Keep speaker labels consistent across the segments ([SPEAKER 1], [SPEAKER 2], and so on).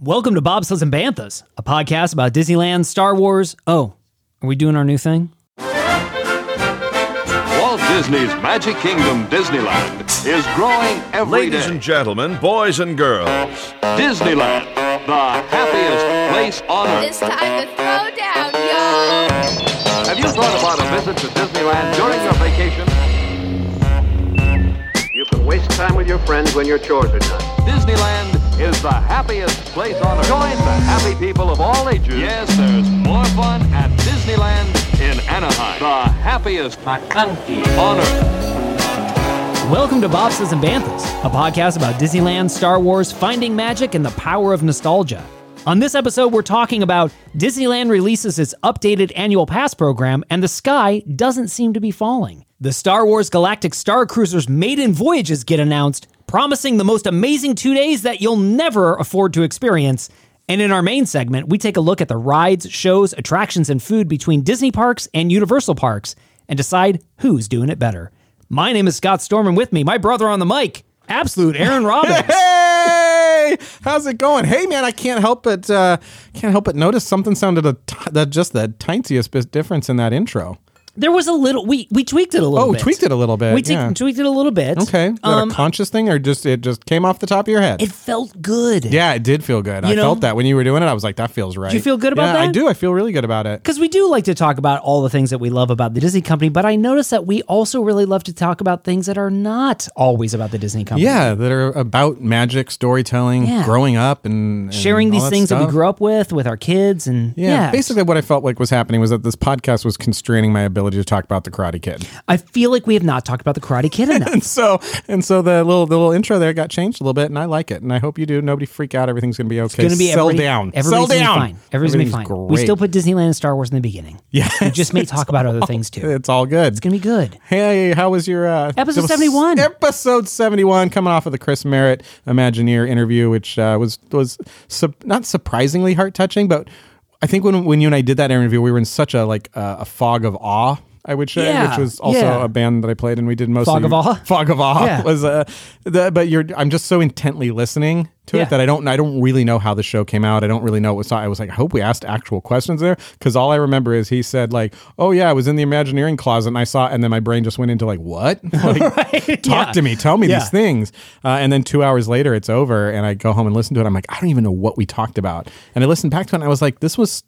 [SPEAKER 1] Welcome to Bobsleds and Banthas, a podcast about Disneyland, Star Wars. Oh, are we doing our new thing?
[SPEAKER 2] Walt Disney's Magic Kingdom Disneyland is growing every
[SPEAKER 3] Ladies
[SPEAKER 2] day.
[SPEAKER 3] and gentlemen, boys and girls,
[SPEAKER 2] Disneyland, the happiest place on earth.
[SPEAKER 4] This time the throwdown, y'all.
[SPEAKER 2] Have you thought about a visit to Disneyland during your vacation?
[SPEAKER 5] You can waste time with your friends when your chores are done.
[SPEAKER 2] Disneyland is the happiest place on earth. Join the happy people of all ages. Yes, there's more fun at Disneyland in Anaheim, the happiest on earth.
[SPEAKER 1] Welcome to Bobsleds and Banthas, a podcast about Disneyland, Star Wars, finding magic, and the power of nostalgia. On this episode, we're talking about Disneyland releases its updated annual pass program, and the sky doesn't seem to be falling. The Star Wars Galactic Star Cruiser's maiden voyages get announced, promising the most amazing two days that you'll never afford to experience. And in our main segment, we take a look at the rides, shows, attractions, and food between Disney parks and Universal parks and decide who's doing it better. My name is Scott Storm, and with me, my brother on the mic, absolute Aaron Robbins.
[SPEAKER 6] Hey, how's it going? Hey, man, I can't help but uh, can't help but notice something sounded a t- that just the tiniest bit difference in that intro.
[SPEAKER 1] there was a little we we tweaked it a little.
[SPEAKER 6] Oh, we
[SPEAKER 1] bit.
[SPEAKER 6] tweaked it a little bit,
[SPEAKER 1] We tweaked-
[SPEAKER 6] yeah.
[SPEAKER 1] tweaked it a little bit.
[SPEAKER 6] Okay, Is that
[SPEAKER 1] um,
[SPEAKER 6] a conscious thing or just it just came off the top of your head?
[SPEAKER 1] it felt good.
[SPEAKER 6] yeah, it did feel good.
[SPEAKER 1] You
[SPEAKER 6] I
[SPEAKER 1] know-
[SPEAKER 6] felt that when you were doing it. I was like, that feels right.
[SPEAKER 1] you feel good about
[SPEAKER 6] yeah, I
[SPEAKER 1] that?
[SPEAKER 6] do. I feel really good about it.
[SPEAKER 1] Because we do like to talk about all the things that we love about the Disney company, but I noticed that we also really love to talk about things that are not always about the Disney company.
[SPEAKER 6] Yeah, that are about magic, storytelling,
[SPEAKER 1] Yeah.
[SPEAKER 6] growing up, and, and
[SPEAKER 1] Sharing
[SPEAKER 6] all
[SPEAKER 1] these
[SPEAKER 6] that
[SPEAKER 1] things that we
[SPEAKER 6] stuff.
[SPEAKER 1] grew up with, with our kids, and
[SPEAKER 6] Yeah, basically what I felt like was happening was that this podcast was constraining my ability to talk about the Karate Kid.
[SPEAKER 1] I feel like we have not talked about the Karate Kid enough.
[SPEAKER 6] and so and so the little the little intro there got changed a little bit, and I like it, and I hope you do. Nobody freak out. Everything's gonna be okay.
[SPEAKER 1] It's going to be
[SPEAKER 6] sell
[SPEAKER 1] everybody-
[SPEAKER 6] down. Sell
[SPEAKER 1] Everybody's gonna be
[SPEAKER 6] down.
[SPEAKER 1] fine. Everybody's, gonna be fine.
[SPEAKER 6] Great.
[SPEAKER 1] We still put Disneyland and Star Wars in the beginning.
[SPEAKER 6] yeah.
[SPEAKER 1] We just may talk about other things too. It's
[SPEAKER 6] it's all good.
[SPEAKER 1] going to be good.
[SPEAKER 6] Hey, how was your uh,
[SPEAKER 1] Episode
[SPEAKER 6] it was
[SPEAKER 1] 71.
[SPEAKER 6] Episode seventy-one, coming off of the Chris Merritt Imagineer interview, which uh, was was su- not surprisingly heart-touching, but I think when when you and I did that interview, we were in such a like uh, a fog of awe. I would say,
[SPEAKER 1] Yeah,
[SPEAKER 6] which was also
[SPEAKER 1] yeah.
[SPEAKER 6] a band that I played, and we did mostly
[SPEAKER 1] Fog of Awe?
[SPEAKER 6] Fog of awe
[SPEAKER 1] Yeah.
[SPEAKER 6] was uh, the, but you're I'm just so intently listening to
[SPEAKER 1] Yeah.
[SPEAKER 6] it that I don't I don't really know how the show came out. I don't really know what was. I was like, I hope we asked actual questions there because all I remember is he said like, "Oh yeah, I was in the Imagineering closet and I saw," and then my brain just went into like, "What? Like, Talk
[SPEAKER 1] yeah.
[SPEAKER 6] to me, tell me
[SPEAKER 1] Yeah.
[SPEAKER 6] these things." Uh, and then two hours later, it's over, and I go home and listen to it. I'm like, I don't even know what we talked about. And I listened back to it, and I was like, this was.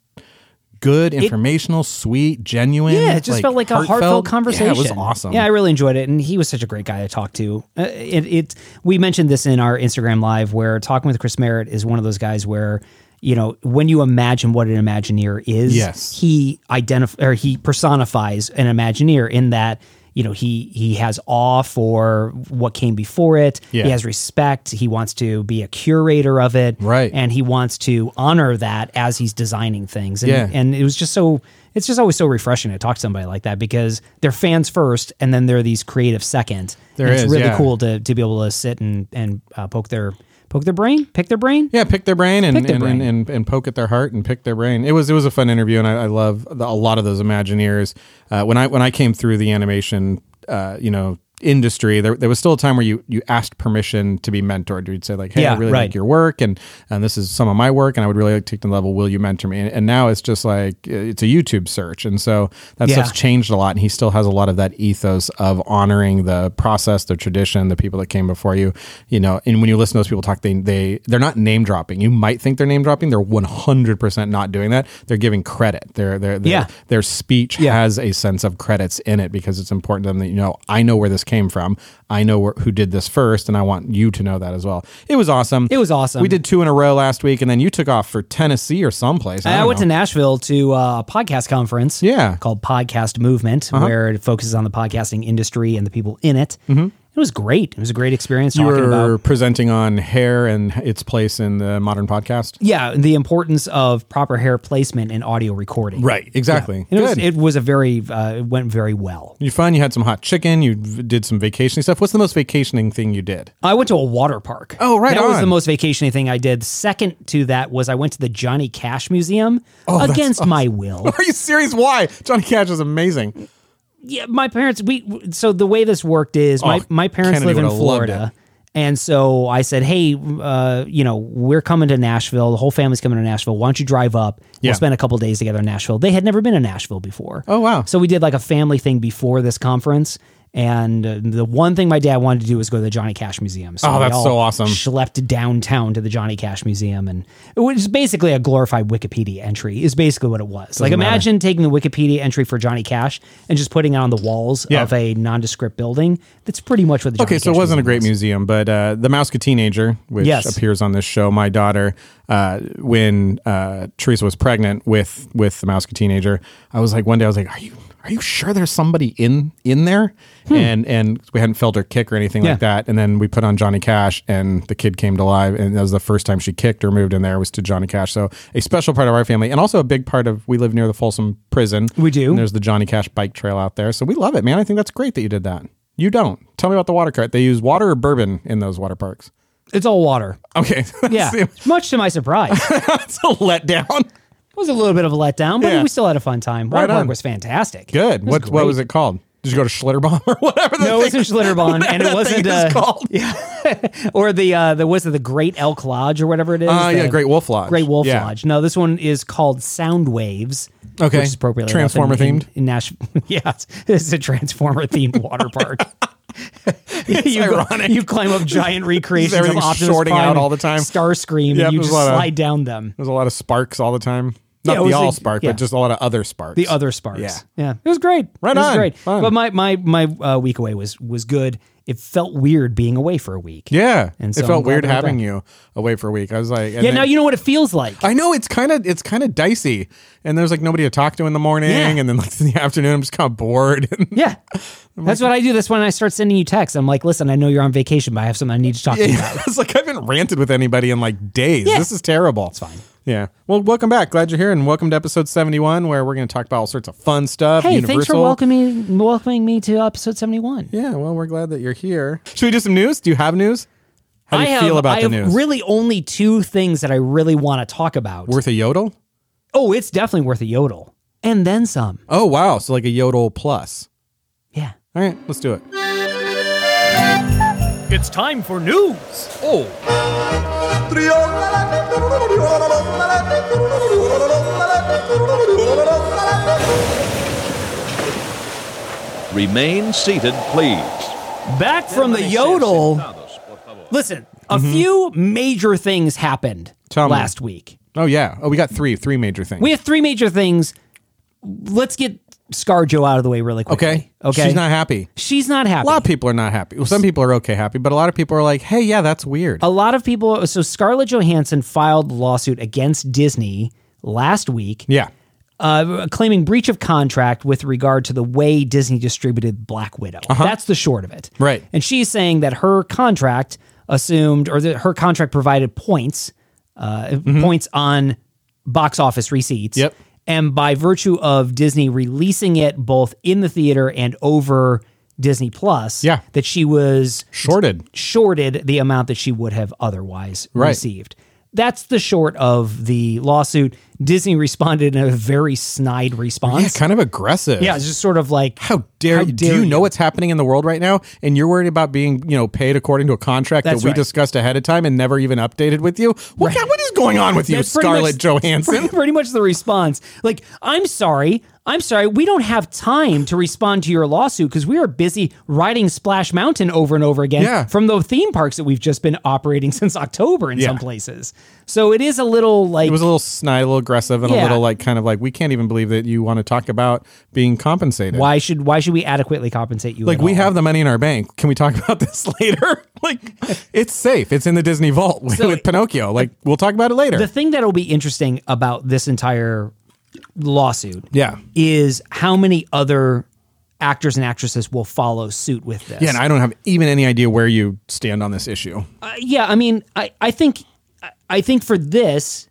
[SPEAKER 6] Good, informational, sweet, genuine.
[SPEAKER 1] Yeah, it just felt like a heartfelt, conversation.
[SPEAKER 6] Yeah, it was awesome.
[SPEAKER 1] Yeah, I really enjoyed it, and he was such a great guy to talk to. Uh, it, it we mentioned this in our Instagram live where talking with Chris Merritt is one of those guys where you know when you imagine what an Imagineer is,
[SPEAKER 6] Yes.
[SPEAKER 1] he identif or he personifies an Imagineer in that. You know he he has awe for what came before it.
[SPEAKER 6] Yeah.
[SPEAKER 1] He has respect. He wants to be a curator of it,
[SPEAKER 6] Right.
[SPEAKER 1] And he wants to honor that as he's designing things. And,
[SPEAKER 6] Yeah.
[SPEAKER 1] and it was just so it's just always so refreshing to talk to somebody like that because they're fans first and then they're these creative second.
[SPEAKER 6] There
[SPEAKER 1] and it's
[SPEAKER 6] is,
[SPEAKER 1] really
[SPEAKER 6] yeah.
[SPEAKER 1] cool to, to be able to sit and and uh, poke their poke their brain, pick their brain.
[SPEAKER 6] Yeah, pick their brain and
[SPEAKER 1] Pick their
[SPEAKER 6] and,
[SPEAKER 1] brain.
[SPEAKER 6] And, and and poke at their heart and pick their brain. It was it was a fun interview, and I, I love the, a lot of those Imagineers. Uh, when I when I came through the animation, uh, you know industry there, there was still a time where you you asked permission to be mentored you'd say like hey
[SPEAKER 1] Yeah,
[SPEAKER 6] i really
[SPEAKER 1] right.
[SPEAKER 6] like your work and and this is some of my work and i would really like to take the level will you mentor me and, and now it's just like uh, it's a youtube search and so that
[SPEAKER 1] Yeah.
[SPEAKER 6] stuff's changed a lot and he still has a lot of that ethos of honoring the process the tradition the people that came before you you know and when you listen to those people talk they they they're not name dropping you might think they're name dropping they're 100% not doing that they're giving credit their their their,
[SPEAKER 1] Yeah.
[SPEAKER 6] their speech
[SPEAKER 1] Yeah.
[SPEAKER 6] has a sense of credits in it because it's important to them that you know i know where this came from i know where, who did this first and i want you to know that as well it was awesome
[SPEAKER 1] It was awesome.
[SPEAKER 6] we did two in a row last week and then you took off for tennessee or someplace
[SPEAKER 1] I,
[SPEAKER 6] don't
[SPEAKER 1] went
[SPEAKER 6] know.
[SPEAKER 1] to Nashville to uh, a podcast conference.
[SPEAKER 6] Yeah. Uh-huh.
[SPEAKER 1] called Podcast Movement, where it focuses on the podcasting industry and the people in it. It was great. It was a great experience
[SPEAKER 6] Mm-hmm. you
[SPEAKER 1] talking
[SPEAKER 6] were
[SPEAKER 1] about
[SPEAKER 6] presenting on hair and its place in the modern podcast.
[SPEAKER 1] yeah the importance of proper hair placement in audio recording.
[SPEAKER 6] Exactly.
[SPEAKER 1] And It was,
[SPEAKER 6] Good.
[SPEAKER 1] it was a very uh, it went very well.
[SPEAKER 6] you find you had some hot chicken. You v- did some vacationing stuff. What's the most vacationing thing you did?
[SPEAKER 1] I went to a water park.
[SPEAKER 6] Oh, right
[SPEAKER 1] That was
[SPEAKER 6] on.
[SPEAKER 1] the most vacationing thing I did. Second to that was I went to the Johnny Cash Museum
[SPEAKER 6] Oh, that's
[SPEAKER 1] against my will.
[SPEAKER 6] Are you serious? Why? Johnny Cash is amazing.
[SPEAKER 1] yeah, my parents. We so the way this worked is my
[SPEAKER 6] Oh,
[SPEAKER 1] my parents
[SPEAKER 6] Kennedy
[SPEAKER 1] live in
[SPEAKER 6] would've loved
[SPEAKER 1] Florida, And so I said, hey, uh, you know, we're coming to Nashville. The whole family's coming to Nashville. Why don't you drive up?
[SPEAKER 6] Yeah.
[SPEAKER 1] We'll spend a couple days together in Nashville. They had never been to Nashville before.
[SPEAKER 6] Oh, wow.
[SPEAKER 1] So we did like a family thing before this conference. And uh, the one thing my dad wanted to do was go to the Johnny Cash Museum. So we
[SPEAKER 6] Oh, that's
[SPEAKER 1] all
[SPEAKER 6] so awesome.
[SPEAKER 1] Schlepped downtown to the Johnny Cash Museum, and which is basically a glorified Wikipedia entry. Is basically what it was. like,
[SPEAKER 6] matter.
[SPEAKER 1] imagine taking the Wikipedia entry for Johnny Cash and just putting it on the walls
[SPEAKER 6] Yeah.
[SPEAKER 1] of a nondescript building. That's pretty much what the Johnny
[SPEAKER 6] Okay, so it
[SPEAKER 1] Cash
[SPEAKER 6] wasn't a great
[SPEAKER 1] was.
[SPEAKER 6] museum, but uh, the Mouse Teenager, which
[SPEAKER 1] Yes.
[SPEAKER 6] appears on this show, my daughter, uh, when uh, Teresa was pregnant with with the Mouse Teenager, I was like, one day I was like, are you are you sure there's somebody in in there? And and we hadn't felt her kick or anything
[SPEAKER 1] Hmm. Yeah.
[SPEAKER 6] like that. And then we put on Johnny Cash, and the kid came to life. And that was the first time she kicked or moved in there was to Johnny Cash. So a special part of our family, and also a big part of we live near the Folsom Prison.
[SPEAKER 1] We do.
[SPEAKER 6] And there's the Johnny Cash bike trail out there. So we love it, man. I think that's great that you did that. You don't. Tell me about the water cart. They use water or bourbon in those water parks.
[SPEAKER 1] It's all water.
[SPEAKER 6] Okay.
[SPEAKER 1] Yeah, much to my surprise, it
[SPEAKER 6] that's a letdown.
[SPEAKER 1] was a little bit of a letdown, but
[SPEAKER 6] Yeah.
[SPEAKER 1] we still had a fun time. Water
[SPEAKER 6] Right
[SPEAKER 1] Park
[SPEAKER 6] on.
[SPEAKER 1] was fantastic.
[SPEAKER 6] Good.
[SPEAKER 1] It
[SPEAKER 6] What
[SPEAKER 1] great.
[SPEAKER 6] what was it called? Did you go to Schlitterbahn or whatever? the
[SPEAKER 1] No, it
[SPEAKER 6] thing-
[SPEAKER 1] wasn't Schlitterbahn, and it
[SPEAKER 6] that thing
[SPEAKER 1] wasn't
[SPEAKER 6] is
[SPEAKER 1] uh,
[SPEAKER 6] called. Yeah.
[SPEAKER 1] or the uh, the was it the Great Elk Lodge or whatever it is?
[SPEAKER 6] Uh, yeah,
[SPEAKER 1] the
[SPEAKER 6] Great Wolf Lodge.
[SPEAKER 1] Great Wolf
[SPEAKER 6] Yeah.
[SPEAKER 1] Lodge. No, this one is called Sound Waves.
[SPEAKER 6] Okay.
[SPEAKER 1] which is appropriately enough
[SPEAKER 6] Transformer
[SPEAKER 1] in, in-
[SPEAKER 6] themed?
[SPEAKER 1] in Nashville. yes, it's a Transformer themed water park. you, go-
[SPEAKER 6] ironic.
[SPEAKER 1] you climb up giant recreations of
[SPEAKER 6] Everything's
[SPEAKER 1] Optimus
[SPEAKER 6] shorting
[SPEAKER 1] Prime,
[SPEAKER 6] out all the time.
[SPEAKER 1] Starscream,
[SPEAKER 6] Yep,
[SPEAKER 1] and you
[SPEAKER 6] there's
[SPEAKER 1] just
[SPEAKER 6] a lot of-
[SPEAKER 1] slide down them.
[SPEAKER 6] There's a lot of sparks all the time.
[SPEAKER 1] Yeah,
[SPEAKER 6] Not
[SPEAKER 1] it
[SPEAKER 6] the
[SPEAKER 1] was
[SPEAKER 6] all
[SPEAKER 1] a-
[SPEAKER 6] spark,
[SPEAKER 1] yeah.
[SPEAKER 6] but just a lot of other sparks.
[SPEAKER 1] The other sparks.
[SPEAKER 6] Yeah.
[SPEAKER 1] It was great.
[SPEAKER 6] Right
[SPEAKER 1] it was
[SPEAKER 6] on.
[SPEAKER 1] Great.
[SPEAKER 6] Fun.
[SPEAKER 1] But my my my uh, week away was was good. It felt weird being away for a week.
[SPEAKER 6] Yeah.
[SPEAKER 1] And
[SPEAKER 6] And
[SPEAKER 1] so
[SPEAKER 6] it
[SPEAKER 1] I'm
[SPEAKER 6] felt
[SPEAKER 1] glad
[SPEAKER 6] weird
[SPEAKER 1] that we're
[SPEAKER 6] having
[SPEAKER 1] back.
[SPEAKER 6] you away for a week. I was like, and
[SPEAKER 1] Yeah.
[SPEAKER 6] then-
[SPEAKER 1] Now you know what it feels like.
[SPEAKER 6] I know it's kind of it's kind of dicey, and there's like nobody to talk to in the morning,
[SPEAKER 1] Yeah.
[SPEAKER 6] and then like in the afternoon, I'm just kind of bored.
[SPEAKER 1] Yeah. That's what I do. That's when I start sending you texts. I'm like, listen, I know you're on vacation, but I have something I need to talk to you about.
[SPEAKER 6] it's like I haven't ranted with anybody in like days.
[SPEAKER 1] Yeah.
[SPEAKER 6] This is terrible. It's
[SPEAKER 1] fine.
[SPEAKER 6] Yeah. Well, welcome back. Glad you're here, and welcome to episode 71, where we're going to talk about all sorts of fun stuff.
[SPEAKER 1] Hey,
[SPEAKER 6] Universal.
[SPEAKER 1] thanks for welcoming welcoming me to episode 71.
[SPEAKER 6] Yeah. Well, we're glad that you're here. Should we do some news? Do you have news? How do you
[SPEAKER 1] I have,
[SPEAKER 6] feel about
[SPEAKER 1] I
[SPEAKER 6] the
[SPEAKER 1] have
[SPEAKER 6] news?
[SPEAKER 1] really only two things that I really want to talk about.
[SPEAKER 6] Worth a yodel?
[SPEAKER 1] oh, it's definitely worth a yodel. And then some.
[SPEAKER 6] Oh wow! So like a yodel plus.
[SPEAKER 1] Yeah.
[SPEAKER 6] All right, let's do it.
[SPEAKER 1] It's time for news.
[SPEAKER 6] Oh,
[SPEAKER 3] Remain seated, please.
[SPEAKER 1] Back from the yodel. Listen, a few major things happened
[SPEAKER 6] Mm-hmm. Tell me.
[SPEAKER 1] last week.
[SPEAKER 6] oh yeah. Oh, we got three, three major things.
[SPEAKER 1] We have three major things. Let's get ScarJo out of the way really quickly.
[SPEAKER 6] okay.
[SPEAKER 1] Okay.
[SPEAKER 6] She's not happy.
[SPEAKER 1] She's not happy.
[SPEAKER 6] A lot of people are not happy. Well, some people are okay happy, but a lot of people are like, "Hey, yeah, that's weird."
[SPEAKER 1] a lot of people. So Scarlett Johansson filed a lawsuit against Disney last week,
[SPEAKER 6] yeah,
[SPEAKER 1] uh, claiming breach of contract with regard to the way Disney distributed Black Widow. That's the short of it,
[SPEAKER 6] Uh-huh. Right.
[SPEAKER 1] And she's saying that her contract assumed, or that her contract provided points, uh, points on box office receipts.
[SPEAKER 6] Mm-hmm. Yep.
[SPEAKER 1] And by virtue of Disney releasing it both in the theater and over Disney Plus,
[SPEAKER 6] Yeah.
[SPEAKER 1] that she was
[SPEAKER 6] shorted.
[SPEAKER 1] shorted the amount that she would have otherwise
[SPEAKER 6] Right.
[SPEAKER 1] received. That's the short of the lawsuit. Disney responded in a very snide
[SPEAKER 6] Yeah,
[SPEAKER 1] response.
[SPEAKER 6] kind of aggressive.
[SPEAKER 1] Yeah, it's just sort of like
[SPEAKER 6] How dare, you? Do you know what's happening in the world right now? And you're worried about being, you know, paid according to a contract
[SPEAKER 1] That's
[SPEAKER 6] that we
[SPEAKER 1] right.
[SPEAKER 6] discussed ahead of time and never even updated with you? What, God, what is going on with you,
[SPEAKER 1] That's pretty
[SPEAKER 6] Scarlett
[SPEAKER 1] much-
[SPEAKER 6] Johansson?
[SPEAKER 1] pretty much the response. Like, I'm sorry. I'm sorry. We don't have time to respond to your lawsuit because we are busy riding Splash Mountain over and over again
[SPEAKER 6] Yeah.
[SPEAKER 1] from the theme parks that we've just been operating since October in
[SPEAKER 6] Yeah.
[SPEAKER 1] some places. So it is a little like
[SPEAKER 6] It was a little snide, a little aggressive, and
[SPEAKER 1] Yeah.
[SPEAKER 6] a little like kind of like we can't even believe that you want to talk about being compensated.
[SPEAKER 1] why should why should we adequately compensate you?
[SPEAKER 6] Like
[SPEAKER 1] at
[SPEAKER 6] we
[SPEAKER 1] all?
[SPEAKER 6] have the money in our bank. Can we talk about this later? like it's safe. It's in the Disney vault with,
[SPEAKER 1] So- uh,
[SPEAKER 6] with Pinocchio. Like we'll talk about it later.
[SPEAKER 1] The thing that'll be interesting about this entire lawsuit
[SPEAKER 6] yeah.
[SPEAKER 1] is how many other actors and actresses will follow suit with this.
[SPEAKER 6] Yeah, and I don't have even any idea where you stand on this issue.
[SPEAKER 1] Uh, yeah, I mean, I, I think I- I think for this,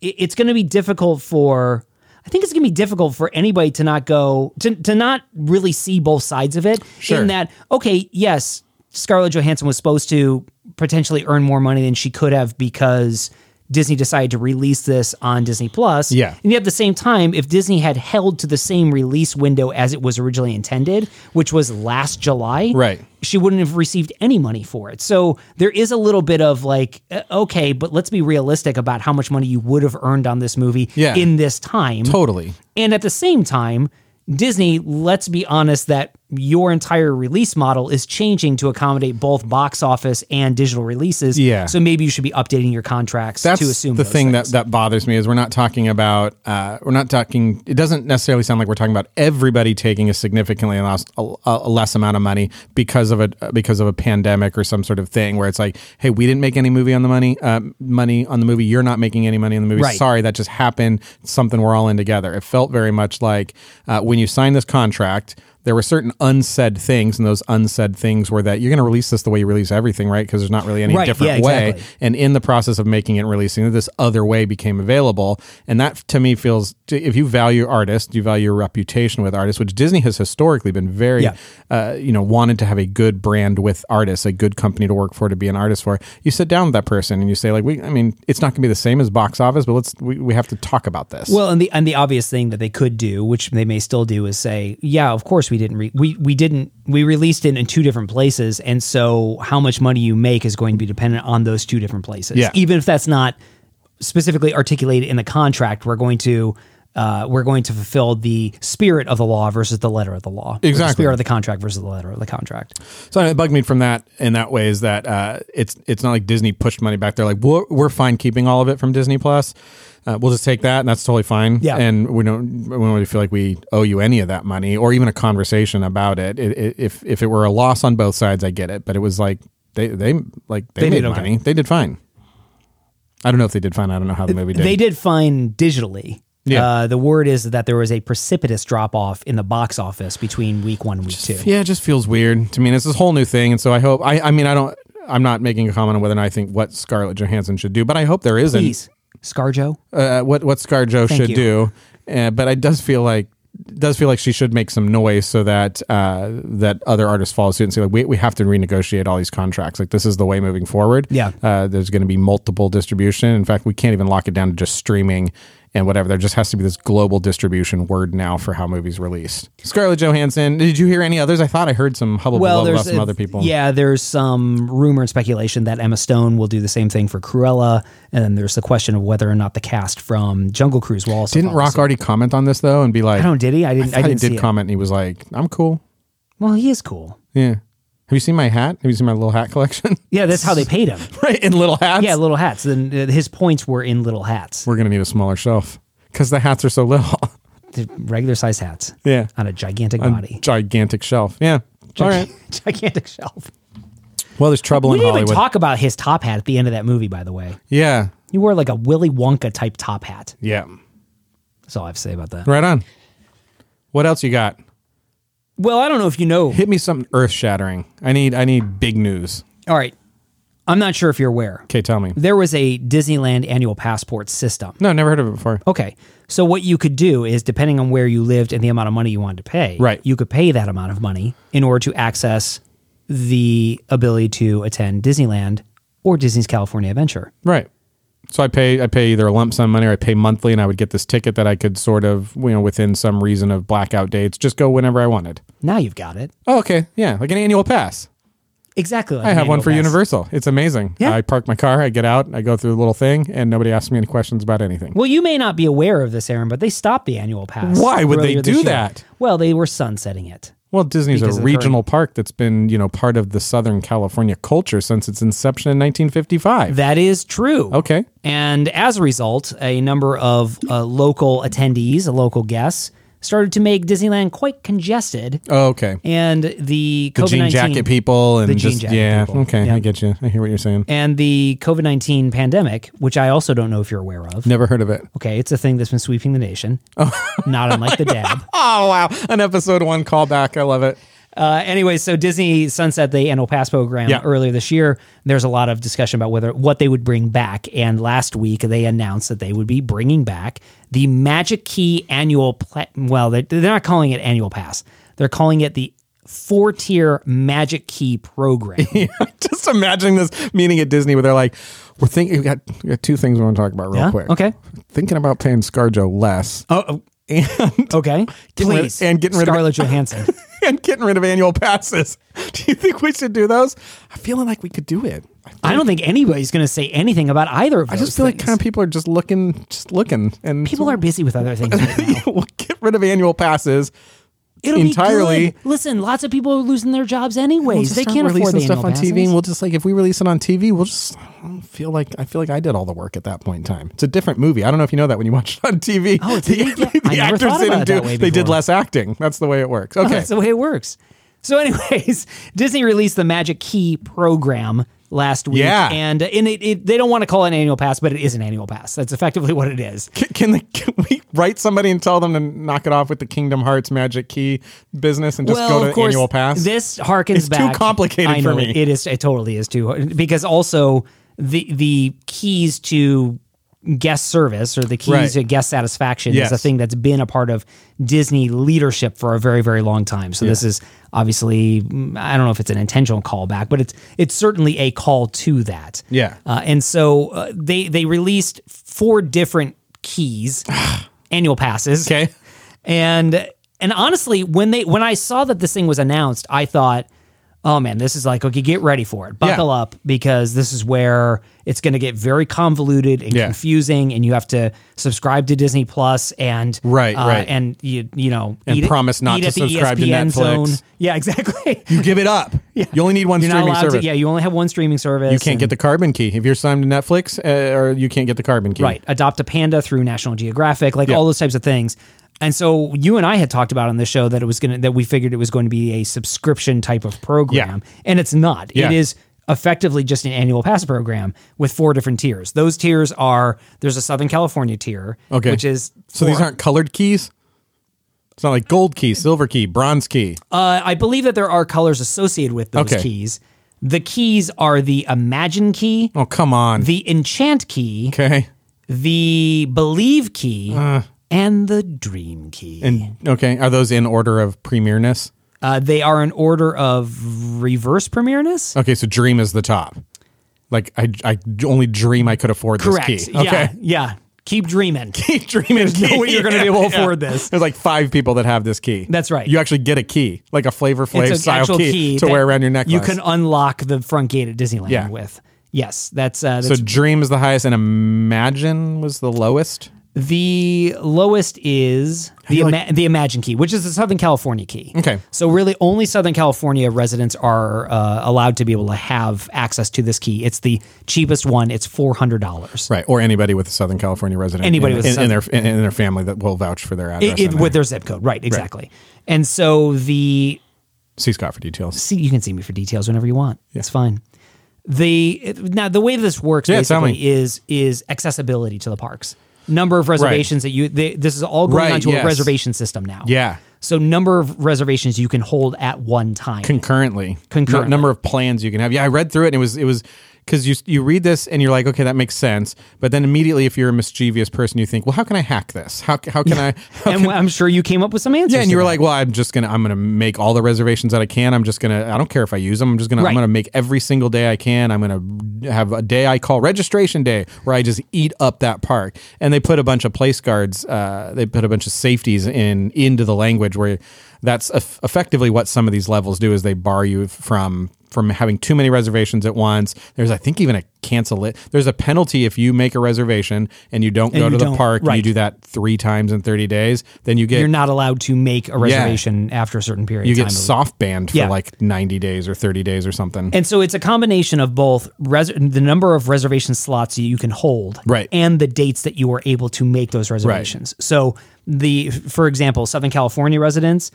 [SPEAKER 1] it, it's going to be difficult for. I think it's going to be difficult for anybody to not go to to not really see both sides of it.
[SPEAKER 6] Sure.
[SPEAKER 1] In that, okay, yes, Scarlett Johansson was supposed to potentially earn more money than she could have because Disney decided to release this on Disney Plus.
[SPEAKER 6] Yeah.
[SPEAKER 1] And yet at the same time, if Disney had held to the same release window as it was originally intended, which was last July,
[SPEAKER 6] Right.
[SPEAKER 1] she wouldn't have received any money for it. So there is a little bit of like, uh, okay, but let's be realistic about how much money you would have earned on this movie
[SPEAKER 6] Yeah.
[SPEAKER 1] in this time.
[SPEAKER 6] Totally.
[SPEAKER 1] And at the same time, Disney, let's be honest that your entire release model is changing to accommodate both box office and digital releases.
[SPEAKER 6] Yeah.
[SPEAKER 1] So maybe you should be updating your contracts
[SPEAKER 6] That's
[SPEAKER 1] to assume
[SPEAKER 6] the
[SPEAKER 1] those
[SPEAKER 6] thing that,
[SPEAKER 1] things.
[SPEAKER 6] that bothers me is we're not talking about uh, we're not talking. It doesn't necessarily sound like we're talking about everybody taking a significantly less a, a less amount of money because of a because of a pandemic or some sort of thing where it's like, hey, we didn't make any movie on the money uh, money on the movie. You're not making any money on the movie.
[SPEAKER 1] Right.
[SPEAKER 6] Sorry, that just happened. It's something we're all in together. It felt very much like uh, when you signed this contract. There were certain unsaid things, and those unsaid things were that you're going to release this the way you release everything, right? Because there's not really any
[SPEAKER 1] Right,
[SPEAKER 6] different
[SPEAKER 1] yeah,
[SPEAKER 6] way
[SPEAKER 1] exactly.
[SPEAKER 6] and in the process of making it and releasing it this other way became available and that to me feels if you value artists you value your reputation with artists which disney has historically been very
[SPEAKER 1] Yeah.
[SPEAKER 6] uh, you know wanted to have a good brand with artists a good company to work for to be an artist for you sit down with that person and you say like we i mean it's not going to be the same as box office but let's we, we have to talk about this
[SPEAKER 1] Well, and the and the obvious thing that they could do, which they may still do, is say, "Yeah, of course we didn't. Re- we we didn't. We released it in two different places, and so how much money you make is going to be dependent on those two different places.
[SPEAKER 6] Yeah.
[SPEAKER 1] Even if that's not specifically articulated in the contract, we're going to." Uh, we're going to fulfill the spirit of the law versus the letter of the law. Or The
[SPEAKER 6] Exactly.
[SPEAKER 1] spirit of the contract versus the letter of the contract.
[SPEAKER 6] So it bugged me from that in that way is that uh, it's it's not like Disney pushed money back. They're like, we're, we're fine keeping all of it from Disney Plus. Uh, we'll just take that, and that's totally fine.
[SPEAKER 1] Yeah.
[SPEAKER 6] and we don't we don't really feel like we owe you any of that money or even a conversation about it. It- it- if if it were a loss on both sides, I get it, but it was like they they like they,
[SPEAKER 1] They
[SPEAKER 6] made
[SPEAKER 1] did okay.
[SPEAKER 6] money. They did fine. I don't know if they did fine. I don't know how the movie did.
[SPEAKER 1] They did fine digitally.
[SPEAKER 6] Yeah.
[SPEAKER 1] Uh, the word is that there was a precipitous drop off in the box office between week one and week two.
[SPEAKER 6] Yeah, it just feels weird to me. And it's this whole new thing. And so I hope, I, I mean, I don't, I'm not making a comment on whether or not I think what Scarlett Johansson should do, but I hope there is an-
[SPEAKER 1] Please, Scarjo.
[SPEAKER 6] uh, what what ScarJo should
[SPEAKER 1] you.
[SPEAKER 6] do, uh, but it does feel like does feel like she should make some noise so that uh, that other artists follow suit and say like we, we have to renegotiate all these contracts like this is the way moving forward.
[SPEAKER 1] Yeah.
[SPEAKER 6] uh, there's going to be multiple distribution. In fact, we can't even lock it down to just streaming and whatever. There just has to be this global distribution word now for how movies released. Scarlett Johansson. Did you hear any others? I thought I heard some hubble
[SPEAKER 1] well,
[SPEAKER 6] bubble
[SPEAKER 1] there's
[SPEAKER 6] about some
[SPEAKER 1] uh,
[SPEAKER 6] other people.
[SPEAKER 1] Yeah, there's some rumor and speculation that Emma Stone will do the same thing for Cruella, and then there's the question of whether or not the cast from Jungle Cruise will also
[SPEAKER 6] Didn't
[SPEAKER 1] follow
[SPEAKER 6] Rock
[SPEAKER 1] suit.
[SPEAKER 6] already comment on this though and be like,
[SPEAKER 1] I don't. Did he? I didn't. I,
[SPEAKER 6] thought
[SPEAKER 1] didn't
[SPEAKER 6] he
[SPEAKER 1] see
[SPEAKER 6] did
[SPEAKER 1] it.
[SPEAKER 6] comment. and he was like, I'm cool.
[SPEAKER 1] Well, he is cool.
[SPEAKER 6] Yeah. Have you seen my hat? Have you seen my little hat collection?
[SPEAKER 1] Yeah, that's how they paid him.
[SPEAKER 6] right, in little hats.
[SPEAKER 1] Yeah, little hats. Then uh, his points were in little hats,
[SPEAKER 6] we're gonna need a smaller shelf because the hats are so little.
[SPEAKER 1] The regular sized hats.
[SPEAKER 6] Yeah.
[SPEAKER 1] on a gigantic body,
[SPEAKER 6] Gigantic shelf. Yeah. All right.
[SPEAKER 1] gigantic shelf.
[SPEAKER 6] Well, there's trouble
[SPEAKER 1] We
[SPEAKER 6] in
[SPEAKER 1] didn't
[SPEAKER 6] Hollywood.
[SPEAKER 1] even talk about his top hat at the end of that movie, by the way.
[SPEAKER 6] yeah.
[SPEAKER 1] You wore like a Willy Wonka type top hat.
[SPEAKER 6] Yeah.
[SPEAKER 1] That's all I have to say about that.
[SPEAKER 6] Right on. What else you got?
[SPEAKER 1] Well, I don't know if you know
[SPEAKER 6] Hit me something earth shattering. I need I need big news.
[SPEAKER 1] All right. I'm not sure if you're aware.
[SPEAKER 6] Okay, tell me.
[SPEAKER 1] There was a Disneyland annual passport system.
[SPEAKER 6] No, never heard of it before.
[SPEAKER 1] Okay. So what you could do is depending on where you lived and the amount of money you wanted to pay,
[SPEAKER 6] Right.
[SPEAKER 1] you could pay that amount of money in order to access the ability to attend Disneyland or Disney's California Adventure.
[SPEAKER 6] Right. So I pay I pay either a lump sum money or I pay monthly and I would get this ticket that I could sort of, you know, within some reason of blackout dates, just go whenever I wanted.
[SPEAKER 1] Now you've got it.
[SPEAKER 6] Oh, okay. Yeah. Like an annual pass.
[SPEAKER 1] Exactly. like
[SPEAKER 6] I
[SPEAKER 1] an
[SPEAKER 6] have one
[SPEAKER 1] annual
[SPEAKER 6] for
[SPEAKER 1] pass.
[SPEAKER 6] Universal. It's amazing.
[SPEAKER 1] Yeah.
[SPEAKER 6] I park my car, I get out, I go through the little thing, and nobody asks me any questions about anything.
[SPEAKER 1] Well, you may not be aware of this, Aaron, but they stopped the annual pass.
[SPEAKER 6] Why would they
[SPEAKER 1] earlier this
[SPEAKER 6] do
[SPEAKER 1] year.
[SPEAKER 6] that?
[SPEAKER 1] Well, they were sunsetting it.
[SPEAKER 6] Well, Disney's
[SPEAKER 1] Because
[SPEAKER 6] a
[SPEAKER 1] of the
[SPEAKER 6] regional park that's been, you know, part of the Southern California culture since its inception in 1955.
[SPEAKER 1] That is true.
[SPEAKER 6] okay.
[SPEAKER 1] And as a result, a number of uh, local attendees, uh, local guests, started to make Disneyland quite congested.
[SPEAKER 6] Oh, okay.
[SPEAKER 1] And the
[SPEAKER 6] The
[SPEAKER 1] COVID
[SPEAKER 6] jean
[SPEAKER 1] 19
[SPEAKER 6] jacket people and
[SPEAKER 1] The jean
[SPEAKER 6] just
[SPEAKER 1] jacket
[SPEAKER 6] yeah.
[SPEAKER 1] people.
[SPEAKER 6] Okay,
[SPEAKER 1] Yeah.
[SPEAKER 6] I get you. I hear what you're saying.
[SPEAKER 1] and the COVID 19 pandemic, which I also don't know if you're aware of.
[SPEAKER 6] Never heard of it.
[SPEAKER 1] Okay, it's a thing that's been sweeping the nation, not unlike the dab.
[SPEAKER 6] Oh wow, an episode one callback. I love it.
[SPEAKER 1] Uh, anyway, so Disney sunset the annual pass program
[SPEAKER 6] Yeah.
[SPEAKER 1] earlier this year. There's a lot of discussion about whether what they would bring back, and last week they announced that they would be bringing back the Magic Key annual. Pla- well, they're, they're not calling it annual pass; they're calling it the four tier magic key program.
[SPEAKER 6] Just imagining this meeting at Disney where they're like, we're thinking, we got, we got two things we want to talk about real
[SPEAKER 1] Yeah?
[SPEAKER 6] quick.
[SPEAKER 1] Okay.
[SPEAKER 6] Thinking about paying Scarjo less
[SPEAKER 1] Oh,
[SPEAKER 6] and,
[SPEAKER 1] okay.
[SPEAKER 6] Getting rid-
[SPEAKER 1] Please.
[SPEAKER 6] and getting rid of-
[SPEAKER 1] Scarlett Johansson.
[SPEAKER 6] and getting rid of annual passes. Do you think we should do those? I'm feeling like we could do it. I,
[SPEAKER 1] I don't think anybody's going to say anything about either of
[SPEAKER 6] I
[SPEAKER 1] those.
[SPEAKER 6] just feel like
[SPEAKER 1] things.
[SPEAKER 6] kind of people are just looking, just looking. And
[SPEAKER 1] people are busy with other things. Right now.
[SPEAKER 6] we'll get rid of annual passes.
[SPEAKER 1] It'll
[SPEAKER 6] entirely-
[SPEAKER 1] Be good. Listen, lots of people are losing their jobs anyways.
[SPEAKER 6] We'll just
[SPEAKER 1] they
[SPEAKER 6] start
[SPEAKER 1] can't afford
[SPEAKER 6] releasing
[SPEAKER 1] the
[SPEAKER 6] stuff
[SPEAKER 1] annual
[SPEAKER 6] on TV,
[SPEAKER 1] passes.
[SPEAKER 6] and we'll just like if we release it on TV, we'll just I don't feel like I feel like I did all the work at that point in time. It's a different movie. I don't know if you know that when you watch it on TV.
[SPEAKER 1] Oh, did you? Yeah, I never thought
[SPEAKER 6] didn't
[SPEAKER 1] about it
[SPEAKER 6] do
[SPEAKER 1] that way
[SPEAKER 6] they did
[SPEAKER 1] before. Oh,
[SPEAKER 6] less acting. That's the way it works. Okay,
[SPEAKER 1] That's the way it works. So, anyways, Disney released the Magic Key program last week.
[SPEAKER 6] Yeah.
[SPEAKER 1] And, uh, and it, it, they don't want to call it an annual pass, but it is an annual pass. That's effectively what it is.
[SPEAKER 6] can, can, they, can we write somebody and tell them to knock it off with the Kingdom Hearts Magic Key business and just
[SPEAKER 1] well,
[SPEAKER 6] go to
[SPEAKER 1] of course,
[SPEAKER 6] annual pass?
[SPEAKER 1] This harkens
[SPEAKER 6] It's too
[SPEAKER 1] back.
[SPEAKER 6] complicated
[SPEAKER 1] I
[SPEAKER 6] for
[SPEAKER 1] know,
[SPEAKER 6] me.
[SPEAKER 1] It is. It totally is too. Because also the the keys to guest service or the keys
[SPEAKER 6] Right.
[SPEAKER 1] to guest satisfaction is a
[SPEAKER 6] Yes.
[SPEAKER 1] thing that's been a part of Disney leadership for a very very long time. So this is obviously mm, I don't know if it's an intentional callback, but it's it's certainly a call to that.
[SPEAKER 6] Yeah.
[SPEAKER 1] Uh, and so uh, they they released four different keys, annual passes
[SPEAKER 6] okay,
[SPEAKER 1] and and honestly when they when i saw that this thing was announced i thought oh man this is like okay get ready for it buckle
[SPEAKER 6] Yeah.
[SPEAKER 1] up because this is where it's going to get very convoluted and
[SPEAKER 6] Yeah.
[SPEAKER 1] confusing and you have to subscribe to disney plus and uh,
[SPEAKER 6] Right, right.
[SPEAKER 1] and you you know
[SPEAKER 6] And
[SPEAKER 1] eat it-
[SPEAKER 6] promise not
[SPEAKER 1] eat
[SPEAKER 6] to
[SPEAKER 1] at the E
[SPEAKER 6] subscribe to
[SPEAKER 1] ESPN
[SPEAKER 6] Netflix.
[SPEAKER 1] yeah exactly
[SPEAKER 6] you give it up. You only need one
[SPEAKER 1] you're not
[SPEAKER 6] streaming
[SPEAKER 1] allowed
[SPEAKER 6] service.
[SPEAKER 1] to yeah you only have one streaming service
[SPEAKER 6] You can't get the carbon key if you're signed to Netflix, uh, or you can't get the carbon key.
[SPEAKER 1] Right. Adopt a panda through National Geographic, like
[SPEAKER 6] Yeah.
[SPEAKER 1] all those types of things. And so you and I had talked about on the show that it was gonna that we figured it was going to be a subscription type of program. And it's not.
[SPEAKER 6] Yeah.
[SPEAKER 1] It is effectively just an annual pass program with four different tiers. Those tiers are there's a Southern California tier,
[SPEAKER 6] Okay.
[SPEAKER 1] which is
[SPEAKER 6] So these
[SPEAKER 1] four.
[SPEAKER 6] aren't colored keys. It's not like gold key, silver key, bronze key.
[SPEAKER 1] Uh, I believe that there are colors associated with those
[SPEAKER 6] Okay.
[SPEAKER 1] keys. The keys are the Imagine key,
[SPEAKER 6] oh come on.
[SPEAKER 1] the Enchant key,
[SPEAKER 6] okay. Uh.
[SPEAKER 1] the Believe key, and the Dream key.
[SPEAKER 6] And okay, are those in order of premierness?
[SPEAKER 1] Uh, they are in order of reverse premierness.
[SPEAKER 6] Okay, so dream is the top. Like I, I only dream I could afford this key.
[SPEAKER 1] Yeah.
[SPEAKER 6] Okay.
[SPEAKER 1] Yeah. Keep dreaming.
[SPEAKER 6] Keep dreaming. There's
[SPEAKER 1] no way you're gonna be able to afford this.
[SPEAKER 6] There's like five people that have this key.
[SPEAKER 1] That's right.
[SPEAKER 6] You actually get a key, like a flavor flav
[SPEAKER 1] It's an
[SPEAKER 6] style
[SPEAKER 1] actual
[SPEAKER 6] key,
[SPEAKER 1] key,
[SPEAKER 6] to
[SPEAKER 1] that
[SPEAKER 6] wear around your necklace.
[SPEAKER 1] You can unlock the front gate at Disneyland
[SPEAKER 6] Yeah.
[SPEAKER 1] with. Yes, that's, uh,
[SPEAKER 6] so
[SPEAKER 1] that's
[SPEAKER 6] dream is the highest, and imagine was the lowest.
[SPEAKER 1] the lowest is the
[SPEAKER 6] you
[SPEAKER 1] ima-
[SPEAKER 6] like-
[SPEAKER 1] the Imagine key, which is the Southern California key.
[SPEAKER 6] Okay.
[SPEAKER 1] so really only Southern California residents are uh, allowed to be able to have access to this key. It's the cheapest one. It's four hundred dollars.
[SPEAKER 6] Right, or anybody with a Southern California resident,
[SPEAKER 1] Anybody
[SPEAKER 6] in,
[SPEAKER 1] with a
[SPEAKER 6] in, in their in, in their family that will vouch for their address. and
[SPEAKER 1] with their zip code, right? Exactly. And so the
[SPEAKER 6] see Scott for details.
[SPEAKER 1] see you can see me for details whenever you want. It's fine. The it- now the way this works
[SPEAKER 6] Yeah, tell
[SPEAKER 1] basically
[SPEAKER 6] me.
[SPEAKER 1] is is accessibility to the parks. Number of reservations that you they, this is all going
[SPEAKER 6] Right,
[SPEAKER 1] onto
[SPEAKER 6] yes.
[SPEAKER 1] a reservation system now.
[SPEAKER 6] Yeah.
[SPEAKER 1] So number of reservations you can hold at one time.
[SPEAKER 6] Concurrently,
[SPEAKER 1] Concurrently.
[SPEAKER 6] N- number of plans you can have. Yeah, I read through it, and it was it was because you you read this and you're like, okay, that makes sense. But then immediately, if you're a mischievous person, you think, well, how can I hack this? How how can I? How
[SPEAKER 1] and
[SPEAKER 6] can-
[SPEAKER 1] I'm sure you came up with some answers.
[SPEAKER 6] yeah, and
[SPEAKER 1] to
[SPEAKER 6] you were
[SPEAKER 1] that.
[SPEAKER 6] like, well, I'm just gonna I'm gonna make all the reservations that I can. I'm just gonna I don't care if I use them. I'm just gonna
[SPEAKER 1] Right.
[SPEAKER 6] I'm gonna make every single day I can. I'm gonna have a day I call registration day where I just eat up that park. And they put a bunch of place guards. Uh, they put a bunch of safeties in into the language where that's eff- effectively what some of these levels do is they bar you from from having too many reservations at once. There's I think even a cancel it. There's a penalty if you make a reservation and you don't
[SPEAKER 1] And
[SPEAKER 6] go
[SPEAKER 1] you
[SPEAKER 6] to the
[SPEAKER 1] don't-
[SPEAKER 6] park and
[SPEAKER 1] right.
[SPEAKER 6] you do that 3 times in 30 days, then you get
[SPEAKER 1] you're not allowed to make a reservation after a certain period.
[SPEAKER 6] you
[SPEAKER 1] of time
[SPEAKER 6] get
[SPEAKER 1] of-
[SPEAKER 6] soft banned
[SPEAKER 1] Yeah.
[SPEAKER 6] for like 90 days or 30 days or something.
[SPEAKER 1] And so it's a combination of both res- the number of reservation slots you can hold,
[SPEAKER 6] Right.
[SPEAKER 1] and the dates that you are able to make those reservations. So the, for example, Southern California residents,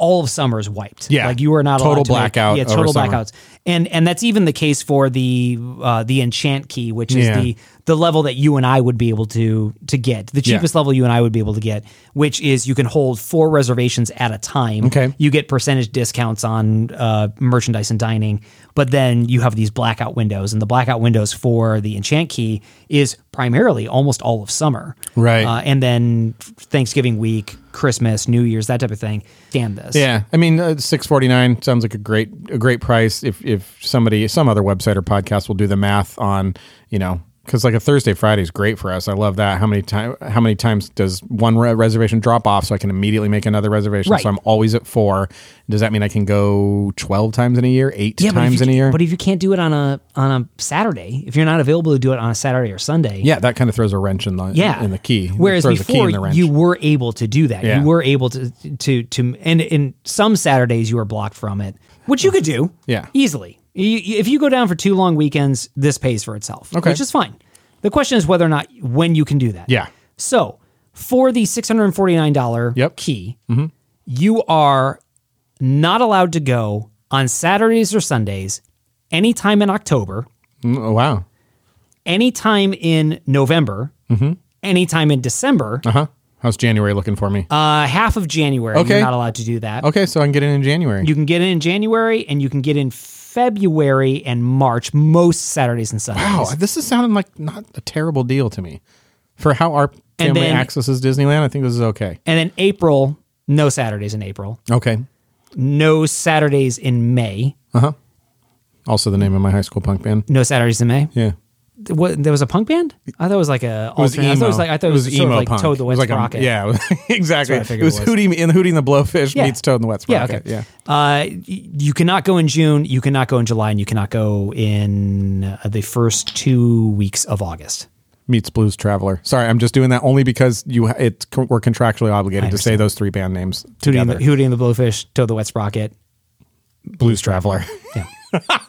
[SPEAKER 1] all of summer is wiped.
[SPEAKER 6] Yeah.
[SPEAKER 1] like you are not
[SPEAKER 6] Total
[SPEAKER 1] allowed to make-
[SPEAKER 6] blackout
[SPEAKER 1] yeah,
[SPEAKER 6] over
[SPEAKER 1] total
[SPEAKER 6] summer.
[SPEAKER 1] blackouts, and and that's even the case for the uh, the enchant key, which is
[SPEAKER 6] Yeah.
[SPEAKER 1] the the level that you and I would be able to to get, the
[SPEAKER 6] Yeah.
[SPEAKER 1] cheapest level you and I would be able to get, which is you can hold four reservations at a time.
[SPEAKER 6] Okay.
[SPEAKER 1] You get percentage discounts on uh, merchandise and dining, but then you have these blackout windows, and the blackout windows for the Enchant Key is primarily almost all of summer.
[SPEAKER 6] Right.
[SPEAKER 1] Uh, and then Thanksgiving week, Christmas, New Year's, that type of thing. Damn this.
[SPEAKER 6] Yeah, I mean, uh, six forty nine sounds like a great a great price. If if somebody some other website or podcast will do the math on you know because like a Thursday Friday is great for us. I love that. How many time how many times does one re- reservation drop off so I can immediately make another reservation?
[SPEAKER 1] Right.
[SPEAKER 6] So I'm always at four. Does that mean I can go twelve times in a year, eight
[SPEAKER 1] Yeah, but if
[SPEAKER 6] times
[SPEAKER 1] you
[SPEAKER 6] in a
[SPEAKER 1] ca-
[SPEAKER 6] year?
[SPEAKER 1] But if you can't do it on a on a Saturday, if you're not available to do it on a Saturday or Sunday,
[SPEAKER 6] yeah, that kind of throws a wrench in the
[SPEAKER 1] yeah,
[SPEAKER 6] in the key.
[SPEAKER 1] Whereas
[SPEAKER 6] throws a key in
[SPEAKER 1] before
[SPEAKER 6] the wrench.
[SPEAKER 1] you were able to do that,
[SPEAKER 6] Yeah.
[SPEAKER 1] you were able to to to, and in some Saturdays you were blocked from it, which you could do,
[SPEAKER 6] Yeah.
[SPEAKER 1] easily. You- you- If you go down for two long weekends, this pays for itself,
[SPEAKER 6] Okay.
[SPEAKER 1] which is fine. The question is whether or not when you can do that.
[SPEAKER 6] Yeah.
[SPEAKER 1] So for the six hundred forty nine dollar
[SPEAKER 6] Yep. Mm-hmm.
[SPEAKER 1] key, you are not allowed to go on Saturdays or Sundays anytime in October,
[SPEAKER 6] Mm, oh, wow.
[SPEAKER 1] anytime in November,
[SPEAKER 6] Mm-hmm.
[SPEAKER 1] anytime in December,
[SPEAKER 6] Uh huh. How's January looking for me?
[SPEAKER 1] uh, half of January. You're
[SPEAKER 6] Okay.
[SPEAKER 1] not allowed to do that.
[SPEAKER 6] okay, so I can get in in January.
[SPEAKER 1] You can get in in January and you can get in February and March, most Saturdays and Sundays.
[SPEAKER 6] Wow, this is sounding like not a terrible deal to me. For how our
[SPEAKER 1] And
[SPEAKER 6] family
[SPEAKER 1] then-
[SPEAKER 6] accesses Disneyland, I think this is okay.
[SPEAKER 1] And then April, no Saturdays in April,
[SPEAKER 6] Okay.
[SPEAKER 1] no Saturdays in May,
[SPEAKER 6] Also, the name of my high school punk band.
[SPEAKER 1] no Saturdays in May.
[SPEAKER 6] Yeah.
[SPEAKER 1] Th- What, there was a punk band? I thought it was like a.
[SPEAKER 6] It was
[SPEAKER 1] alternate- I thought
[SPEAKER 6] emo.
[SPEAKER 1] it was like I thought it was, sort of like
[SPEAKER 6] punk.
[SPEAKER 1] Toad the
[SPEAKER 6] It was
[SPEAKER 1] Wet
[SPEAKER 6] like a-
[SPEAKER 1] Sprocket.
[SPEAKER 6] yeah, exactly.
[SPEAKER 1] That's what I
[SPEAKER 6] It
[SPEAKER 1] figued
[SPEAKER 6] was
[SPEAKER 1] it was.
[SPEAKER 6] Hootie and Hootie and the Blowfish
[SPEAKER 1] Yeah.
[SPEAKER 6] meets Toad and the Wet
[SPEAKER 1] Yeah,
[SPEAKER 6] Sprocket.
[SPEAKER 1] okay. Uh, y- you cannot go in June, you cannot go in July, and you cannot go in uh, the first two weeks of August.
[SPEAKER 6] Meets Blues Traveler. Sorry, I'm just doing that only because you it's we're contractually obligated to say those three band names
[SPEAKER 1] Hootie and,
[SPEAKER 6] together.
[SPEAKER 1] the, Hootie and the Blowfish, Toad the Wet Sprocket.
[SPEAKER 6] Blues Traveler.
[SPEAKER 1] Yeah.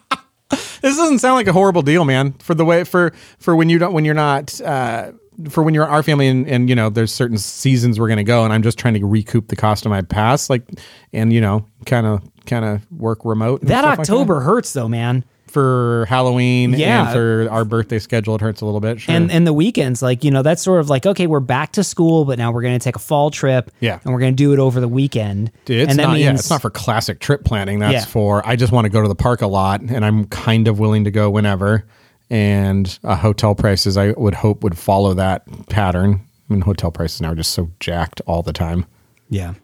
[SPEAKER 6] This doesn't sound like a horrible deal, man. For the way for for when you don't when you're not uh, for when you're our family and, and you know there's certain seasons we're gonna go and I'm just trying to recoup the cost of my pass, like and you know kind of kind of work remote. and
[SPEAKER 1] That
[SPEAKER 6] stuff like
[SPEAKER 1] October hurts though, man.
[SPEAKER 6] for Halloween,
[SPEAKER 1] Yeah.
[SPEAKER 6] and for our birthday schedule, it hurts a little bit. Sure.
[SPEAKER 1] And and the weekends, like, you know, that's sort of like, okay, we're back to school, but now we're gonna take a fall trip.
[SPEAKER 6] Yeah.
[SPEAKER 1] And we're gonna do it over the weekend.
[SPEAKER 6] it's
[SPEAKER 1] and
[SPEAKER 6] not yeah, it's not for classic trip planning. That's
[SPEAKER 1] Yeah.
[SPEAKER 6] for I just want to go to the park a lot, and I'm kind of willing to go whenever. And uh, hotel prices, I would hope, would follow that pattern. I mean, hotel prices now are just so jacked all the time.
[SPEAKER 1] Yeah.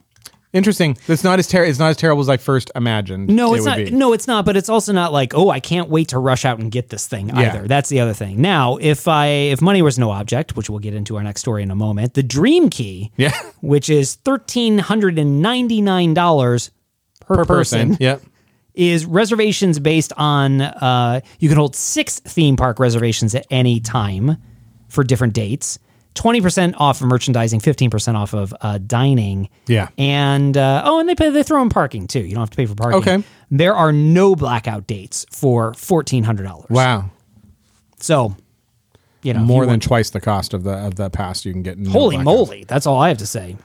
[SPEAKER 6] Interesting. It's not as ter- It's not as terrible as I first imagined.
[SPEAKER 1] No,
[SPEAKER 6] it
[SPEAKER 1] it's
[SPEAKER 6] would
[SPEAKER 1] not.
[SPEAKER 6] be.
[SPEAKER 1] No, it's not. But it's also not like, oh, I can't wait to rush out and get this thing either. That's the other thing. Now, if I if money was no object, which we'll get into our next story in a moment, the Dream Key,
[SPEAKER 6] Yeah.
[SPEAKER 1] which is thirteen hundred and ninety nine dollars per,
[SPEAKER 6] per person.
[SPEAKER 1] person,
[SPEAKER 6] Yep.
[SPEAKER 1] is reservations based on uh, you can hold six theme park reservations at any time for different dates 20% off of merchandising 15% off of uh, dining
[SPEAKER 6] Yeah.
[SPEAKER 1] and uh, oh and they pay they throw in parking too you don't have to pay for parking
[SPEAKER 6] Okay.
[SPEAKER 1] there are no blackout dates for $1400
[SPEAKER 6] Wow.
[SPEAKER 1] so you know if
[SPEAKER 6] More
[SPEAKER 1] you
[SPEAKER 6] than
[SPEAKER 1] want-
[SPEAKER 6] twice the cost of the of the pass you can get. In
[SPEAKER 1] holy
[SPEAKER 6] Black Hawk.
[SPEAKER 1] moly that's all i have to say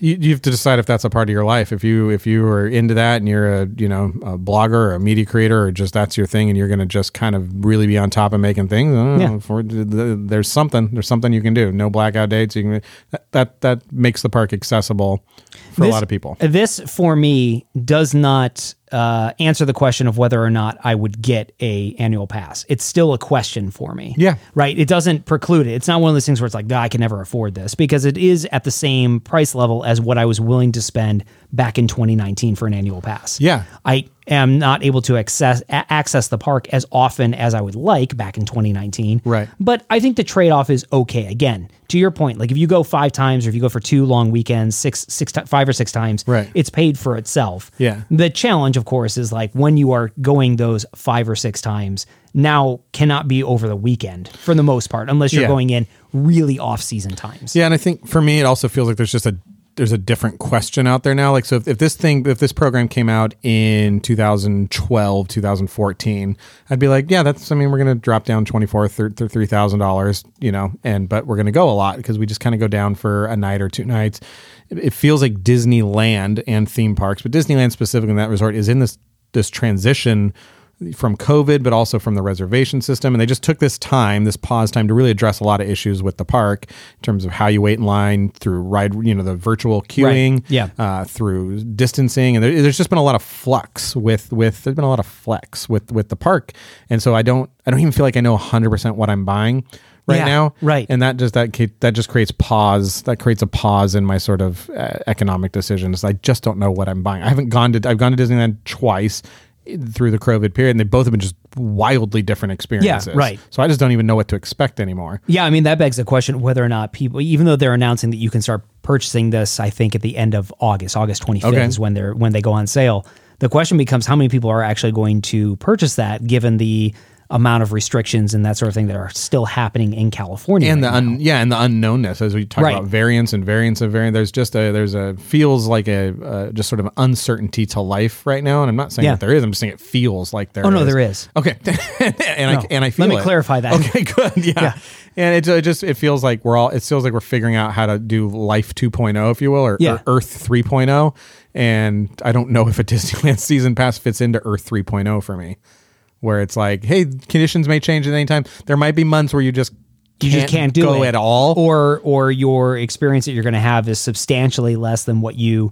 [SPEAKER 6] you, you have to decide if that's a part of your life. If you if you are into that and you're a you know a blogger or a media creator or just that's your thing and you're going to just kind of really be on top of making things, uh,
[SPEAKER 1] Yeah.
[SPEAKER 6] for- there's something there's something you can do. No blackout dates. You can that that, that makes the park accessible for a
[SPEAKER 1] This-
[SPEAKER 6] lot of people.
[SPEAKER 1] This for me does not uh, answer the question of whether or not I would get a annual pass. It's still a question for me.
[SPEAKER 6] Yeah.
[SPEAKER 1] Right. It doesn't preclude it. It's not one of those things where it's like, "Ah, I can never afford this because it is at the same price level as what I was willing to spend back in 2019 for an annual pass.
[SPEAKER 6] Yeah.
[SPEAKER 1] I am not able to access a- access the park as often as I would like back in 2019.
[SPEAKER 6] Right.
[SPEAKER 1] But I think the trade off is okay. Again, to your point, like if you go five times or if you go for two long weekends, six, six, ti- five or six times,
[SPEAKER 6] Right.
[SPEAKER 1] it's paid for itself.
[SPEAKER 6] Yeah.
[SPEAKER 1] The challenge, of course, is like when you are going those five or six times, now cannot be over the weekend for the most part, unless you're
[SPEAKER 6] Yeah.
[SPEAKER 1] going in really off season times.
[SPEAKER 6] Yeah, and I think for me, it also feels like there's just a there's a different question out there now. Like, so if, if this thing, if this program came out in 2012, 2014, I'd be like, yeah, that's. I mean, we're gonna drop down twenty four, three thousand dollars, you know, and but we're gonna go a lot because we just kind of go down for a night or two nights. It, it feels like Disneyland and theme parks, but Disneyland specifically in that resort is in this this transition from COVID, but also from the reservation system. And they just took this time, this pause time, to really address a lot of issues with the park in terms of how you wait in line through ride, you know, the virtual queuing,
[SPEAKER 1] Yeah.
[SPEAKER 6] uh, through distancing, and there, there's just been a lot of flux with with there's been a lot of flex with with the park, and so I don't I don't even feel like I know 100 percent what I'm buying right
[SPEAKER 1] Yeah,
[SPEAKER 6] now,
[SPEAKER 1] right.
[SPEAKER 6] And that just that ca- that just creates pause, that creates a pause in my sort of uh, economic decisions. I just don't know what I'm buying. I haven't gone to I've gone to Disneyland twice eh, through the COVID period, and they both have been just wildly different experiences.
[SPEAKER 1] right.
[SPEAKER 6] So I just don't even know what to expect anymore.
[SPEAKER 1] Yeah, I mean that begs the question whether or not people, even though they're announcing that you can start purchasing this, I think at the end of August, August 25th
[SPEAKER 6] Okay.
[SPEAKER 1] is when they're when they go on sale. The question becomes how many people are actually going to purchase that, given the amount of restrictions and that sort of thing that are still happening in California.
[SPEAKER 6] and
[SPEAKER 1] right
[SPEAKER 6] the un, yeah, and the unknownness as we talk
[SPEAKER 1] Right.
[SPEAKER 6] about variance and variance of variance. There's just a there's a feels like a uh, just sort of uncertainty to life right now. And I'm not saying
[SPEAKER 1] Yeah.
[SPEAKER 6] that there is. I'm just saying it feels like there.
[SPEAKER 1] Oh, no, there is.
[SPEAKER 6] Okay, and
[SPEAKER 1] No.
[SPEAKER 6] I and I
[SPEAKER 1] Let
[SPEAKER 6] feel
[SPEAKER 1] me
[SPEAKER 6] it.
[SPEAKER 1] clarify that.
[SPEAKER 6] Okay, good. Yeah,
[SPEAKER 1] Yeah.
[SPEAKER 6] and it, it just it feels like we're all it feels like we're figuring out how to do life 2.0, if you will, or,
[SPEAKER 1] Yeah.
[SPEAKER 6] or Earth 3.0. And I don't know if a Disneyland season pass fits into Earth 3.0 for me. Where it's like, hey, conditions may change at any time. There might be months where you just
[SPEAKER 1] you just can't do
[SPEAKER 6] go
[SPEAKER 1] it
[SPEAKER 6] at all.
[SPEAKER 1] or or your experience that you're going to have is substantially less than what you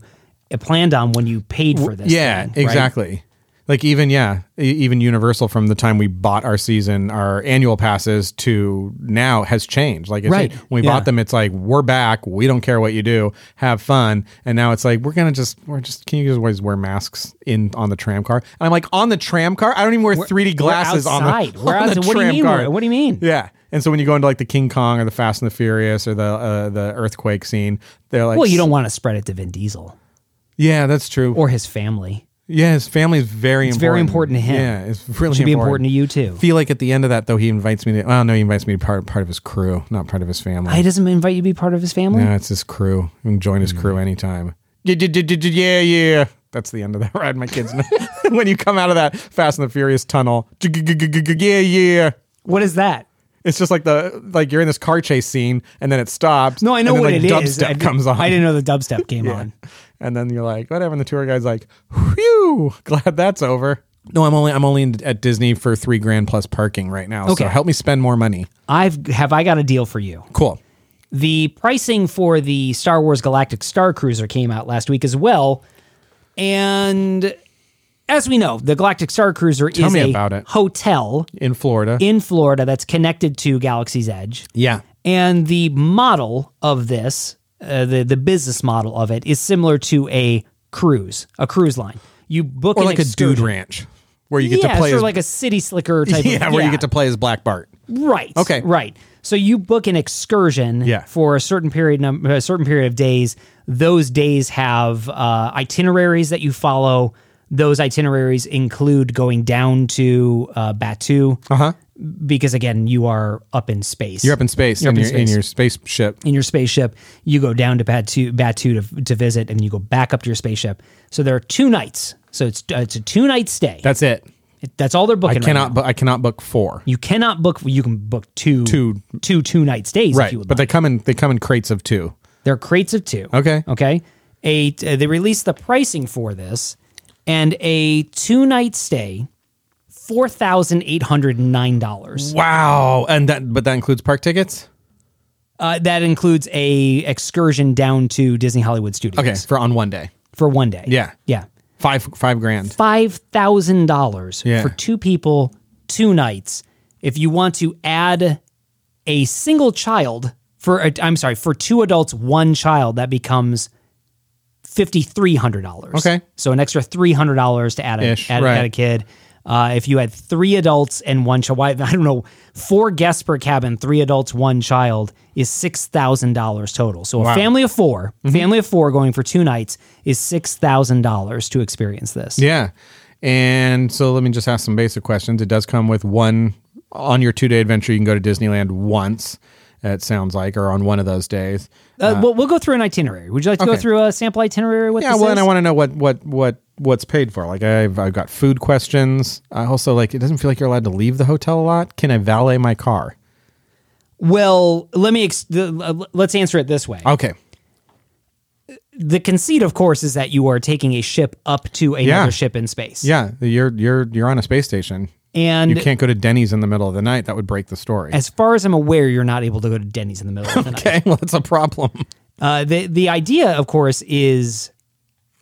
[SPEAKER 1] uh, planned on when you paid for this.
[SPEAKER 6] yeah,
[SPEAKER 1] thing, right?
[SPEAKER 6] exactly. Like even yeah, e- even Universal from the time we bought our season, our annual passes to now has changed. Like it's,
[SPEAKER 1] Right.
[SPEAKER 6] when we
[SPEAKER 1] Yeah.
[SPEAKER 6] bought them, it's like we're back. We don't care what you do. Have fun. And now it's like we're gonna just we're just can you just always wear masks in on the tram car? And I'm like on the tram car. I don't even wear 3D glasses on
[SPEAKER 1] outside.
[SPEAKER 6] the,
[SPEAKER 1] We're
[SPEAKER 6] on the
[SPEAKER 1] outside. What do you
[SPEAKER 6] tram
[SPEAKER 1] mean
[SPEAKER 6] car.
[SPEAKER 1] we're- what do you mean?
[SPEAKER 6] Yeah. And so when you go into like the King Kong or the Fast and the Furious or the uh, the earthquake scene, they're like,
[SPEAKER 1] Well, you don't want to spread it to Vin Diesel
[SPEAKER 6] Yeah, that's true.
[SPEAKER 1] or his family.
[SPEAKER 6] Yeah, his family is very
[SPEAKER 1] It's
[SPEAKER 6] important.
[SPEAKER 1] very important to him.
[SPEAKER 6] Yeah, it's really
[SPEAKER 1] Should be
[SPEAKER 6] important.
[SPEAKER 1] important to you, too.
[SPEAKER 6] feel like at the end of that though, he invites me to. Well, no, he invites me to part part of his crew, not part of his family.
[SPEAKER 1] I doesn't invite you to be part of his family.
[SPEAKER 6] no, it's his crew. You can join his
[SPEAKER 1] Mm.
[SPEAKER 6] crew anytime. Yeah, yeah, yeah, yeah, yeah, yeah. That's the end of that ride, my kids. know. when you come out of that Fast and the Furious tunnel, yeah, yeah.
[SPEAKER 1] What is that?
[SPEAKER 6] It's just like the like you're in this car chase scene, and then it stops.
[SPEAKER 1] No, I know
[SPEAKER 6] and then,
[SPEAKER 1] what
[SPEAKER 6] like,
[SPEAKER 1] it is.
[SPEAKER 6] dubstep
[SPEAKER 1] I, did-
[SPEAKER 6] comes on.
[SPEAKER 1] I didn't know the dubstep came on.
[SPEAKER 6] And then you're like, whatever. And the tour guide's like, whew, glad that's over. No, I'm only I'm only in, at Disney for three grand plus parking right now.
[SPEAKER 1] Okay.
[SPEAKER 6] So help me spend more money.
[SPEAKER 1] I've have I got a deal for you.
[SPEAKER 6] Cool.
[SPEAKER 1] The pricing for the Star Wars Galactic Star Cruiser came out last week as well, and as we know, the Galactic Star Cruiser is
[SPEAKER 6] me
[SPEAKER 1] a
[SPEAKER 6] about it.
[SPEAKER 1] hotel
[SPEAKER 6] In Florida.
[SPEAKER 1] in Florida that's connected to Galaxy's Edge.
[SPEAKER 6] yeah.
[SPEAKER 1] And the model of this, uh, the the business model of it, is similar to a cruise, a cruise line. You book
[SPEAKER 6] Or
[SPEAKER 1] an
[SPEAKER 6] like a dude
[SPEAKER 1] excursion.
[SPEAKER 6] ranch where you get
[SPEAKER 1] yeah,
[SPEAKER 6] to play
[SPEAKER 1] sort of
[SPEAKER 6] as,
[SPEAKER 1] like a city slicker type.
[SPEAKER 6] yeah,
[SPEAKER 1] of,
[SPEAKER 6] where you get to play as Black Bart.
[SPEAKER 1] right.
[SPEAKER 6] Okay.
[SPEAKER 1] right. So you book an excursion
[SPEAKER 6] Yeah.
[SPEAKER 1] for a certain period num- a certain period of days. Those days have uh, itineraries that you follow. Those itineraries include going down to uh, Batu
[SPEAKER 6] Uh-huh.
[SPEAKER 1] because again you are up in space.
[SPEAKER 6] You're up in space
[SPEAKER 1] You're
[SPEAKER 6] in,
[SPEAKER 1] up in
[SPEAKER 6] your, in
[SPEAKER 1] space.
[SPEAKER 6] your spaceship.
[SPEAKER 1] in your spaceship. You go down to Batu, Batu to, to visit, and you go back up to your spaceship. So there are two nights. So it's uh, it's a two night stay.
[SPEAKER 6] That's it.
[SPEAKER 1] That's all they're
[SPEAKER 6] I
[SPEAKER 1] booking. right
[SPEAKER 6] cannot
[SPEAKER 1] now.
[SPEAKER 6] bu- I cannot book four.
[SPEAKER 1] You cannot book. You can book two
[SPEAKER 6] Two.
[SPEAKER 1] two two night stays. If
[SPEAKER 6] right.
[SPEAKER 1] you would
[SPEAKER 6] But
[SPEAKER 1] like.
[SPEAKER 6] they come in they come in crates of two.
[SPEAKER 1] they're crates of two.
[SPEAKER 6] Okay.
[SPEAKER 1] Okay. A uh, they released the pricing for this, and a two night stay, four thousand eight hundred nine dollars.
[SPEAKER 6] Mm. Wow. And that but that includes park tickets?
[SPEAKER 1] Uh, that includes a excursion down to Disney Hollywood Studios.
[SPEAKER 6] Okay. For on one day.
[SPEAKER 1] For one day.
[SPEAKER 6] Yeah.
[SPEAKER 1] Yeah.
[SPEAKER 6] Five five grand.
[SPEAKER 1] Five thousand dollars
[SPEAKER 6] Yeah.
[SPEAKER 1] for two people, two nights. If you want to add a single child for, a, I'm sorry, for two adults, one child, that becomes fifty three hundred dollars.
[SPEAKER 6] Okay.
[SPEAKER 1] so an extra three hundred dollars to add a
[SPEAKER 6] Ish,
[SPEAKER 1] add,
[SPEAKER 6] right.
[SPEAKER 1] add a kid. Uh, if you had three adults and one child, why- I don't know, four guests per cabin, three adults, one child is six thousand dollars total. So a family of 4
[SPEAKER 6] Mm-hmm.
[SPEAKER 1] family of four going for two nights is six thousand dollars to experience this.
[SPEAKER 6] Yeah. And so let me just ask some basic questions. It does come with one on your two day adventure. You can go to Disneyland once, it sounds like, or on one of those days.
[SPEAKER 1] Uh, we'll, we'll go through an itinerary. Would you like to go
[SPEAKER 6] okay.
[SPEAKER 1] through a sample itinerary? What
[SPEAKER 6] Yeah.
[SPEAKER 1] this
[SPEAKER 6] Well, and
[SPEAKER 1] is?
[SPEAKER 6] I want to know what, what, what, what's paid for. Like I've, I've got food questions. I also like, it doesn't feel like you're allowed to leave the hotel a lot. Can I valet my car? Uh,
[SPEAKER 1] Well, let me ex- the, uh, let's answer it this way.
[SPEAKER 6] Okay.
[SPEAKER 1] the conceit, of course, is that you are taking a ship up to another
[SPEAKER 6] Yeah.
[SPEAKER 1] ship in space.
[SPEAKER 6] Yeah, you're you're you're on a space station.
[SPEAKER 1] And
[SPEAKER 6] you can't go to Denny's in the middle of the night. That would break the story.
[SPEAKER 1] as far as I'm aware, you're not able to go to Denny's in the middle of the night.
[SPEAKER 6] okay, well, that's a problem.
[SPEAKER 1] Uh, the the idea, of course, is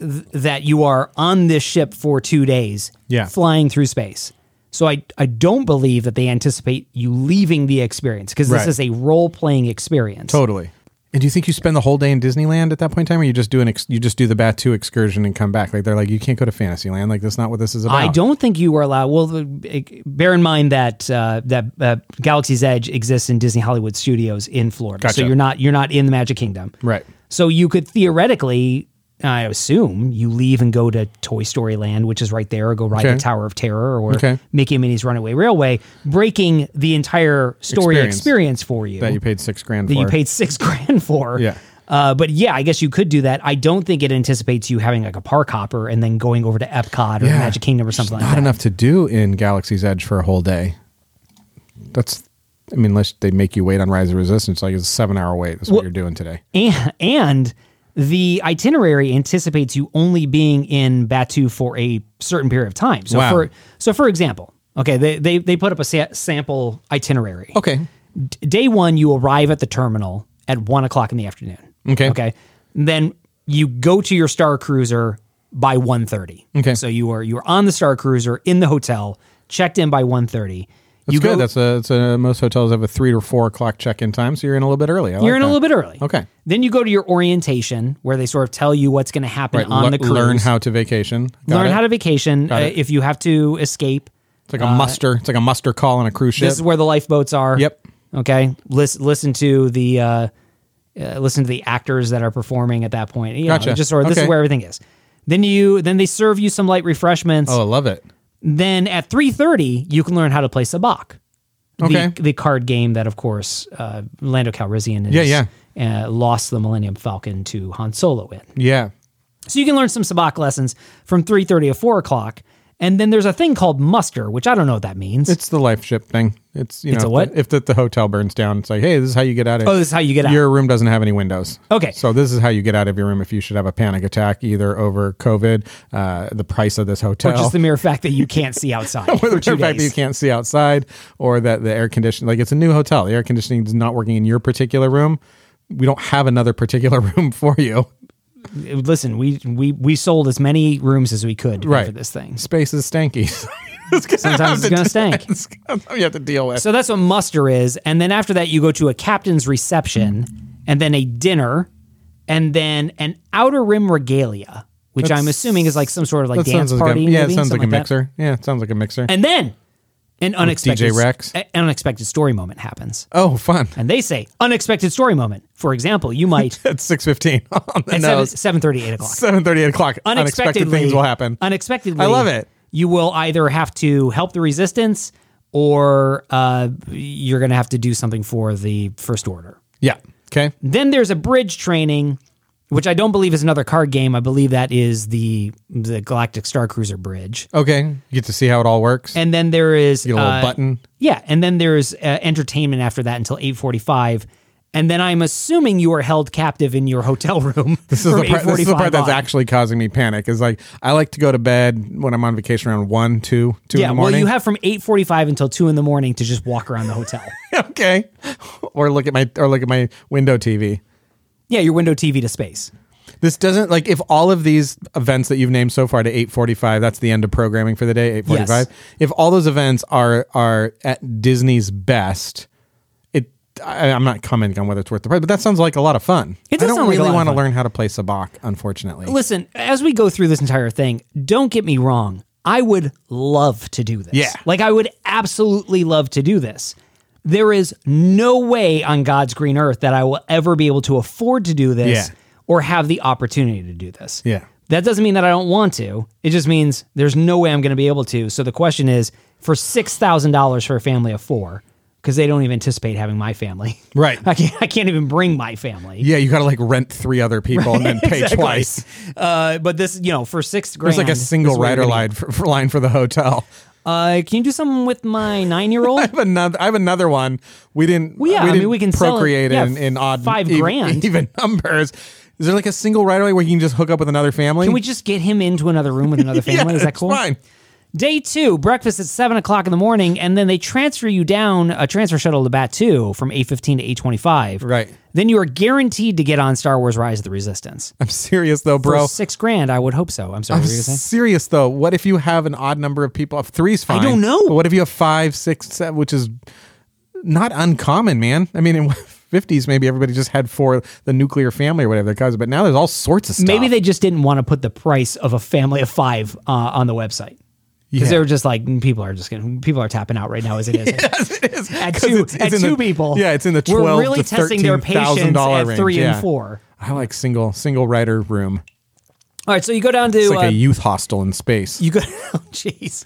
[SPEAKER 1] th- that you are on this ship for two days,
[SPEAKER 6] Yeah.
[SPEAKER 1] flying through space. So I I don't believe that they anticipate you leaving the experience because this
[SPEAKER 6] Right.
[SPEAKER 1] is a role playing experience.
[SPEAKER 6] Totally. And do you think you spend the whole day in Disneyland at that point in time, or you just do an ex- you just do the Batu excursion and come back? Like they're like, you can't go to Fantasyland. Like that's not what this is about.
[SPEAKER 1] I don't think you were allowed. Well, the- eh, bear in mind that uh, that uh, Galaxy's Edge exists in Disney Hollywood Studios in Florida, so
[SPEAKER 6] Gotcha.
[SPEAKER 1] you're not you're not in the Magic Kingdom,
[SPEAKER 6] Right.
[SPEAKER 1] So you could theoretically, I assume, you leave and go to Toy Story Land, which is right there, or go ride
[SPEAKER 6] Okay.
[SPEAKER 1] the Tower of Terror or
[SPEAKER 6] Okay.
[SPEAKER 1] Mickey and Minnie's Runaway Railway, breaking the entire story
[SPEAKER 6] Experience.
[SPEAKER 1] experience, for you
[SPEAKER 6] That you paid six grand
[SPEAKER 1] that
[SPEAKER 6] for.
[SPEAKER 1] you paid six grand for.
[SPEAKER 6] Yeah.
[SPEAKER 1] Uh, but yeah, I guess you could do that. I don't think it anticipates you having like a park hopper and then going over to Epcot or
[SPEAKER 6] Yeah.
[SPEAKER 1] Magic Kingdom or something like
[SPEAKER 6] not
[SPEAKER 1] that.
[SPEAKER 6] enough to do in Galaxy's Edge for a whole day. That's, I mean, unless they make you wait on Rise of Resistance, like it's a seven hour wait. That's what
[SPEAKER 1] Well-
[SPEAKER 6] you're doing today.
[SPEAKER 1] And, and the itinerary anticipates you only being in Batu for a certain period of time. So
[SPEAKER 6] Wow.
[SPEAKER 1] for so for example, okay, they they, they put up a sa- sample itinerary.
[SPEAKER 6] Okay.
[SPEAKER 1] D- Day one, you arrive at the terminal at one o'clock in the afternoon.
[SPEAKER 6] Okay.
[SPEAKER 1] Okay. Then you go to your Star Cruiser by 1.30.
[SPEAKER 6] Okay.
[SPEAKER 1] So you are you are on the Star Cruiser in the hotel, checked in by 1.30.
[SPEAKER 6] That's
[SPEAKER 1] you
[SPEAKER 6] good.
[SPEAKER 1] go
[SPEAKER 6] that's a, that's a, most hotels have a three or four o'clock check in time. So you're in a little bit early. I
[SPEAKER 1] you're
[SPEAKER 6] like
[SPEAKER 1] in a
[SPEAKER 6] that.
[SPEAKER 1] little bit early.
[SPEAKER 6] Okay.
[SPEAKER 1] Then you go to your orientation where they sort of tell you what's going to happen
[SPEAKER 6] Right.
[SPEAKER 1] on
[SPEAKER 6] le-
[SPEAKER 1] the cruise.
[SPEAKER 6] learn how to vacation. Got
[SPEAKER 1] learn
[SPEAKER 6] it.
[SPEAKER 1] how to vacation uh,
[SPEAKER 6] it.
[SPEAKER 1] if you have to escape.
[SPEAKER 6] It's like a muster. It's like a muster call on a cruise ship.
[SPEAKER 1] This is where the lifeboats are.
[SPEAKER 6] Yep.
[SPEAKER 1] Okay. Listen. Listen to the. Uh, uh, listen to the actors that are performing at that point. You know,
[SPEAKER 6] Gotcha.
[SPEAKER 1] just sort of this is
[SPEAKER 6] Okay.
[SPEAKER 1] where everything is. Then you then they serve you some light refreshments.
[SPEAKER 6] oh, I love it.
[SPEAKER 1] Then at three thirty you can learn how to play Sabacc.
[SPEAKER 6] Okay.
[SPEAKER 1] The, the card game that, of course, uh, Lando Calrissian is,
[SPEAKER 6] Yeah, yeah.
[SPEAKER 1] Uh, lost the Millennium Falcon to Han Solo in.
[SPEAKER 6] Yeah.
[SPEAKER 1] So you can learn some sabacc lessons from 3.30 to 4 o'clock. And then there's a thing called muster, which I don't know what that means.
[SPEAKER 6] It's the life ship thing. It's you know
[SPEAKER 1] It's a
[SPEAKER 6] if
[SPEAKER 1] what?
[SPEAKER 6] the- if the, the hotel burns down, it's like hey, this is how you get out of.
[SPEAKER 1] Oh, this is how you get out.
[SPEAKER 6] Your room doesn't have any windows.
[SPEAKER 1] Okay.
[SPEAKER 6] so this is how you get out of your room if you should have a panic attack, either over COVID, uh, the price of this
[SPEAKER 1] or
[SPEAKER 6] hotel,
[SPEAKER 1] just the mere fact that you can't see outside
[SPEAKER 6] or
[SPEAKER 1] for
[SPEAKER 6] the
[SPEAKER 1] two
[SPEAKER 6] fact that you
[SPEAKER 1] days.
[SPEAKER 6] can't see outside, or that the air conditioning. Like it's a new hotel, the air conditioning is not working in your particular room. We don't have another particular room for you.
[SPEAKER 1] Listen, we, we we sold as many rooms as we could to pay
[SPEAKER 6] Right.
[SPEAKER 1] for this thing.
[SPEAKER 6] Space is stanky. it's gonna
[SPEAKER 1] Sometimes it's
[SPEAKER 6] have to-
[SPEAKER 1] gonna stank.
[SPEAKER 6] it's gonna- you have to deal with.
[SPEAKER 1] So that's what muster is. And then after that, you go to a captain's reception and then a dinner and then an outer rim regalia, which I'm
[SPEAKER 6] That's-
[SPEAKER 1] assuming is like some sort of like
[SPEAKER 6] That sounds
[SPEAKER 1] dance
[SPEAKER 6] like
[SPEAKER 1] party.
[SPEAKER 6] A, yeah,
[SPEAKER 1] maybe,
[SPEAKER 6] it sounds like
[SPEAKER 1] something
[SPEAKER 6] a
[SPEAKER 1] that.
[SPEAKER 6] mixer. Yeah, it sounds like a mixer.
[SPEAKER 1] And then an unexpected
[SPEAKER 6] Rex.
[SPEAKER 1] a- an unexpected story moment happens.
[SPEAKER 6] oh, fun.
[SPEAKER 1] And they say unexpected story moment. For example, you might
[SPEAKER 6] It's six fifteen on the
[SPEAKER 1] at seven,
[SPEAKER 6] nose.
[SPEAKER 1] seven thirty, eight o'clock.
[SPEAKER 6] Seven thirty, eight o'clock. Unexpected
[SPEAKER 1] Unexpectedly,
[SPEAKER 6] things will happen.
[SPEAKER 1] Unexpectedly,
[SPEAKER 6] I love it.
[SPEAKER 1] You will either have to help the resistance, or uh, you're going to have to do something for the first order.
[SPEAKER 6] yeah. Okay.
[SPEAKER 1] Then there's a bridge training, which I don't believe is another card game. I believe that is the the Galactic Star Cruiser bridge.
[SPEAKER 6] Okay. You get to see how it all works.
[SPEAKER 1] And then there is
[SPEAKER 6] get a little
[SPEAKER 1] uh,
[SPEAKER 6] button.
[SPEAKER 1] Yeah, and then there's uh, entertainment after that until 8:45. And then I'm assuming you are held captive in your hotel room.
[SPEAKER 6] This is, the part, this is the part that's
[SPEAKER 1] on.
[SPEAKER 6] actually causing me panic. Is like I like to go to bed when I'm on vacation around one, two, two
[SPEAKER 1] yeah.
[SPEAKER 6] in the
[SPEAKER 1] Well,
[SPEAKER 6] morning.
[SPEAKER 1] you have from 8:45 until two in the morning to just walk around the hotel.
[SPEAKER 6] okay, or look at my or look at my window TV.
[SPEAKER 1] yeah, your window TV to space.
[SPEAKER 6] This doesn't like if all of these events that you've named so far to 8:45, that's the end of programming for the day, 8:45.
[SPEAKER 1] Yes.
[SPEAKER 6] If all those events are are at Disney's best, it I, I'm not commenting on whether it's worth the price, but that sounds like a lot of fun.
[SPEAKER 1] It does
[SPEAKER 6] I don't
[SPEAKER 1] sound like a
[SPEAKER 6] really
[SPEAKER 1] lot of
[SPEAKER 6] want to
[SPEAKER 1] fun.
[SPEAKER 6] learn how to play sabacc, unfortunately.
[SPEAKER 1] Listen, as we go through this entire thing, don't get me wrong. I would love to do this.
[SPEAKER 6] Yeah.
[SPEAKER 1] Like, I would absolutely love to do this. There is no way on God's green earth that I will ever be able to afford to do this
[SPEAKER 6] Yeah.
[SPEAKER 1] or have the opportunity to do this.
[SPEAKER 6] Yeah.
[SPEAKER 1] That doesn't mean that I don't want to. It just means there's no way I'm going to be able to. So the question is for $6,000 for a family of four, because they don't even anticipate having my family.
[SPEAKER 6] Right.
[SPEAKER 1] I can't, I can't even bring my family.
[SPEAKER 6] Yeah, you got to like rent three other people and then pay
[SPEAKER 1] Exactly.
[SPEAKER 6] twice.
[SPEAKER 1] Uh, but this, you know, for six grand,
[SPEAKER 6] There's like a
[SPEAKER 1] this
[SPEAKER 6] single
[SPEAKER 1] is what
[SPEAKER 6] rider
[SPEAKER 1] you're
[SPEAKER 6] line for, for line for the hotel.
[SPEAKER 1] gonna- Uh, can you do something with my nine-year-old?
[SPEAKER 6] I have another. I have another one. We didn't.
[SPEAKER 1] Well, yeah, I mean,
[SPEAKER 6] didn't
[SPEAKER 1] we can sell it-
[SPEAKER 6] procreate
[SPEAKER 1] yeah,
[SPEAKER 6] in, in odd
[SPEAKER 1] five
[SPEAKER 6] e-
[SPEAKER 1] grand.
[SPEAKER 6] even numbers. Is there like a single right away where you can just hook up with another family?
[SPEAKER 1] Can we just get him into another room with another family?
[SPEAKER 6] yeah,
[SPEAKER 1] Is that
[SPEAKER 6] it's
[SPEAKER 1] cool?
[SPEAKER 6] Fine.
[SPEAKER 1] Day two, breakfast at seven o'clock in the morning, and then they transfer you down a transfer shuttle to Bat Two from eight fifteen to eight twenty five.
[SPEAKER 6] Right.
[SPEAKER 1] Then you are guaranteed to get on Star Wars: Rise of the Resistance.
[SPEAKER 6] I'm serious though,
[SPEAKER 1] For
[SPEAKER 6] bro.
[SPEAKER 1] six grand, I would hope so. I'm sorry.
[SPEAKER 6] I'm
[SPEAKER 1] what were you gonna say?
[SPEAKER 6] serious though. What if you have an odd number of people? If three's fine.
[SPEAKER 1] don't know.
[SPEAKER 6] But what if you have five, six, seven, which is not uncommon, man. I mean, in 50s, maybe everybody just had four, the nuclear family or whatever their cousin. But now there's all sorts of stuff.
[SPEAKER 1] Maybe they just didn't want to put the price of a family of five uh, on the website because
[SPEAKER 6] Yeah.
[SPEAKER 1] they were just like "Mm, people are just gonna people are tapping out right now as it is.
[SPEAKER 6] it is.
[SPEAKER 1] At
[SPEAKER 6] 'Cause
[SPEAKER 1] two,
[SPEAKER 6] it's-
[SPEAKER 1] at
[SPEAKER 6] it's in
[SPEAKER 1] two
[SPEAKER 6] the-
[SPEAKER 1] people,
[SPEAKER 6] Yeah, it's in the
[SPEAKER 1] we're
[SPEAKER 6] twelve
[SPEAKER 1] really
[SPEAKER 6] to
[SPEAKER 1] testing their
[SPEAKER 6] $13,000
[SPEAKER 1] patience at
[SPEAKER 6] range.
[SPEAKER 1] three
[SPEAKER 6] Yeah.
[SPEAKER 1] and four.
[SPEAKER 6] I like single single writer room.
[SPEAKER 1] All right, so you go down to
[SPEAKER 6] It's like
[SPEAKER 1] uh,
[SPEAKER 6] a youth hostel in space.
[SPEAKER 1] You go, oh, jeez.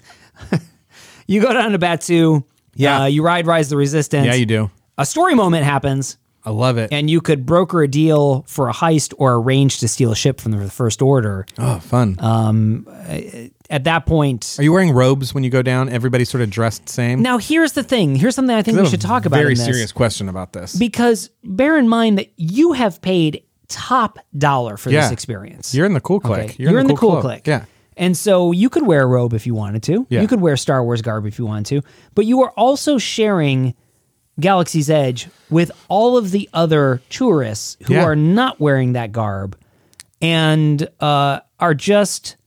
[SPEAKER 1] you go down to Batu.
[SPEAKER 6] Yeah.
[SPEAKER 1] Uh, you ride Rise of the Resistance.
[SPEAKER 6] yeah, you do.
[SPEAKER 1] A story moment happens,
[SPEAKER 6] I love it.
[SPEAKER 1] and you could broker a deal for a heist or arrange to steal a ship from the First Order.
[SPEAKER 6] oh, fun.
[SPEAKER 1] Uh, At that point,
[SPEAKER 6] Are you wearing robes when you go down? Everybody's sort of dressed same.
[SPEAKER 1] now here's the thing. Here's something I think
[SPEAKER 6] I
[SPEAKER 1] we
[SPEAKER 6] have
[SPEAKER 1] should
[SPEAKER 6] a
[SPEAKER 1] talk about.
[SPEAKER 6] Very
[SPEAKER 1] in this.
[SPEAKER 6] serious question about this.
[SPEAKER 1] Because bear in mind that you have paid top dollar for
[SPEAKER 6] Yeah.
[SPEAKER 1] this experience.
[SPEAKER 6] You're in the cool clique.
[SPEAKER 1] Okay. You're, in the cool, clique.
[SPEAKER 6] Yeah.
[SPEAKER 1] And so you could wear a robe if you wanted to.
[SPEAKER 6] Yeah.
[SPEAKER 1] You could wear Star Wars garb if you wanted to. But you are also sharing Galaxy's Edge with all of the other tourists who
[SPEAKER 6] Yeah.
[SPEAKER 1] are not wearing that garb and uh, are just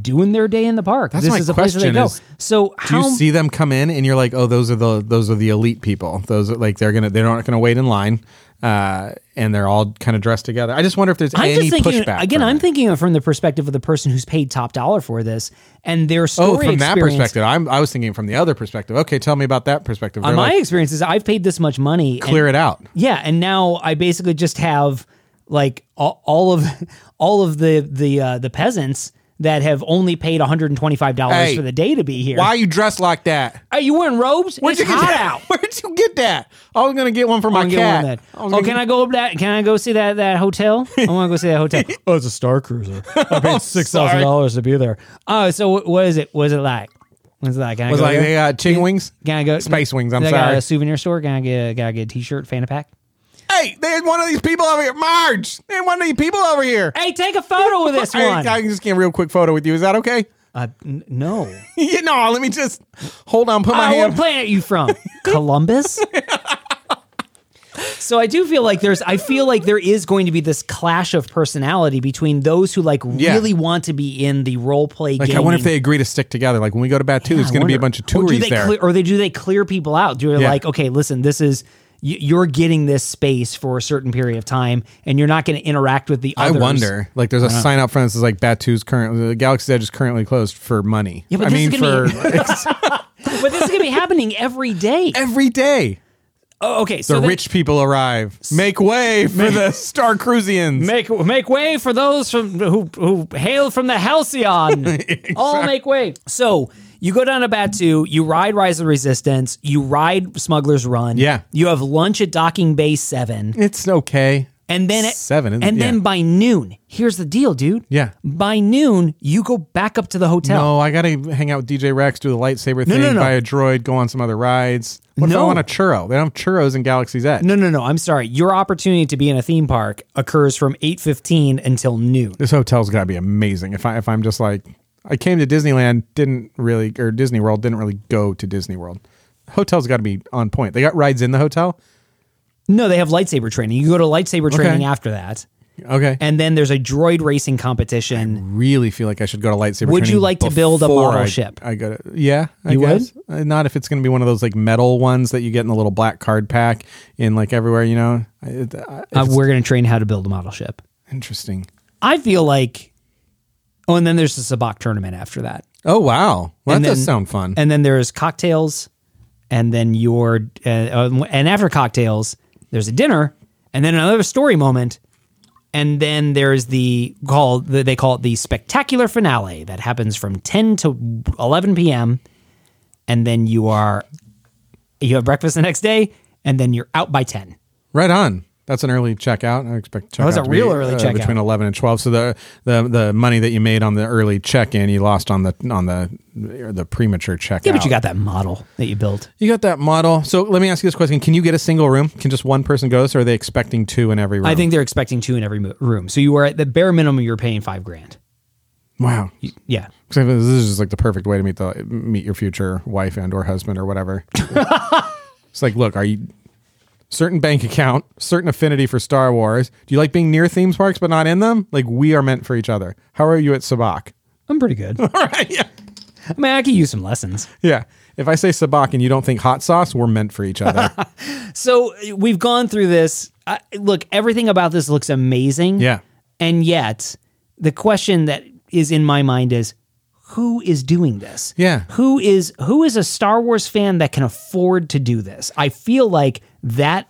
[SPEAKER 1] doing their day in the park.
[SPEAKER 6] That's
[SPEAKER 1] this
[SPEAKER 6] my
[SPEAKER 1] is a place where they
[SPEAKER 6] question
[SPEAKER 1] go.
[SPEAKER 6] is,
[SPEAKER 1] so
[SPEAKER 6] Do
[SPEAKER 1] how
[SPEAKER 6] you see them come in and you're like, oh, those are the those are the elite people. Those are like they're gonna they're not gonna wait in line, uh, and they're all kind of dressed together. I just wonder if there's
[SPEAKER 1] I'm
[SPEAKER 6] any
[SPEAKER 1] just thinking
[SPEAKER 6] pushback
[SPEAKER 1] again.
[SPEAKER 6] from
[SPEAKER 1] I'm
[SPEAKER 6] it.
[SPEAKER 1] thinking of from the perspective of the person who's paid top dollar for this and their
[SPEAKER 6] Oh,
[SPEAKER 1] story.
[SPEAKER 6] from that
[SPEAKER 1] experience-
[SPEAKER 6] perspective, I'm, I was thinking from the other perspective. Okay, tell me about that perspective.
[SPEAKER 1] On
[SPEAKER 6] They're
[SPEAKER 1] my
[SPEAKER 6] like,
[SPEAKER 1] experience is I've paid this much money. and-
[SPEAKER 6] clear it out.
[SPEAKER 1] Yeah, and now I basically just have like all, all of all of the the uh, the peasants that have only paid 125 dollars
[SPEAKER 6] Hey,
[SPEAKER 1] for the day to be here.
[SPEAKER 6] Why are you dressed like that?
[SPEAKER 1] Are you wearing robes?
[SPEAKER 6] Where'd
[SPEAKER 1] it's
[SPEAKER 6] you get
[SPEAKER 1] hot
[SPEAKER 6] that?
[SPEAKER 1] out.
[SPEAKER 6] Where'd you get that? I was gonna get one for my
[SPEAKER 1] I'm getting one of
[SPEAKER 6] cat.
[SPEAKER 1] that.
[SPEAKER 6] I was
[SPEAKER 1] Oh,
[SPEAKER 6] gonna
[SPEAKER 1] can
[SPEAKER 6] get-
[SPEAKER 1] I go up that? Can I go see that that hotel? I want to go see that hotel. oh, it's a Star Cruiser. I paid six thousand dollars to be there. Oh, so what- what is it? Was it like? Was it like? Can I
[SPEAKER 6] Was
[SPEAKER 1] go
[SPEAKER 6] like
[SPEAKER 1] there?
[SPEAKER 6] they got chicken wings.
[SPEAKER 1] Can I go
[SPEAKER 6] Space wings, I'm
[SPEAKER 1] I got
[SPEAKER 6] sorry.
[SPEAKER 1] a souvenir store. Can I get? Can I get a T-shirt, fan pack?
[SPEAKER 6] Hey, there's one of these people over here, Marge. There's one of these people over here.
[SPEAKER 1] Hey, take a photo of this
[SPEAKER 6] Hey,
[SPEAKER 1] one.
[SPEAKER 6] I can just get a real quick photo with you. Is that okay?
[SPEAKER 1] Uh, n- no.
[SPEAKER 6] Yeah, no, let me just hold on, put my
[SPEAKER 1] Uh, what
[SPEAKER 6] hand.
[SPEAKER 1] planet you from? Columbus? So I do feel like there's I feel like there is going to be this clash of personality between those who like
[SPEAKER 6] Yeah.
[SPEAKER 1] really want to be in the role play
[SPEAKER 6] Like,
[SPEAKER 1] game.
[SPEAKER 6] I wonder if they agree to stick together. Like, when we go to Batu, there's going to be a bunch of
[SPEAKER 1] or Oh, do
[SPEAKER 6] touries
[SPEAKER 1] they
[SPEAKER 6] there.
[SPEAKER 1] Clear, or they do they clear people out? Do they
[SPEAKER 6] Yeah.
[SPEAKER 1] like okay, listen, this is y- you're getting this space for a certain period of time, and you're not going to interact with the
[SPEAKER 6] I
[SPEAKER 1] others.
[SPEAKER 6] wonder. Uh-huh. Like, there's a sign out front that says, like, Batu's currently, the Galaxy's Edge is currently closed for money.
[SPEAKER 1] Yeah, but
[SPEAKER 6] I
[SPEAKER 1] this is
[SPEAKER 6] mean,
[SPEAKER 1] gonna
[SPEAKER 6] for
[SPEAKER 1] but this is going to be happening every day.
[SPEAKER 6] every day,
[SPEAKER 1] Oh, okay, so
[SPEAKER 6] the
[SPEAKER 1] then-
[SPEAKER 6] rich people arrive. Make way for the Star Cruisians.
[SPEAKER 1] Make make way for those from who who hail from the Halcyon. All make way. So you go down to Batu, you ride Rise of the Resistance, you ride Smuggler's Run.
[SPEAKER 6] Yeah.
[SPEAKER 1] You have lunch at Docking Bay Seven,
[SPEAKER 6] it's okay.
[SPEAKER 1] and then at,
[SPEAKER 6] Seven, isn't it?
[SPEAKER 1] and then
[SPEAKER 6] Yeah.
[SPEAKER 1] by noon. Here's the deal, dude.
[SPEAKER 6] Yeah.
[SPEAKER 1] By noon, you go back up to the hotel.
[SPEAKER 6] No, I gotta hang out with DJ Rex, do the lightsaber
[SPEAKER 1] No,
[SPEAKER 6] thing,
[SPEAKER 1] no, no.
[SPEAKER 6] buy a droid, go on some other rides. What if I
[SPEAKER 1] No.
[SPEAKER 6] want a churro? They don't have churros in Galaxy's Edge.
[SPEAKER 1] No, no, no. I'm sorry. Your opportunity to be in a theme park occurs from 8:15 until noon.
[SPEAKER 6] This hotel's gotta be amazing. If I if I'm just like I came to Disneyland, didn't really or Disney World, didn't really go to Disney World. Hotel's gotta be on point. They got rides in the hotel.
[SPEAKER 1] No, they have lightsaber training. You go to lightsaber training after that.
[SPEAKER 6] Okay.
[SPEAKER 1] and then there's a droid racing competition.
[SPEAKER 6] really feel like I should go to lightsaber.
[SPEAKER 1] Would you
[SPEAKER 6] training
[SPEAKER 1] like to build a
[SPEAKER 6] before
[SPEAKER 1] model
[SPEAKER 6] I-
[SPEAKER 1] ship?
[SPEAKER 6] I got to Yeah, I
[SPEAKER 1] You would?
[SPEAKER 6] guess. Uh, Not if it's going to be one of those like metal ones that you get in the little black card pack in like everywhere. You know, I, it- I-
[SPEAKER 1] Uh, we're going to train how to build a model ship.
[SPEAKER 6] interesting.
[SPEAKER 1] I feel like. Oh, and then there's the Sabak tournament after that.
[SPEAKER 6] Oh wow, well, that
[SPEAKER 1] And
[SPEAKER 6] does
[SPEAKER 1] then-
[SPEAKER 6] sound fun.
[SPEAKER 1] And then there's cocktails, and then your uh, uh, and after cocktails, there's a dinner, and then another story moment, and then there's the call they call it the spectacular finale that happens from 10 to 11 p.m. and then you are you have breakfast the next day, and then you're out by 10.
[SPEAKER 6] right on. That's an early checkout. I expect checkout
[SPEAKER 1] that's a
[SPEAKER 6] to be,
[SPEAKER 1] real early
[SPEAKER 6] uh,
[SPEAKER 1] checkout.
[SPEAKER 6] between eleven and twelve. So the, the the money that you made on the early check in, you lost on the on the the premature checkout.
[SPEAKER 1] Yeah, but you got that model that you built.
[SPEAKER 6] you got that model. So let me ask you this question: Can you get a single room? Can just one person go? So are they expecting two in every room?
[SPEAKER 1] I think they're expecting two in every mo- room. So you were at the bare minimum, you're paying five grand.
[SPEAKER 6] Wow.
[SPEAKER 1] Yeah.
[SPEAKER 6] Except this is just like the perfect way to meet the meet your future wife and or husband or whatever. it's like, look, are you certain bank account, certain affinity for Star Wars? Do you like being near theme parks but not in them? Like we are meant for each other. How are you at Sabak?
[SPEAKER 1] I'm pretty good. I
[SPEAKER 6] All right, yeah.
[SPEAKER 1] mean, I could use some lessons.
[SPEAKER 6] Yeah. If I say Sabak and you don't think hot sauce, we're meant for each other.
[SPEAKER 1] So uh, we've gone through this. I, look, everything about this looks amazing.
[SPEAKER 6] yeah.
[SPEAKER 1] And yet, the question that is in my mind is who is doing this?
[SPEAKER 6] Yeah.
[SPEAKER 1] Who is who is a Star Wars fan that can afford to do this? I feel like that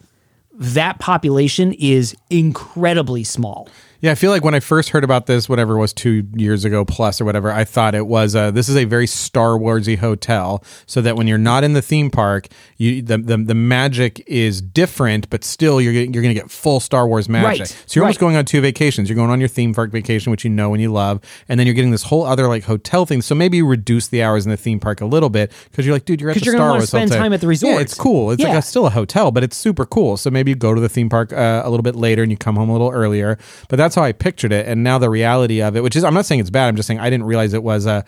[SPEAKER 1] that population is incredibly small.
[SPEAKER 6] Yeah, I feel like when I first heard about this, whatever it was two years ago plus or whatever, I thought it was uh, this is a very Star Warsy hotel, so that when you're not in the theme park, you the the, the magic is different, but still you're gonna- you're going to get full Star Wars magic.
[SPEAKER 1] Right,
[SPEAKER 6] So you're almost
[SPEAKER 1] right.
[SPEAKER 6] going on two vacations. You're going on your theme park vacation, which you know and you love, and then you're getting this whole other like hotel thing. So maybe you reduce the hours in the theme park a little bit because you're like, dude, you're at the
[SPEAKER 1] 'Cause you're gonna
[SPEAKER 6] Star
[SPEAKER 1] wanna
[SPEAKER 6] Wars
[SPEAKER 1] spend
[SPEAKER 6] hotel.
[SPEAKER 1] time at the
[SPEAKER 6] Yeah,
[SPEAKER 1] resort.
[SPEAKER 6] it's cool. It's like
[SPEAKER 1] Yeah.
[SPEAKER 6] a still a hotel, but it's super cool. So maybe you go to the theme park uh, a little bit later and you come home a little earlier. But that's how I pictured it. And now the reality of it, which is, I'm not saying it's bad. I'm just saying I didn't realize it was Uh,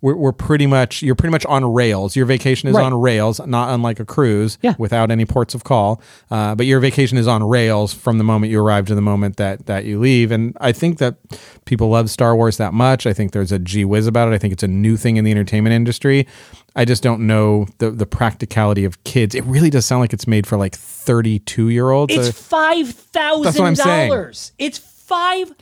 [SPEAKER 6] we're, we're pretty much you're pretty much on rails. Your vacation is
[SPEAKER 1] Right.
[SPEAKER 6] on rails, not unlike a cruise,
[SPEAKER 1] Yeah.
[SPEAKER 6] without any ports of call. Uh, but your vacation is on rails from the moment you arrive to the moment that that you leave. And I think that people love Star Wars that much. I think there's a gee whiz about it. I think it's a new thing in the entertainment industry. I just don't know the the practicality of kids. It really does sound like it's made for like 32 year olds.
[SPEAKER 1] It's five
[SPEAKER 6] That's what
[SPEAKER 1] thousand
[SPEAKER 6] I'm saying.
[SPEAKER 1] dollars. It's five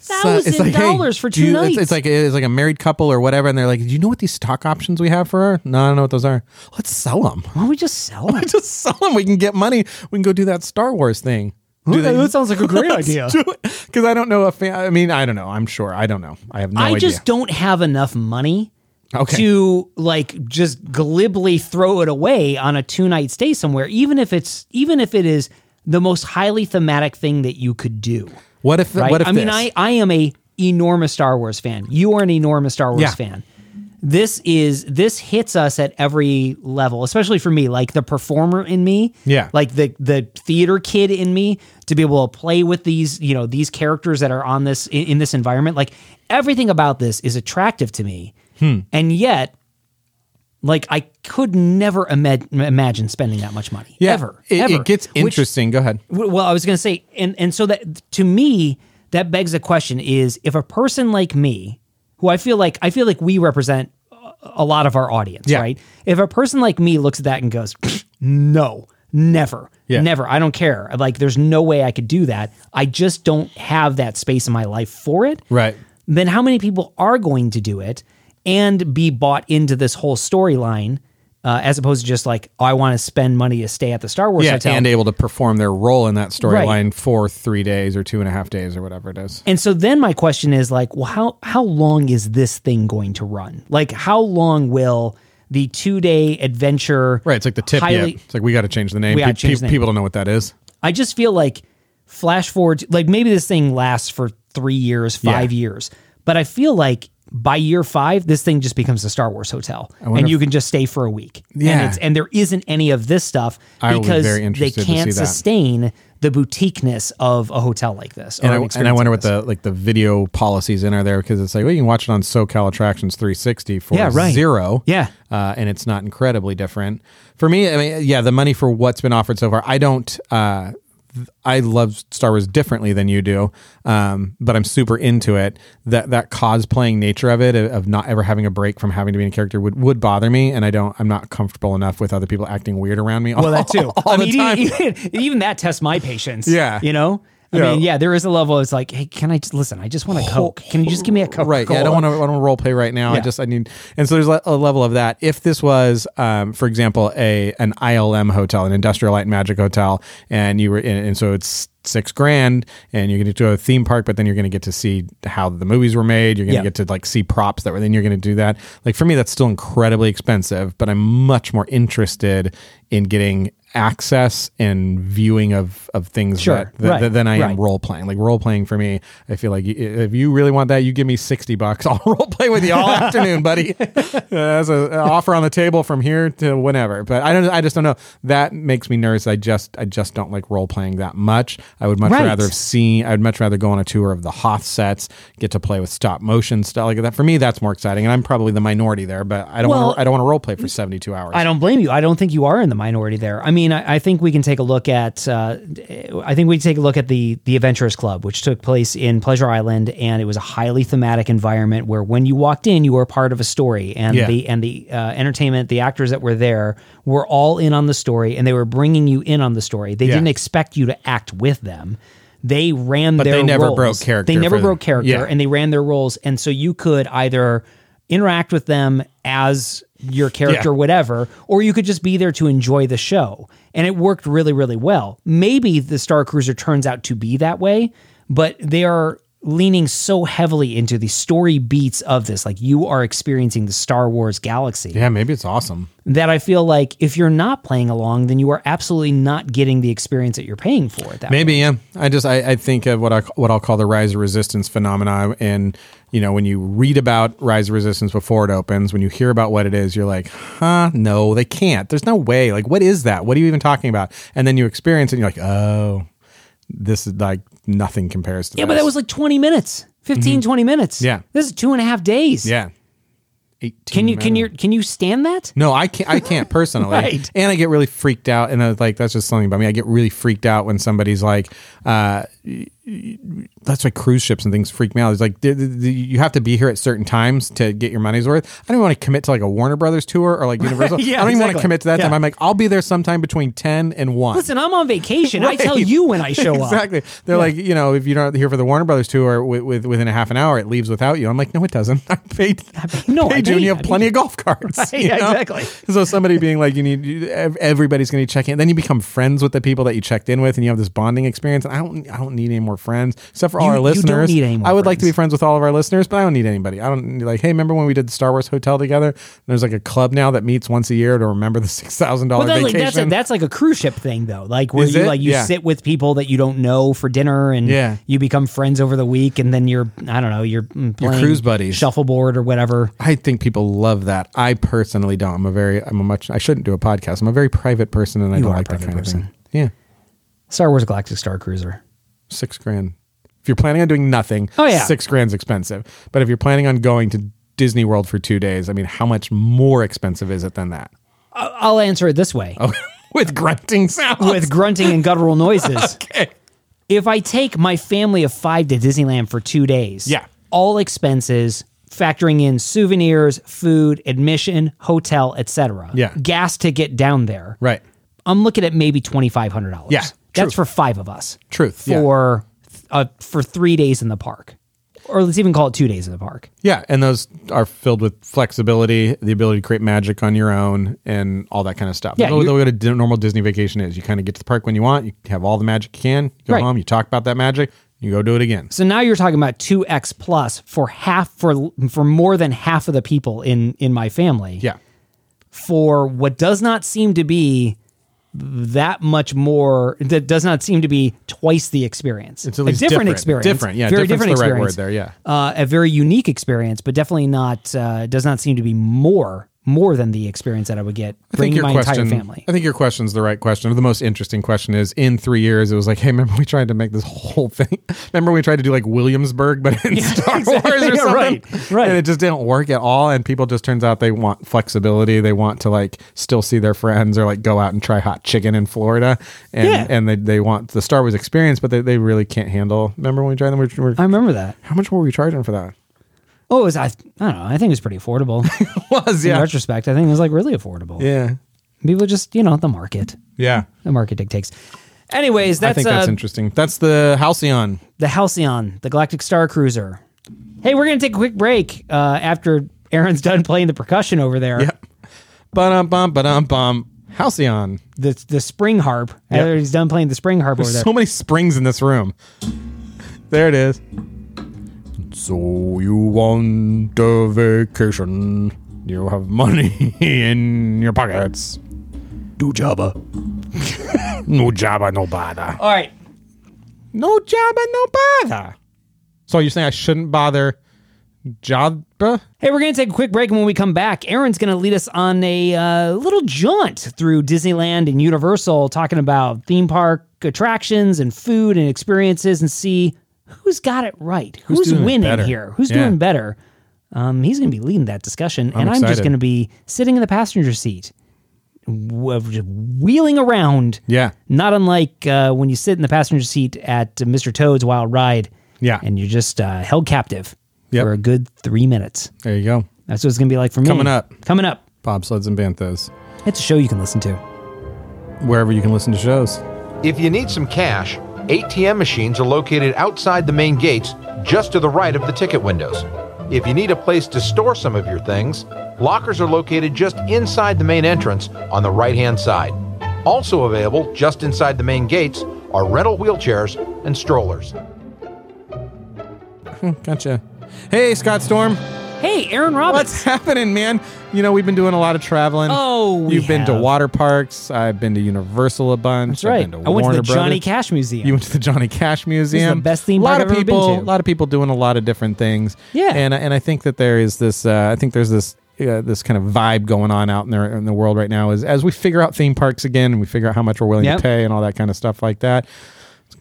[SPEAKER 6] So it's
[SPEAKER 1] thousand
[SPEAKER 6] like, hey,
[SPEAKER 1] dollars for
[SPEAKER 6] do
[SPEAKER 1] two
[SPEAKER 6] you-
[SPEAKER 1] nights.
[SPEAKER 6] It's, it's like it's like a married couple or whatever, and they're like, "Do you know what these stock options we have for her?" No, I don't know what those are. Let's sell them.
[SPEAKER 1] why don't we just sell it?
[SPEAKER 6] Just sell them. We can get money. We can go do that Star Wars thing.
[SPEAKER 1] Okay, that sounds like a great idea.
[SPEAKER 6] Because I don't know if I mean I don't know. I'm sure I don't know. I have no
[SPEAKER 1] I
[SPEAKER 6] idea.
[SPEAKER 1] just don't have enough money
[SPEAKER 6] Okay.
[SPEAKER 1] to like just glibly throw it away on a two night stay somewhere, even if it's even if it is the most highly thematic thing that you could do.
[SPEAKER 6] what if
[SPEAKER 1] Right?
[SPEAKER 6] what if
[SPEAKER 1] I mean,
[SPEAKER 6] this?
[SPEAKER 1] I I am a enormous Star Wars fan. You are an enormous Star Wars
[SPEAKER 6] Yeah.
[SPEAKER 1] fan. This is this hits us at every level, especially for me, like the performer in me,
[SPEAKER 6] Yeah.
[SPEAKER 1] like the the theater kid in me, to be able to play with these, you know, these characters that are on this in, in this environment. Like everything about this is attractive to me,
[SPEAKER 6] Hmm.
[SPEAKER 1] and yet, like I could never ima- imagine spending that much money.
[SPEAKER 6] yeah,
[SPEAKER 1] ever,
[SPEAKER 6] it,
[SPEAKER 1] ever.
[SPEAKER 6] it gets
[SPEAKER 1] Which-
[SPEAKER 6] interesting. go ahead.
[SPEAKER 1] W- well i was going to say and and so that to me that begs the question is if a person like me who i feel like i feel like we represent a- a lot of our audience
[SPEAKER 6] Yeah.
[SPEAKER 1] right if a person like me looks at that and goes no never
[SPEAKER 6] Yeah.
[SPEAKER 1] never i don't care like there's no way i could do that i just don't have that space in my life for it
[SPEAKER 6] Right.
[SPEAKER 1] then how many people are going to do it and be bought into this whole storyline uh, as opposed to just like oh, i want to spend money to stay at the star wars
[SPEAKER 6] Yeah,
[SPEAKER 1] hotel
[SPEAKER 6] and able to perform their role in that storyline for three days or two and a half days or whatever it is.
[SPEAKER 1] And so then my question is like, well, how how long is this thing going to run? Like, how long will the two day adventure?
[SPEAKER 6] Right. It's like the tip.
[SPEAKER 1] highly-
[SPEAKER 6] yeah. It's like we got to change the name.
[SPEAKER 1] We gotta
[SPEAKER 6] Pe-
[SPEAKER 1] change
[SPEAKER 6] pe-
[SPEAKER 1] the name.
[SPEAKER 6] People don't know what that is.
[SPEAKER 1] I just feel like flash forward, to- like maybe this thing lasts for three years, five
[SPEAKER 6] Yeah.
[SPEAKER 1] years, but I feel like by year five, this thing just becomes a Star Wars hotel, and you can just stay for a week.
[SPEAKER 6] Yeah.
[SPEAKER 1] and, it's, and there isn't any of this stuff
[SPEAKER 6] I would be
[SPEAKER 1] because
[SPEAKER 6] very
[SPEAKER 1] they
[SPEAKER 6] interested to see
[SPEAKER 1] can't
[SPEAKER 6] that.
[SPEAKER 1] sustain the boutiqueness of a hotel like this. or
[SPEAKER 6] And
[SPEAKER 1] an
[SPEAKER 6] I, and I
[SPEAKER 1] experience
[SPEAKER 6] wonder
[SPEAKER 1] like
[SPEAKER 6] what
[SPEAKER 1] this.
[SPEAKER 6] the like the video policies in are there because it's like well you can watch it on SoCal Attractions 360 for
[SPEAKER 1] Yeah, right.
[SPEAKER 6] zero
[SPEAKER 1] Yeah.
[SPEAKER 6] uh, and it's not incredibly different for me I mean yeah the money for what's been offered so far I don't uh, th- I love Star Wars differently than you do um, but I'm super into it that that cosplaying nature of it of- of not ever having a break from having to be in a character would, would bother me and I don't I'm not comfortable enough with other people acting weird around me
[SPEAKER 1] Well, that too.
[SPEAKER 6] all
[SPEAKER 1] I
[SPEAKER 6] the
[SPEAKER 1] mean, e-
[SPEAKER 6] time.
[SPEAKER 1] Even, even that tests my patience.
[SPEAKER 6] Yeah.
[SPEAKER 1] You know? I
[SPEAKER 6] Yeah.
[SPEAKER 1] mean, yeah, there is a level it's like, hey, can I just listen? I just want a Coke. Can you just give me a Coke?
[SPEAKER 6] Right. Yeah, I don't want to. I don't role play right now. I
[SPEAKER 1] Yeah.
[SPEAKER 6] just I need. And so there's a a level of that. If this was, um, for example, a an ILM hotel, an Industrial Light and Magic hotel, and you were, and, and so it's six grand, and you're going to go to a theme park, but then you're going to get to see how the movies were made. You're going
[SPEAKER 1] Yeah.
[SPEAKER 6] to get to like see props that were. Then you're going to do that. Like for me, that's still incredibly expensive, but I'm much more interested in getting access and viewing of of things
[SPEAKER 1] Sure,
[SPEAKER 6] that, that,
[SPEAKER 1] right,
[SPEAKER 6] that- than I am
[SPEAKER 1] right.
[SPEAKER 6] role playing. Like role playing for me, I feel like y- if you really want that, you give me sixty bucks. I'll role play with you all afternoon, buddy. That's an offer on the table from here to whenever. But I don't. I just don't know. That makes me nervous. I just I just don't like role playing that much. I would much
[SPEAKER 1] Right.
[SPEAKER 6] rather have seen. I'd much rather go on a tour of the Hoth sets, get to play with stop motion stuff like that. For me, that's more exciting. And I'm probably the minority there, but I don't.
[SPEAKER 1] Well-
[SPEAKER 6] wanna, I don't want to role play for seventy two hours.
[SPEAKER 1] I don't blame you. I don't think you are in the minority there. I mean, I, I think we can take a look at. Uh, I think we can take a look at the the Adventurers Club, which took place in Pleasure Island, and it was a highly thematic environment where when you walked in, you were a part of a story, and
[SPEAKER 6] Yeah.
[SPEAKER 1] the and the uh, entertainment, the actors that were there were all in on the story, and they were bringing you in on the story. They
[SPEAKER 6] Yeah.
[SPEAKER 1] didn't expect you to act with them. They ran
[SPEAKER 6] But
[SPEAKER 1] their
[SPEAKER 6] they never
[SPEAKER 1] roles.
[SPEAKER 6] broke character
[SPEAKER 1] They never
[SPEAKER 6] for them.
[SPEAKER 1] broke character,
[SPEAKER 6] Yeah.
[SPEAKER 1] and they ran their roles, and so you could either interact with them as your character
[SPEAKER 6] Yeah.
[SPEAKER 1] whatever, or you could just be there to enjoy the show. And it worked really, really well. Maybe the Star Cruiser turns out to be that way, but they are leaning so heavily into the story beats of this. Like you are experiencing the Star Wars galaxy
[SPEAKER 6] Yeah, maybe it's awesome.
[SPEAKER 1] that I feel like if you're not playing along, then you are absolutely not getting the experience that you're paying for at that point.
[SPEAKER 6] Maybe yeah. I just I, I think of what I what I'll call the rise of resistance phenomena, and you know when you read about rise of resistance before it opens, when you hear about what it is, you're like, huh? No, they can't. There's no way. Like, what is that? What are you even talking about? And then you experience it, and you're like, oh, this is like nothing compares to.
[SPEAKER 1] Yeah, but that was like 20 minutes, 15, 20 minutes.
[SPEAKER 6] Mm-hmm. Yeah.
[SPEAKER 1] This is two and a half days.
[SPEAKER 6] yeah. 18
[SPEAKER 1] Can you can
[SPEAKER 6] minutes.
[SPEAKER 1] you can you stand that?
[SPEAKER 6] No, I can't. I can't personally,
[SPEAKER 1] Right.
[SPEAKER 6] and I get really freaked out. And I, was like that's just something about me. I get really freaked out when somebody's like, uh, "That's why cruise ships and things freak me out." It's like "D- d- d- you have to be here at certain times to get your money's worth. I don't want to commit to like a Warner Brothers tour or like Universal.
[SPEAKER 1] Yeah,
[SPEAKER 6] I don't even want
[SPEAKER 1] exactly.
[SPEAKER 6] to commit to that
[SPEAKER 1] Yeah.
[SPEAKER 6] time. I'm like, I'll be there sometime between ten and one.
[SPEAKER 1] Listen, I'm on vacation. I tell
[SPEAKER 6] Right.
[SPEAKER 1] you when I show up.
[SPEAKER 6] exactly. They're like, you know, if you're not here for the Warner Brothers tour with, with within a half an hour, it leaves without you. I'm like, no, it doesn't. I paid. I
[SPEAKER 1] no, I
[SPEAKER 6] paid you, and
[SPEAKER 1] paid-
[SPEAKER 6] you
[SPEAKER 1] I
[SPEAKER 6] have plenty of golf carts.
[SPEAKER 1] Right,
[SPEAKER 6] you know?
[SPEAKER 1] exactly.
[SPEAKER 6] So somebody being like, you need you, ev- everybody's going to check in. Then you become friends with the people that you checked in with, and you have this bonding experience. And I don't, I don't need any more friends except for all
[SPEAKER 1] You-
[SPEAKER 6] our
[SPEAKER 1] you don't
[SPEAKER 6] listeners.
[SPEAKER 1] need any more
[SPEAKER 6] I would like to
[SPEAKER 1] friends.
[SPEAKER 6] be friends with all of our listeners, but I don't need anybody. I don't like, hey, remember when we did the Star Wars Hotel together? there's like a club now that meets once a year to remember the six thousand
[SPEAKER 1] But
[SPEAKER 6] dollar
[SPEAKER 1] that's
[SPEAKER 6] vacation.
[SPEAKER 1] like, that's, a, that's like a cruise ship thing though. Like where
[SPEAKER 6] Is
[SPEAKER 1] you
[SPEAKER 6] it?
[SPEAKER 1] like you
[SPEAKER 6] Yeah.
[SPEAKER 1] sit with people that you don't know for dinner and
[SPEAKER 6] Yeah.
[SPEAKER 1] you become friends over the week and then you're I don't know, you're mm, playing
[SPEAKER 6] cruise buddies.
[SPEAKER 1] shuffleboard or whatever.
[SPEAKER 6] I think people love that. I personally don't. I'm a very, I'm a much, I shouldn't do a podcast. I'm a very private person and I don't
[SPEAKER 1] are a
[SPEAKER 6] like that
[SPEAKER 1] private
[SPEAKER 6] kind
[SPEAKER 1] person.
[SPEAKER 6] of thing. Yeah.
[SPEAKER 1] Star Wars Galactic Star Cruiser.
[SPEAKER 6] Six grand. If you're planning on doing nothing,
[SPEAKER 1] Oh, yeah.
[SPEAKER 6] six grand's expensive. But if you're planning on going to Disney World for two days, I mean, how much more expensive is it than that?
[SPEAKER 1] I- I'll answer it this
[SPEAKER 6] Oh.
[SPEAKER 1] way.
[SPEAKER 6] With grunting sounds.
[SPEAKER 1] With grunting and guttural noises.
[SPEAKER 6] Okay.
[SPEAKER 1] If I take my family of 5 to Disneyland for 2 days.
[SPEAKER 6] Yeah.
[SPEAKER 1] All expenses factoring in souvenirs, food, admission, hotel, etc.
[SPEAKER 6] Yeah.
[SPEAKER 1] Gas to get down there.
[SPEAKER 6] Right.
[SPEAKER 1] I'm looking at maybe twenty five hundred dollars.
[SPEAKER 6] Yeah,
[SPEAKER 1] that's
[SPEAKER 6] truth.
[SPEAKER 1] for five of us.
[SPEAKER 6] Truth, yeah.
[SPEAKER 1] for uh, for three days in the park, or let's even call it two days in the park.
[SPEAKER 6] Yeah. And those are filled with flexibility, the ability to create magic on your own, and all that kind of stuff.
[SPEAKER 1] Yeah,
[SPEAKER 6] Yeah. The
[SPEAKER 1] you're-
[SPEAKER 6] way a di- normal Disney vacation is you kind of get to the park when you want, you have all the magic you can, you go
[SPEAKER 1] Right.
[SPEAKER 6] home, you talk about that magic, you go do it again.
[SPEAKER 1] So now you're talking about two X plus for half for for more than half of the people in in my family.
[SPEAKER 6] Yeah.
[SPEAKER 1] for what does not seem to be that much more that does not seem to be twice the experience
[SPEAKER 6] It's at least
[SPEAKER 1] a different,
[SPEAKER 6] different.
[SPEAKER 1] experience
[SPEAKER 6] Different, yeah,
[SPEAKER 1] very different
[SPEAKER 6] different's the right
[SPEAKER 1] experience
[SPEAKER 6] word there,
[SPEAKER 1] uh, a very unique experience but definitely not uh, does not seem to be more more than the experience that i would get
[SPEAKER 6] I think
[SPEAKER 1] bringing
[SPEAKER 6] your
[SPEAKER 1] my
[SPEAKER 6] question.
[SPEAKER 1] entire family
[SPEAKER 6] I think your question's the right question. The most interesting question is: in three years, it was like, hey, remember we tried to make this whole thing? Remember we tried to do like Williamsburg, but in Star
[SPEAKER 1] exactly.
[SPEAKER 6] Wars or
[SPEAKER 1] Yeah,
[SPEAKER 6] something,
[SPEAKER 1] right, right.
[SPEAKER 6] And it just didn't work at all. And people just turns out they want flexibility. They want to like still see their friends or like go out and try hot chicken in Florida, and
[SPEAKER 1] Yeah.
[SPEAKER 6] and they, they want the Star Wars experience, but they, they really can't handle. Remember when we tried them? We were,
[SPEAKER 1] i remember that
[SPEAKER 6] how much were we charging for that?
[SPEAKER 1] oh it was I, I don't know i think it was pretty affordable
[SPEAKER 6] Was
[SPEAKER 1] in retrospect i think it was like really affordable
[SPEAKER 6] yeah,
[SPEAKER 1] people just you know the market
[SPEAKER 6] yeah.
[SPEAKER 1] the market dictates anyways that's
[SPEAKER 6] I think that's
[SPEAKER 1] uh,
[SPEAKER 6] interesting. That's the Halcyon.
[SPEAKER 1] the Halcyon, the Galactic Star Cruiser. Hey, we're going to take a quick break uh, after Aaron's done playing the percussion over there.
[SPEAKER 6] Yep. Bum bum bum bum. Halcyon.
[SPEAKER 1] The, the spring harp.
[SPEAKER 6] Yep.
[SPEAKER 1] After he's done playing the spring harp over
[SPEAKER 6] There's
[SPEAKER 1] there.
[SPEAKER 6] so many springs in this room. There it is. So you want a vacation? You have money in your pockets. Do Jabba. no jabba, no bother.
[SPEAKER 1] All right.
[SPEAKER 6] No jabba, no bother. So you're saying I shouldn't bother jabba?
[SPEAKER 1] Hey, we're going to take a quick break, and when we come back, Aaron's going to lead us on a uh, little jaunt through Disneyland and Universal, talking about theme park attractions and food and experiences, and see who's got it right, who's,
[SPEAKER 6] doing it
[SPEAKER 1] winning
[SPEAKER 6] better?
[SPEAKER 1] here, who's
[SPEAKER 6] Yeah.
[SPEAKER 1] doing better. Um, he's going to be leading that discussion, and I'm just
[SPEAKER 6] excited.
[SPEAKER 1] going to be sitting in the passenger seat, w- just wheeling around.
[SPEAKER 6] Yeah.
[SPEAKER 1] Not unlike uh, when you sit in the passenger seat at uh, Mr. Toad's Wild Ride.
[SPEAKER 6] Yeah.
[SPEAKER 1] And you're just uh, held captive
[SPEAKER 6] Yep.
[SPEAKER 1] for a good three minutes.
[SPEAKER 6] There you go.
[SPEAKER 1] That's what it's going to be like for me.
[SPEAKER 6] Coming up.
[SPEAKER 1] Coming up.
[SPEAKER 6] Bobsleds and Banthas.
[SPEAKER 1] It's a show you can listen to.
[SPEAKER 6] Wherever you can listen to shows.
[SPEAKER 7] If you need some cash, ATM machines are located outside the main gates just to the right of the ticket windows. If you need a place to store some of your things, lockers are located just inside the main entrance on the right hand side. Also available just inside the main gates are rental wheelchairs and strollers.
[SPEAKER 6] Gotcha. Hey, Scott Storm.
[SPEAKER 1] Hey, Aaron Roberts.
[SPEAKER 6] What's happening, man? You know, we've been doing a lot of traveling.
[SPEAKER 1] Oh, we
[SPEAKER 6] You've been to
[SPEAKER 1] have.
[SPEAKER 6] water parks. I've been to Universal a bunch.
[SPEAKER 1] That's right.
[SPEAKER 6] I've been to
[SPEAKER 1] I went
[SPEAKER 6] Warner
[SPEAKER 1] to the Johnny
[SPEAKER 6] Brothers.
[SPEAKER 1] Cash Museum.
[SPEAKER 6] You went to the Johnny Cash Museum.
[SPEAKER 1] best theme
[SPEAKER 6] A lot
[SPEAKER 1] park
[SPEAKER 6] of
[SPEAKER 1] I've ever been
[SPEAKER 6] people.
[SPEAKER 1] to.
[SPEAKER 6] A lot of people doing a lot of different things.
[SPEAKER 1] Yeah.
[SPEAKER 6] And I- and I think that there is this. Uh, I think there's this. Uh, this kind of vibe going on out in the in the world right now is as we figure out theme parks again and we figure out how much we're willing
[SPEAKER 1] Yep.
[SPEAKER 6] to pay and all that kind of stuff like that.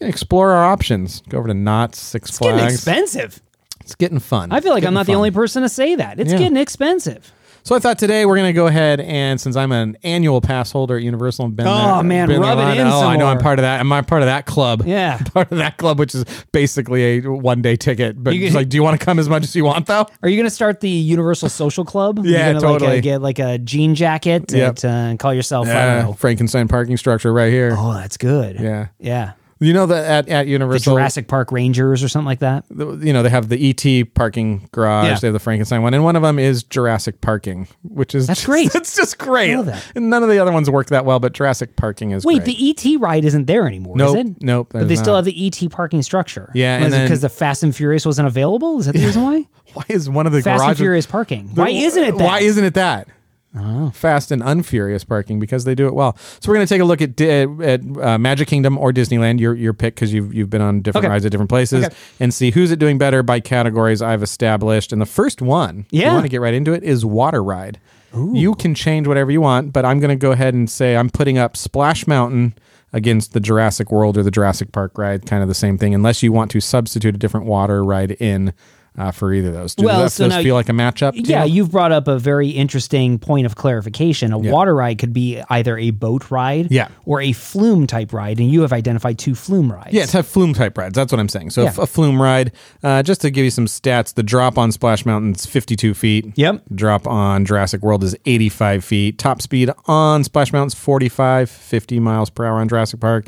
[SPEAKER 6] Let's explore our options. Go over to Knott's, Six
[SPEAKER 1] it's getting
[SPEAKER 6] Flags.
[SPEAKER 1] expensive.
[SPEAKER 6] it's getting fun.
[SPEAKER 1] I feel like
[SPEAKER 6] It's
[SPEAKER 1] I'm
[SPEAKER 6] getting
[SPEAKER 1] not the
[SPEAKER 6] fun.
[SPEAKER 1] only person to say that. It's
[SPEAKER 6] Yeah.
[SPEAKER 1] getting expensive.
[SPEAKER 6] So I thought today we're going to go ahead and since I'm an annual pass holder at Universal and been
[SPEAKER 1] Oh,
[SPEAKER 6] there,
[SPEAKER 1] man,
[SPEAKER 6] been
[SPEAKER 1] rub
[SPEAKER 6] there
[SPEAKER 1] it
[SPEAKER 6] a lot-
[SPEAKER 1] in
[SPEAKER 6] oh,
[SPEAKER 1] some
[SPEAKER 6] I know I'm
[SPEAKER 1] more.
[SPEAKER 6] part of that. I'm not part of that club.
[SPEAKER 1] Yeah.
[SPEAKER 6] part of that club, which is basically a one day ticket. But
[SPEAKER 1] You
[SPEAKER 6] it's
[SPEAKER 1] can-
[SPEAKER 6] like, do you want to come as much as you want though?
[SPEAKER 1] Are you going to start the Universal Social Club? You're
[SPEAKER 6] Yeah,
[SPEAKER 1] gonna, Like,
[SPEAKER 6] totally.
[SPEAKER 1] uh, get like a jean jacket
[SPEAKER 6] Yep.
[SPEAKER 1] at, uh, and call yourself. I don't know.
[SPEAKER 6] Frankenstein parking structure right here.
[SPEAKER 1] Oh, that's good.
[SPEAKER 6] Yeah.
[SPEAKER 1] Yeah.
[SPEAKER 6] You know that at, at
[SPEAKER 1] The
[SPEAKER 6] Universal,
[SPEAKER 1] Jurassic Park Rangers or something like that.
[SPEAKER 6] the- you know they have the ET parking garage.
[SPEAKER 1] Yeah.
[SPEAKER 6] They have the Frankenstein one, and one of them is Jurassic parking, which is
[SPEAKER 1] That's
[SPEAKER 6] just-
[SPEAKER 1] great.
[SPEAKER 6] That's just great.
[SPEAKER 1] love that.
[SPEAKER 6] And none of the other ones work that well, but Jurassic parking is
[SPEAKER 1] Wait,
[SPEAKER 6] great.
[SPEAKER 1] the ET ride isn't there anymore,
[SPEAKER 6] Nope,
[SPEAKER 1] is it?
[SPEAKER 6] nope,
[SPEAKER 1] But they
[SPEAKER 6] there's
[SPEAKER 1] still
[SPEAKER 6] not.
[SPEAKER 1] have the ET parking structure.
[SPEAKER 6] Yeah, and then-
[SPEAKER 1] because the Fast and Furious wasn't available. Is that the reason why?
[SPEAKER 6] why is one of the
[SPEAKER 1] Fast and
[SPEAKER 6] garages
[SPEAKER 1] Furious parking. Why isn't it that?
[SPEAKER 6] Why isn't it that? Ah, Fast and unfurious parking because they do it well. So we're going to take a look at Di- at uh, Magic Kingdom or Disneyland, your your pick because you've you've been on different
[SPEAKER 1] Okay.
[SPEAKER 6] rides at different places,
[SPEAKER 1] Okay.
[SPEAKER 6] and see who's it doing better by categories I've established. And the first one, we
[SPEAKER 1] Yeah.
[SPEAKER 6] want to get right into it is water ride. You can change whatever you want, but I'm going to go ahead and say I'm putting up Splash Mountain against the Jurassic World or the Jurassic Park ride, kind of the same thing, unless you want to substitute a different water ride in uh, for either of those. Do
[SPEAKER 1] Well,
[SPEAKER 6] those,
[SPEAKER 1] so
[SPEAKER 6] those
[SPEAKER 1] now-
[SPEAKER 6] feel like a matchup? to
[SPEAKER 1] Yeah,
[SPEAKER 6] you?
[SPEAKER 1] you've brought up a very interesting point of clarification. A water ride could be either a boat ride
[SPEAKER 6] Yeah.
[SPEAKER 1] or a flume type ride, and you have identified two flume rides.
[SPEAKER 6] Yeah, it's have flume type rides. That's what I'm saying. So
[SPEAKER 1] Yeah.
[SPEAKER 6] if a flume ride, uh, just to give you some stats, the drop on Splash Mountain's 52 feet.
[SPEAKER 1] Yep.
[SPEAKER 6] Drop on Jurassic World is 85 feet. Top speed on Splash Mountain's 45, 50 miles per hour on Jurassic Park.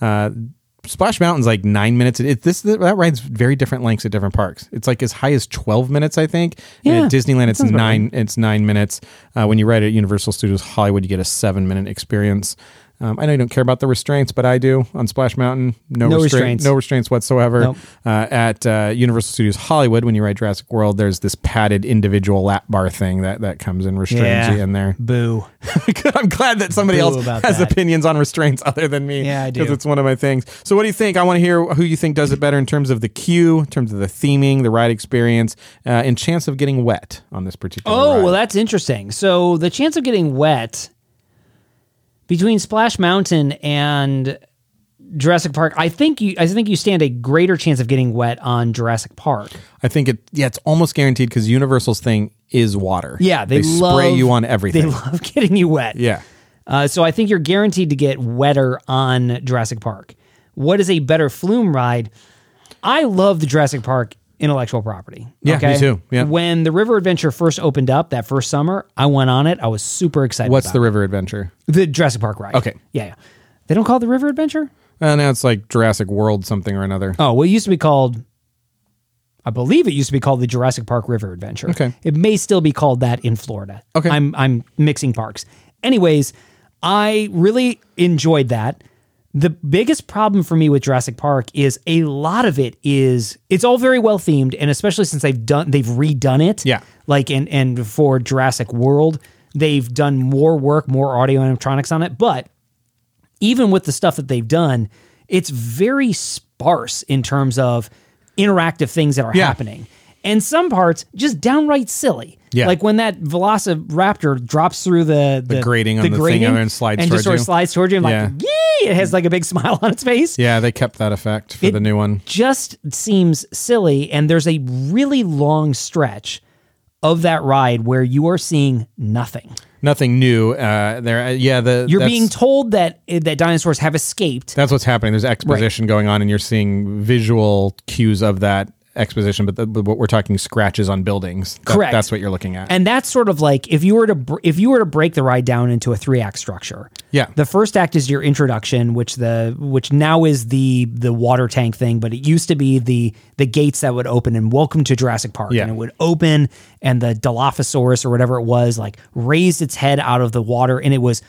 [SPEAKER 6] Uh, Splash Mountain's like nine minutes. It, this that ride's very different lengths at different parks. It's like as high as twelve minutes, I think.
[SPEAKER 1] Yeah,
[SPEAKER 6] and at Disneyland,
[SPEAKER 1] that
[SPEAKER 6] it's
[SPEAKER 1] sounds about right.
[SPEAKER 6] nine. It's nine minutes. Uh, when you ride at Universal Studios Hollywood, you get a seven minute experience. Um, I know you don't care about the restraints, but I do on Splash Mountain. No,
[SPEAKER 1] No
[SPEAKER 6] restra-
[SPEAKER 1] restraints.
[SPEAKER 6] No restraints whatsoever.
[SPEAKER 1] Nope.
[SPEAKER 6] Uh, at uh, Universal Studios Hollywood, when you ride Jurassic World, there's this padded individual lap bar thing that that comes and restrains
[SPEAKER 1] Yeah.
[SPEAKER 6] you in there.
[SPEAKER 1] Boo.
[SPEAKER 6] Good. I'm glad that somebody
[SPEAKER 1] Boo
[SPEAKER 6] else
[SPEAKER 1] about
[SPEAKER 6] has
[SPEAKER 1] that.
[SPEAKER 6] opinions on restraints other than me.
[SPEAKER 1] Yeah, I do.
[SPEAKER 6] Because it's one of my things. So, what do you think? I want to hear who you think does it better in terms of the queue, in terms of the theming, the ride experience, uh, and chance of getting wet on this particular.
[SPEAKER 1] Oh,
[SPEAKER 6] ride.
[SPEAKER 1] well, that's interesting. So the chance of getting wet between Splash Mountain and Jurassic Park, I think you, I think you stand a greater chance of getting wet on Jurassic Park.
[SPEAKER 6] I think it. Yeah, it's almost guaranteed because Universal's thing is water.
[SPEAKER 1] Yeah, they, love,
[SPEAKER 6] spray you on everything.
[SPEAKER 1] They love getting you wet.
[SPEAKER 6] yeah.
[SPEAKER 1] Uh, so I think you're guaranteed to get wetter on Jurassic Park. What is a better flume ride? I love the Jurassic Park intellectual property.
[SPEAKER 6] Yeah, me too. Yeah.
[SPEAKER 1] When the River Adventure first opened up that first summer, I went on it. I was super excited.
[SPEAKER 6] What's the
[SPEAKER 1] about
[SPEAKER 6] river adventure?
[SPEAKER 1] it. the Jurassic Park ride?
[SPEAKER 6] Okay.
[SPEAKER 1] Yeah, yeah. They don't call it the River Adventure.
[SPEAKER 6] Uh, now it's like Jurassic World something or another.
[SPEAKER 1] Oh, well, it used to be called. I believe it used to be called the Jurassic Park River Adventure.
[SPEAKER 6] Okay.
[SPEAKER 1] It may still be called that in Florida.
[SPEAKER 6] Okay.
[SPEAKER 1] I'm I'm mixing parks. Anyways, I really enjoyed that. The biggest problem for me with Jurassic Park is a lot of it is it's all very well themed, and especially since they've done they've redone it.
[SPEAKER 6] Yeah.
[SPEAKER 1] Like and and for Jurassic World, they've done more work, more audio and electronics on it, but even with the stuff that they've done, it's very sparse in terms of interactive things that are
[SPEAKER 6] Yeah.
[SPEAKER 1] happening. And some parts just downright silly.
[SPEAKER 6] Yeah.
[SPEAKER 1] Like when that Velociraptor drops through the the,
[SPEAKER 6] grating on the thing and then slides
[SPEAKER 1] and just
[SPEAKER 6] towards
[SPEAKER 1] sort of
[SPEAKER 6] you.
[SPEAKER 1] slides towards you. I'm like, yee! It has like a big smile on its face.
[SPEAKER 6] Yeah, they kept that effect for the new one.
[SPEAKER 1] Just seems silly. And there's a really long stretch of that ride where you are seeing nothing.
[SPEAKER 6] Nothing new. Uh, there. uh, Yeah, the
[SPEAKER 1] You're
[SPEAKER 6] that's-
[SPEAKER 1] being told that eh, that dinosaurs have escaped.
[SPEAKER 6] That's what's happening. There's exposition going on, and you're seeing visual cues of that exposition. But, the, but what we're talking scratches on buildings. That-
[SPEAKER 1] Correct.
[SPEAKER 6] That's what you're looking at.
[SPEAKER 1] and that's sort of like if you were to br- if you were to break the ride down into a three act structure.
[SPEAKER 6] Yeah.
[SPEAKER 1] The first act is your introduction, which the which now is the the water tank thing, but it used to be the the gates that would open and welcome to Jurassic Park.
[SPEAKER 6] Yeah.
[SPEAKER 1] And it would open and the Dilophosaurus or whatever it was like raised its head out of the water and it was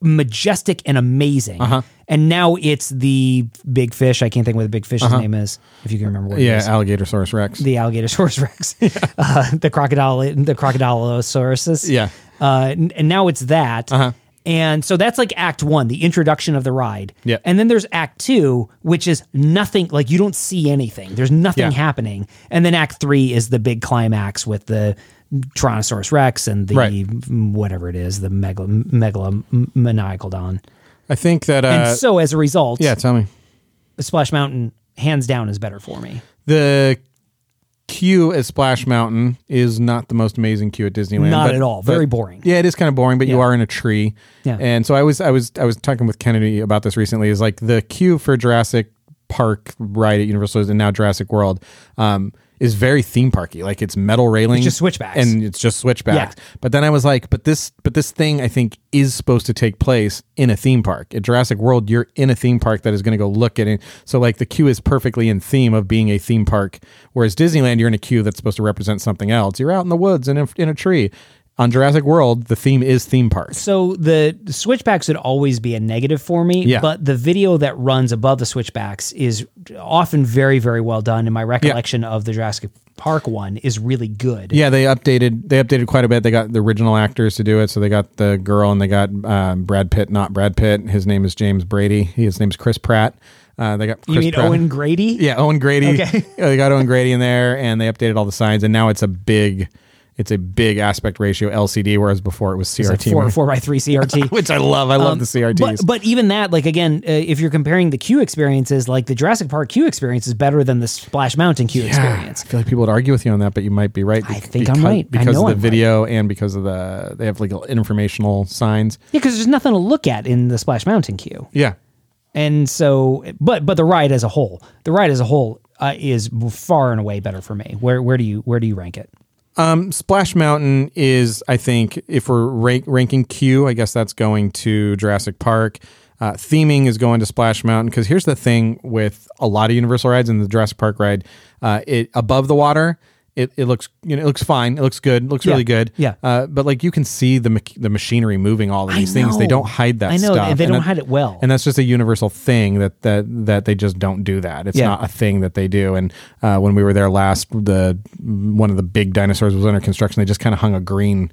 [SPEAKER 1] majestic and amazing.
[SPEAKER 6] Uh-huh.
[SPEAKER 1] And now it's the big fish. I can't think what the big fish's name is, if you can remember what it
[SPEAKER 6] Uh-huh. yeah,
[SPEAKER 1] is
[SPEAKER 6] alligator source rex.
[SPEAKER 1] the alligatorsaurus rex, uh, the crocodile, the crocodilosauruses.
[SPEAKER 6] Yeah. Uh-huh.
[SPEAKER 1] Uh, n- and now it's that. And so that's like Act One, the introduction of the ride.
[SPEAKER 6] Yeah.
[SPEAKER 1] And then there's Act Two, which is nothing. Like you don't see anything. There's nothing
[SPEAKER 6] Yeah.
[SPEAKER 1] happening. And then Act Three is the big climax with the Tyrannosaurus Rex and the
[SPEAKER 6] Right.
[SPEAKER 1] whatever it is, the megalo, megalomaniacaldon.
[SPEAKER 6] I think that. Uh,
[SPEAKER 1] and so as a result,
[SPEAKER 6] yeah, tell me.
[SPEAKER 1] Splash Mountain hands down is better for me.
[SPEAKER 6] The queue at Splash Mountain is not the most amazing queue at Disneyland.
[SPEAKER 1] Not
[SPEAKER 6] but-
[SPEAKER 1] at all.
[SPEAKER 6] but-
[SPEAKER 1] Very boring.
[SPEAKER 6] Yeah, it is kind of boring, but you
[SPEAKER 1] Yeah.
[SPEAKER 6] are in a tree.
[SPEAKER 1] Yeah.
[SPEAKER 6] And so I was I was I was talking with Kennedy about this recently. Is like the queue for Jurassic Park ride at Universal and now Jurassic World um, is very theme parky. Like it's metal railing,
[SPEAKER 1] just switchbacks.
[SPEAKER 6] and it's just switchbacks.
[SPEAKER 1] Yeah.
[SPEAKER 6] But then I was like, but this but this thing I think is supposed to take place in a theme park. At Jurassic World, you're in a theme park that is going to go look at it. So like the queue is perfectly in theme of being a theme park. Whereas Disneyland, you're in a queue that's supposed to represent something else. You're out in the woods and in, in a tree. On Jurassic World, the theme is theme park.
[SPEAKER 1] So the switchbacks would always be a negative for me,
[SPEAKER 6] Yeah.
[SPEAKER 1] but the video that runs above the switchbacks is often very, very well done. And my recollection of the Jurassic Park one is really good.
[SPEAKER 6] Yeah, they updated they updated quite a bit. They got the original actors to do it. So they got the girl and they got um, Brad Pitt, not Brad Pitt. His name is James Brady. His name's Chris Pratt. Uh, they got
[SPEAKER 1] You
[SPEAKER 6] Chris
[SPEAKER 1] mean
[SPEAKER 6] Pratt.
[SPEAKER 1] Owen Grady?
[SPEAKER 6] Yeah, Owen Grady.
[SPEAKER 1] Okay.
[SPEAKER 6] Yeah, they got Owen Grady in there, and they updated all the signs, and now it's a big, it's a big aspect ratio LCD, whereas before it was CRT,
[SPEAKER 1] It's like four, four by three CRT.
[SPEAKER 6] which I love. I love
[SPEAKER 1] Um,
[SPEAKER 6] the CRTs.
[SPEAKER 1] But, but even that, like again, uh, if you're comparing the queue experiences, like the Jurassic Park queue experience is better than the Splash Mountain queue experience.
[SPEAKER 6] I feel like people would argue with you on that, but you might be right.
[SPEAKER 1] I
[SPEAKER 6] bec-
[SPEAKER 1] think I'm
[SPEAKER 6] because-
[SPEAKER 1] right. I
[SPEAKER 6] because
[SPEAKER 1] know
[SPEAKER 6] of the
[SPEAKER 1] I'm right.
[SPEAKER 6] video and because of the they have like informational signs.
[SPEAKER 1] Yeah, because there's nothing to look at in the Splash Mountain queue.
[SPEAKER 6] Yeah,
[SPEAKER 1] and so but but the ride as a whole the ride as a whole uh, is far and away better for me where where do you where do you rank it
[SPEAKER 6] Splash Mountain is, I think, if we're rank, ranking Q, I guess that's going to Jurassic Park. Uh, theming is going to Splash Mountain because here's the thing with a lot of Universal rides and the Jurassic Park ride, uh, it above the water. It, it looks you know it looks fine it looks good it looks really good
[SPEAKER 1] yeah.
[SPEAKER 6] uh, but like you can see the mach- the machinery moving all of
[SPEAKER 1] I
[SPEAKER 6] these things they
[SPEAKER 1] know.
[SPEAKER 6] don't hide that
[SPEAKER 1] I know, they-
[SPEAKER 6] stuff.
[SPEAKER 1] they
[SPEAKER 6] And
[SPEAKER 1] don't
[SPEAKER 6] that-
[SPEAKER 1] hide it well.
[SPEAKER 6] and that's just a universal thing that that that they just don't do that it's
[SPEAKER 1] Yeah.
[SPEAKER 6] not a thing that they do and uh, when we were there last the one of the big dinosaurs was under construction they just kind of hung a green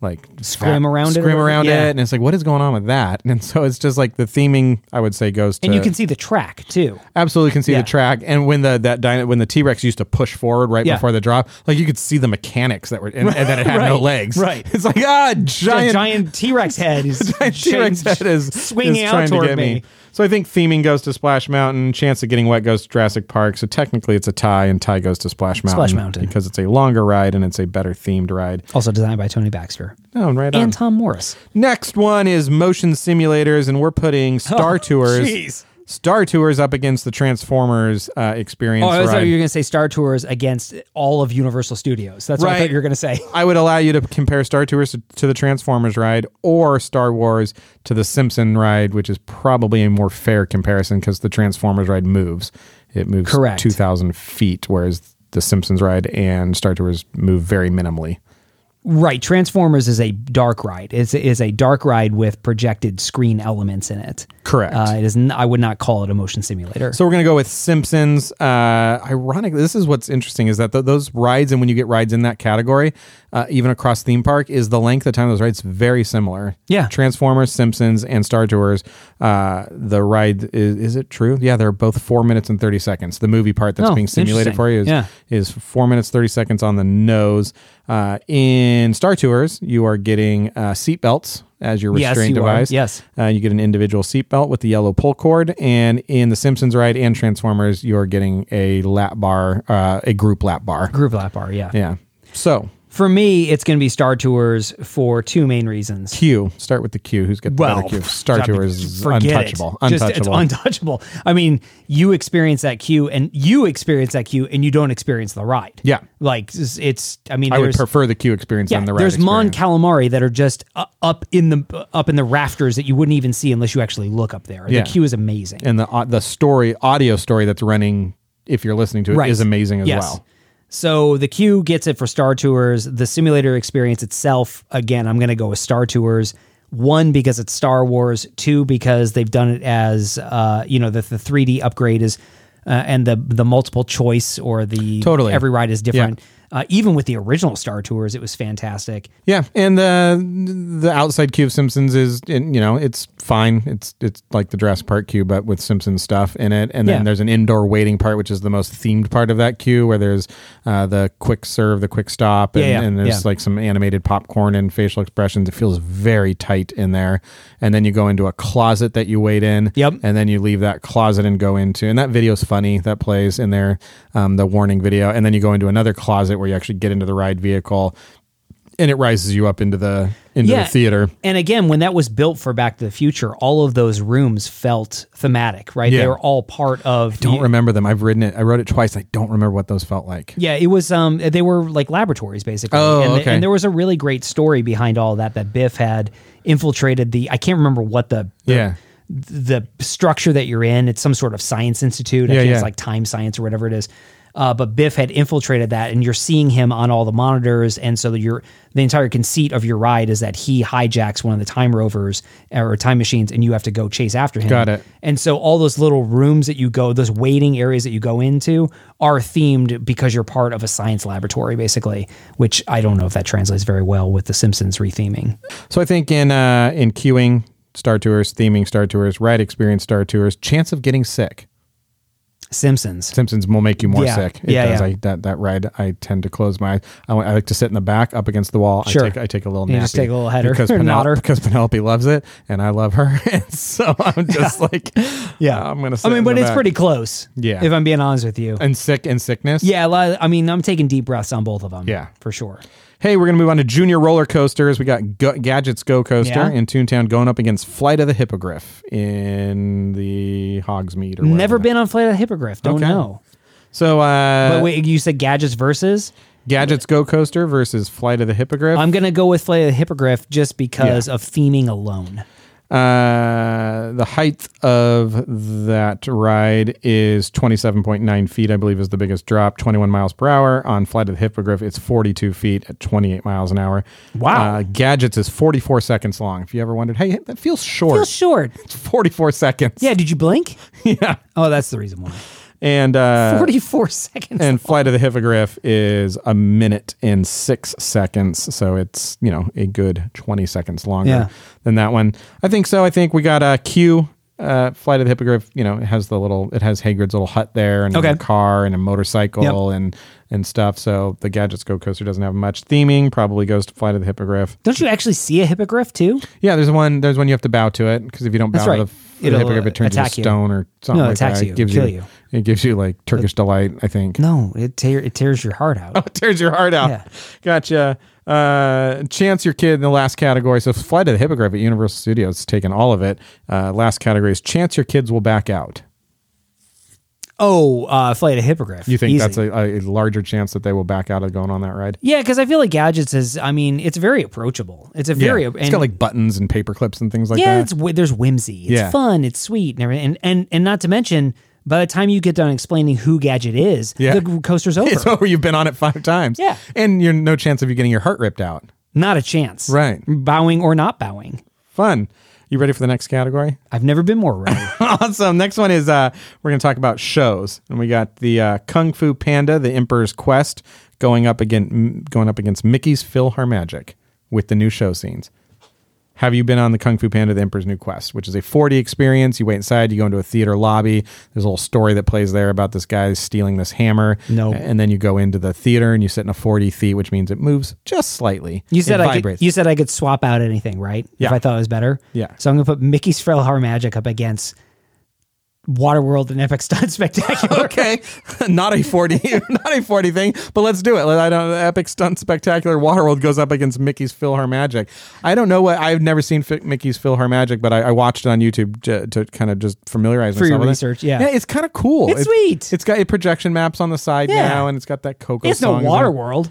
[SPEAKER 6] like
[SPEAKER 1] Scrim around it or
[SPEAKER 6] scrim
[SPEAKER 1] whatever?
[SPEAKER 6] around
[SPEAKER 1] Yeah.
[SPEAKER 6] it and it's like what is going on with that and so it's just like the theming i would say goes to
[SPEAKER 1] and you can see the track too
[SPEAKER 6] absolutely can see
[SPEAKER 1] Yeah.
[SPEAKER 6] the track and when the that dino, when the t-rex used to push forward right
[SPEAKER 1] Yeah.
[SPEAKER 6] before the drop like you could see the mechanics that were and, and that it had no
[SPEAKER 1] Right.
[SPEAKER 6] legs
[SPEAKER 1] Right.
[SPEAKER 6] it's like ah
[SPEAKER 1] giant, giant t-rex head is
[SPEAKER 6] giant T-Rex head is
[SPEAKER 1] swinging
[SPEAKER 6] is
[SPEAKER 1] out
[SPEAKER 6] trying
[SPEAKER 1] toward
[SPEAKER 6] to get
[SPEAKER 1] me.
[SPEAKER 6] me. So I think theming goes to Splash Mountain. Chance of getting wet goes to Jurassic Park. So technically, it's a tie, and tie goes to Splash Mountain.
[SPEAKER 1] Splash Mountain.
[SPEAKER 6] because it's a longer ride and it's a better themed ride.
[SPEAKER 1] also designed by tony baxter
[SPEAKER 6] Oh, right on.
[SPEAKER 1] and tom morris
[SPEAKER 6] Next one is motion simulators, and we're putting Star
[SPEAKER 1] Oh,
[SPEAKER 6] Tours.
[SPEAKER 1] jeez.
[SPEAKER 6] Star Tours up against the Transformers uh, experience.
[SPEAKER 1] oh i was
[SPEAKER 6] ride.
[SPEAKER 1] thought you were going to say star tours against all of universal studios that's what i thought
[SPEAKER 6] Right.
[SPEAKER 1] you were going to say
[SPEAKER 6] I would allow you to compare Star Tours to, to the Transformers ride or Star Wars to the Simpson ride, which is probably a more fair comparison because the Transformers ride moves. It moves
[SPEAKER 1] Correct.
[SPEAKER 6] 2,000 feet, whereas the Simpsons ride and Star Tours move very minimally.
[SPEAKER 1] Right, Transformers is a dark ride. It's is a dark ride with projected screen elements in it.
[SPEAKER 6] Correct.
[SPEAKER 1] Uh, it is. N- I would not call it a motion simulator.
[SPEAKER 6] So we're gonna go with Simpsons. Uh, ironically, this is what's interesting is that th- those rides, and when you get rides in that category, uh, even across theme park, is the length of time of those rides very similar.
[SPEAKER 1] Yeah.
[SPEAKER 6] Transformers, Simpsons, and Star Tours. Uh, the ride is is it true? Yeah, they're both four minutes and thirty seconds. The movie part that's
[SPEAKER 1] Oh,
[SPEAKER 6] being simulated
[SPEAKER 1] interesting.
[SPEAKER 6] for you is
[SPEAKER 1] Yeah.
[SPEAKER 6] is four minutes thirty seconds on the nose. Uh, in Star Tours, you are getting uh, seat belts as your
[SPEAKER 1] Yes,
[SPEAKER 6] restraint
[SPEAKER 1] you are.
[SPEAKER 6] device.
[SPEAKER 1] Yes.
[SPEAKER 6] Uh, you get an individual seatbelt with the yellow pull cord, and in the Simpsons ride and Transformers, you're getting a lap bar, uh, a group lap bar.
[SPEAKER 1] Groove Lap Bar, yeah.
[SPEAKER 6] Yeah. So
[SPEAKER 1] For me, it's going to be Star Tours for two main reasons.
[SPEAKER 6] Q. Start with the Q. Who's got the better Q? Star
[SPEAKER 1] I mean,
[SPEAKER 6] Tours is
[SPEAKER 1] forget it.
[SPEAKER 6] untouchable.
[SPEAKER 1] Just-
[SPEAKER 6] Untouchable.
[SPEAKER 1] it's untouchable. I mean, you experience that queue, and you experience that queue, and you don't experience the ride.
[SPEAKER 6] Yeah.
[SPEAKER 1] like it's. it's- I mean,
[SPEAKER 6] I would
[SPEAKER 1] there's-
[SPEAKER 6] prefer the Q experience
[SPEAKER 1] Yeah,
[SPEAKER 6] than the ride.
[SPEAKER 1] there's Mon
[SPEAKER 6] experience.
[SPEAKER 1] Calamari that are just u- up in the up in the rafters that you wouldn't even see unless you actually look up there.
[SPEAKER 6] Yeah.
[SPEAKER 1] The queue is amazing.
[SPEAKER 6] and the au- the story audio story that's running if you're listening to it is
[SPEAKER 1] Right.
[SPEAKER 6] amazing as
[SPEAKER 1] Yes.
[SPEAKER 6] well.
[SPEAKER 1] So the queue gets it for Star Tours. The simulator experience itself, again, I'm going to go with Star Tours. One because it's Star Wars. Two because they've done it as uh, you know that the 3D upgrade is uh, and the the multiple choice or the
[SPEAKER 6] Totally.
[SPEAKER 1] every ride is different. Uh, even with the original Star Tours, it was fantastic.
[SPEAKER 6] Yeah, and the the outside cube Simpsons is in, you know it's fine. It's it's like the Jurassic Park queue, but with Simpsons stuff in it. And then
[SPEAKER 1] Yeah.
[SPEAKER 6] there's an indoor waiting part, which is the most themed part of that queue, where there's uh, the quick serve, the quick stop, and,
[SPEAKER 1] Yeah, yeah,
[SPEAKER 6] and there's
[SPEAKER 1] yeah.
[SPEAKER 6] like some animated popcorn and facial expressions. It feels very tight in there. And then you go into a closet that you wait in.
[SPEAKER 1] Yep.
[SPEAKER 6] And then you leave that closet and go into and that video's funny that plays in there, um, the warning video. And then you go into another closet where you actually get into the ride vehicle and it rises you up into the into the theater.
[SPEAKER 1] And again, when that was built for Back to the Future, all of those rooms felt thematic, right? They
[SPEAKER 6] Yeah.
[SPEAKER 1] were all part of.
[SPEAKER 6] Don't
[SPEAKER 1] the-
[SPEAKER 6] remember them. I've ridden it. I wrote it twice. I don't remember what those felt like.
[SPEAKER 1] Yeah, it was. Um, they were like laboratories basically.
[SPEAKER 6] Oh,
[SPEAKER 1] and, the-
[SPEAKER 6] okay.
[SPEAKER 1] and there was a really great story behind all that. That Biff had infiltrated the. I can't remember what the. the
[SPEAKER 6] Yeah.
[SPEAKER 1] The structure that you're in, it's some sort of science institute. I
[SPEAKER 6] Yeah,
[SPEAKER 1] think
[SPEAKER 6] yeah.
[SPEAKER 1] It's like time science or whatever it is. Uh, but Biff had infiltrated that, and you're seeing him on all the monitors, and so your the entire conceit of your ride is that he hijacks one of the time rovers or time machines, and you have to go chase after him.
[SPEAKER 6] Got it.
[SPEAKER 1] And so all those little rooms that you go, those waiting areas that you go into are themed because you're part of a science laboratory, basically, which I don't know if that translates very well with the Simpsons retheming.
[SPEAKER 6] So I think in uh, in queuing, Star Tours, theming Star Tours, ride experience Star Tours, chance of getting sick.
[SPEAKER 1] Simpsons.
[SPEAKER 6] Simpsons will make you more
[SPEAKER 1] Yeah.
[SPEAKER 6] sick. It
[SPEAKER 1] Yeah,
[SPEAKER 6] does.
[SPEAKER 1] yeah.
[SPEAKER 6] I, that that ride, I tend to close my eyes. I, want- I like to sit in the back, up against the wall.
[SPEAKER 1] Sure.
[SPEAKER 6] I take, I take a little.
[SPEAKER 1] You
[SPEAKER 6] nappy
[SPEAKER 1] just take a little header
[SPEAKER 6] because,
[SPEAKER 1] or
[SPEAKER 6] Penel-
[SPEAKER 1] nodder.
[SPEAKER 6] because Penelope loves it, and I love her, and so I'm just like, Uh, I'm gonna. Sit
[SPEAKER 1] I mean,
[SPEAKER 6] in
[SPEAKER 1] but
[SPEAKER 6] the
[SPEAKER 1] it's
[SPEAKER 6] back.
[SPEAKER 1] pretty close.
[SPEAKER 6] Yeah.
[SPEAKER 1] If I'm being honest with you.
[SPEAKER 6] And sick and sickness.
[SPEAKER 1] Yeah. a lot of- I mean, I'm taking deep breaths on both of them.
[SPEAKER 6] Yeah.
[SPEAKER 1] For sure.
[SPEAKER 6] Hey, we're gonna move on to junior roller coasters. We got Go- Gadgets Go Coaster
[SPEAKER 1] Yeah.
[SPEAKER 6] in Toontown going up against Flight of the Hippogriff in the Hogsmeade. Or whatever
[SPEAKER 1] Never
[SPEAKER 6] that-
[SPEAKER 1] been on Flight of the Hippogriff. Don't
[SPEAKER 6] Okay.
[SPEAKER 1] know.
[SPEAKER 6] So uh,
[SPEAKER 1] But wait, you said Gadgets versus?
[SPEAKER 6] Gadgets Go Coaster versus Flight of the Hippogriff.
[SPEAKER 1] I'm going to go with Flight of the Hippogriff just because of theming alone.
[SPEAKER 6] Uh, the height of that ride is 27.9 feet, I believe, is the biggest drop, 21 miles per hour. On Flight of the Hippogriff, it's 42 feet at 28 miles an hour.
[SPEAKER 1] Wow.
[SPEAKER 6] Uh, Gadgets is 44 seconds long. If you ever wondered, hey, that feels short.
[SPEAKER 1] Feels short.
[SPEAKER 6] It's 44 seconds.
[SPEAKER 1] Yeah. Did you blink?
[SPEAKER 6] yeah.
[SPEAKER 1] Oh, that's the reason why.
[SPEAKER 6] And uh,
[SPEAKER 1] 44 seconds.
[SPEAKER 6] and Flight of the Hippogriff is a minute and six seconds. So it's, you know, a good 20 seconds longer
[SPEAKER 1] Yeah.
[SPEAKER 6] than that one. I think so. I think we got a Q. Uh, Flight of the Hippogriff, you know, it has the little, it has Hagrid's little hut there and
[SPEAKER 1] Okay.
[SPEAKER 6] a car and a motorcycle
[SPEAKER 1] Yep.
[SPEAKER 6] and, and stuff. So the Gadgets Go Coaster doesn't have much theming, probably goes to Flight of the Hippogriff.
[SPEAKER 1] Don't you actually see a hippogriff too?
[SPEAKER 6] Yeah, there's one, there's one you have to bow to it because if you don't bow
[SPEAKER 1] That's
[SPEAKER 6] to
[SPEAKER 1] right.
[SPEAKER 6] the, f- the
[SPEAKER 1] It'll,
[SPEAKER 6] Hippogriff,
[SPEAKER 1] uh,
[SPEAKER 6] it turns
[SPEAKER 1] attack
[SPEAKER 6] into
[SPEAKER 1] you.
[SPEAKER 6] stone or something
[SPEAKER 1] No, it
[SPEAKER 6] like
[SPEAKER 1] attacks
[SPEAKER 6] that.
[SPEAKER 1] you,
[SPEAKER 6] It gives
[SPEAKER 1] kill
[SPEAKER 6] you,
[SPEAKER 1] you.
[SPEAKER 6] It gives you like Turkish delight, I think.
[SPEAKER 1] No, it tear it tears your heart out.
[SPEAKER 6] tears your heart out.
[SPEAKER 1] Yeah.
[SPEAKER 6] Gotcha. Uh, chance your kid in the last category. So Flight of the Hippogriff at Universal Studios taking all of it. Uh, last category is chance your kids will back out.
[SPEAKER 1] Oh, uh, flight of hippogriff.
[SPEAKER 6] You think
[SPEAKER 1] Easy.
[SPEAKER 6] that's a, a larger chance that they will back out of going on that ride?
[SPEAKER 1] yeah? Because I feel like gadgets is. I mean, it's very approachable. It's a very.
[SPEAKER 6] it's
[SPEAKER 1] and-
[SPEAKER 6] got like buttons and paper clips and things like
[SPEAKER 1] yeah,
[SPEAKER 6] that.
[SPEAKER 1] it's wi- there's whimsy. It's
[SPEAKER 6] Yeah.
[SPEAKER 1] fun. It's sweet and everything. And, and and not to mention by the time you get done explaining who Gadget is,
[SPEAKER 6] Yeah.
[SPEAKER 1] the coaster's over.
[SPEAKER 6] It's over. You've been on it five times.
[SPEAKER 1] Yeah.
[SPEAKER 6] And you're no chance of you getting your heart ripped out.
[SPEAKER 1] Not a chance.
[SPEAKER 6] Right.
[SPEAKER 1] Bowing or not bowing.
[SPEAKER 6] Fun. You ready for the next category?
[SPEAKER 1] I've never been more ready.
[SPEAKER 6] awesome. Next one is uh, we're going to talk about shows, and we got the uh, Kung Fu Panda: The Emperor's Quest going up again, going up against Mickey's PhilharMagic with the new show scenes. Have you been on the Kung Fu Panda: The Emperor's New Quest, which is a 4D experience? You wait inside, you go into a theater lobby. There's a little story that plays there about this guy stealing this hammer.
[SPEAKER 1] No.
[SPEAKER 6] and then you go into the theater and you sit in a 4D seat, which means it moves just slightly.
[SPEAKER 1] You said
[SPEAKER 6] It
[SPEAKER 1] I could,
[SPEAKER 6] vibrates.
[SPEAKER 1] you said I could swap out anything, right? If
[SPEAKER 6] Yeah.
[SPEAKER 1] I thought it was better.
[SPEAKER 6] Yeah.
[SPEAKER 1] So I'm gonna put Mickey's Frelhar Magic up against Waterworld and Epic Stunt Spectacular.
[SPEAKER 6] okay, not a forty, not a forty thing, but let's do it. I don't. Epic stunt spectacular Waterworld goes up against Mickey's PhilharMagic. I don't know what I've never seen Fi Mickey's PhilharMagic, but I, I watched it on YouTube j- to kind of just familiarize
[SPEAKER 1] For your
[SPEAKER 6] myself with it.
[SPEAKER 1] research, yeah.
[SPEAKER 6] yeah, it's kind of cool.
[SPEAKER 1] It's sweet.
[SPEAKER 6] It's got projection maps on the side
[SPEAKER 1] Yeah.
[SPEAKER 6] now, and it's got that Coco.
[SPEAKER 1] It's no
[SPEAKER 6] song.
[SPEAKER 1] Waterworld.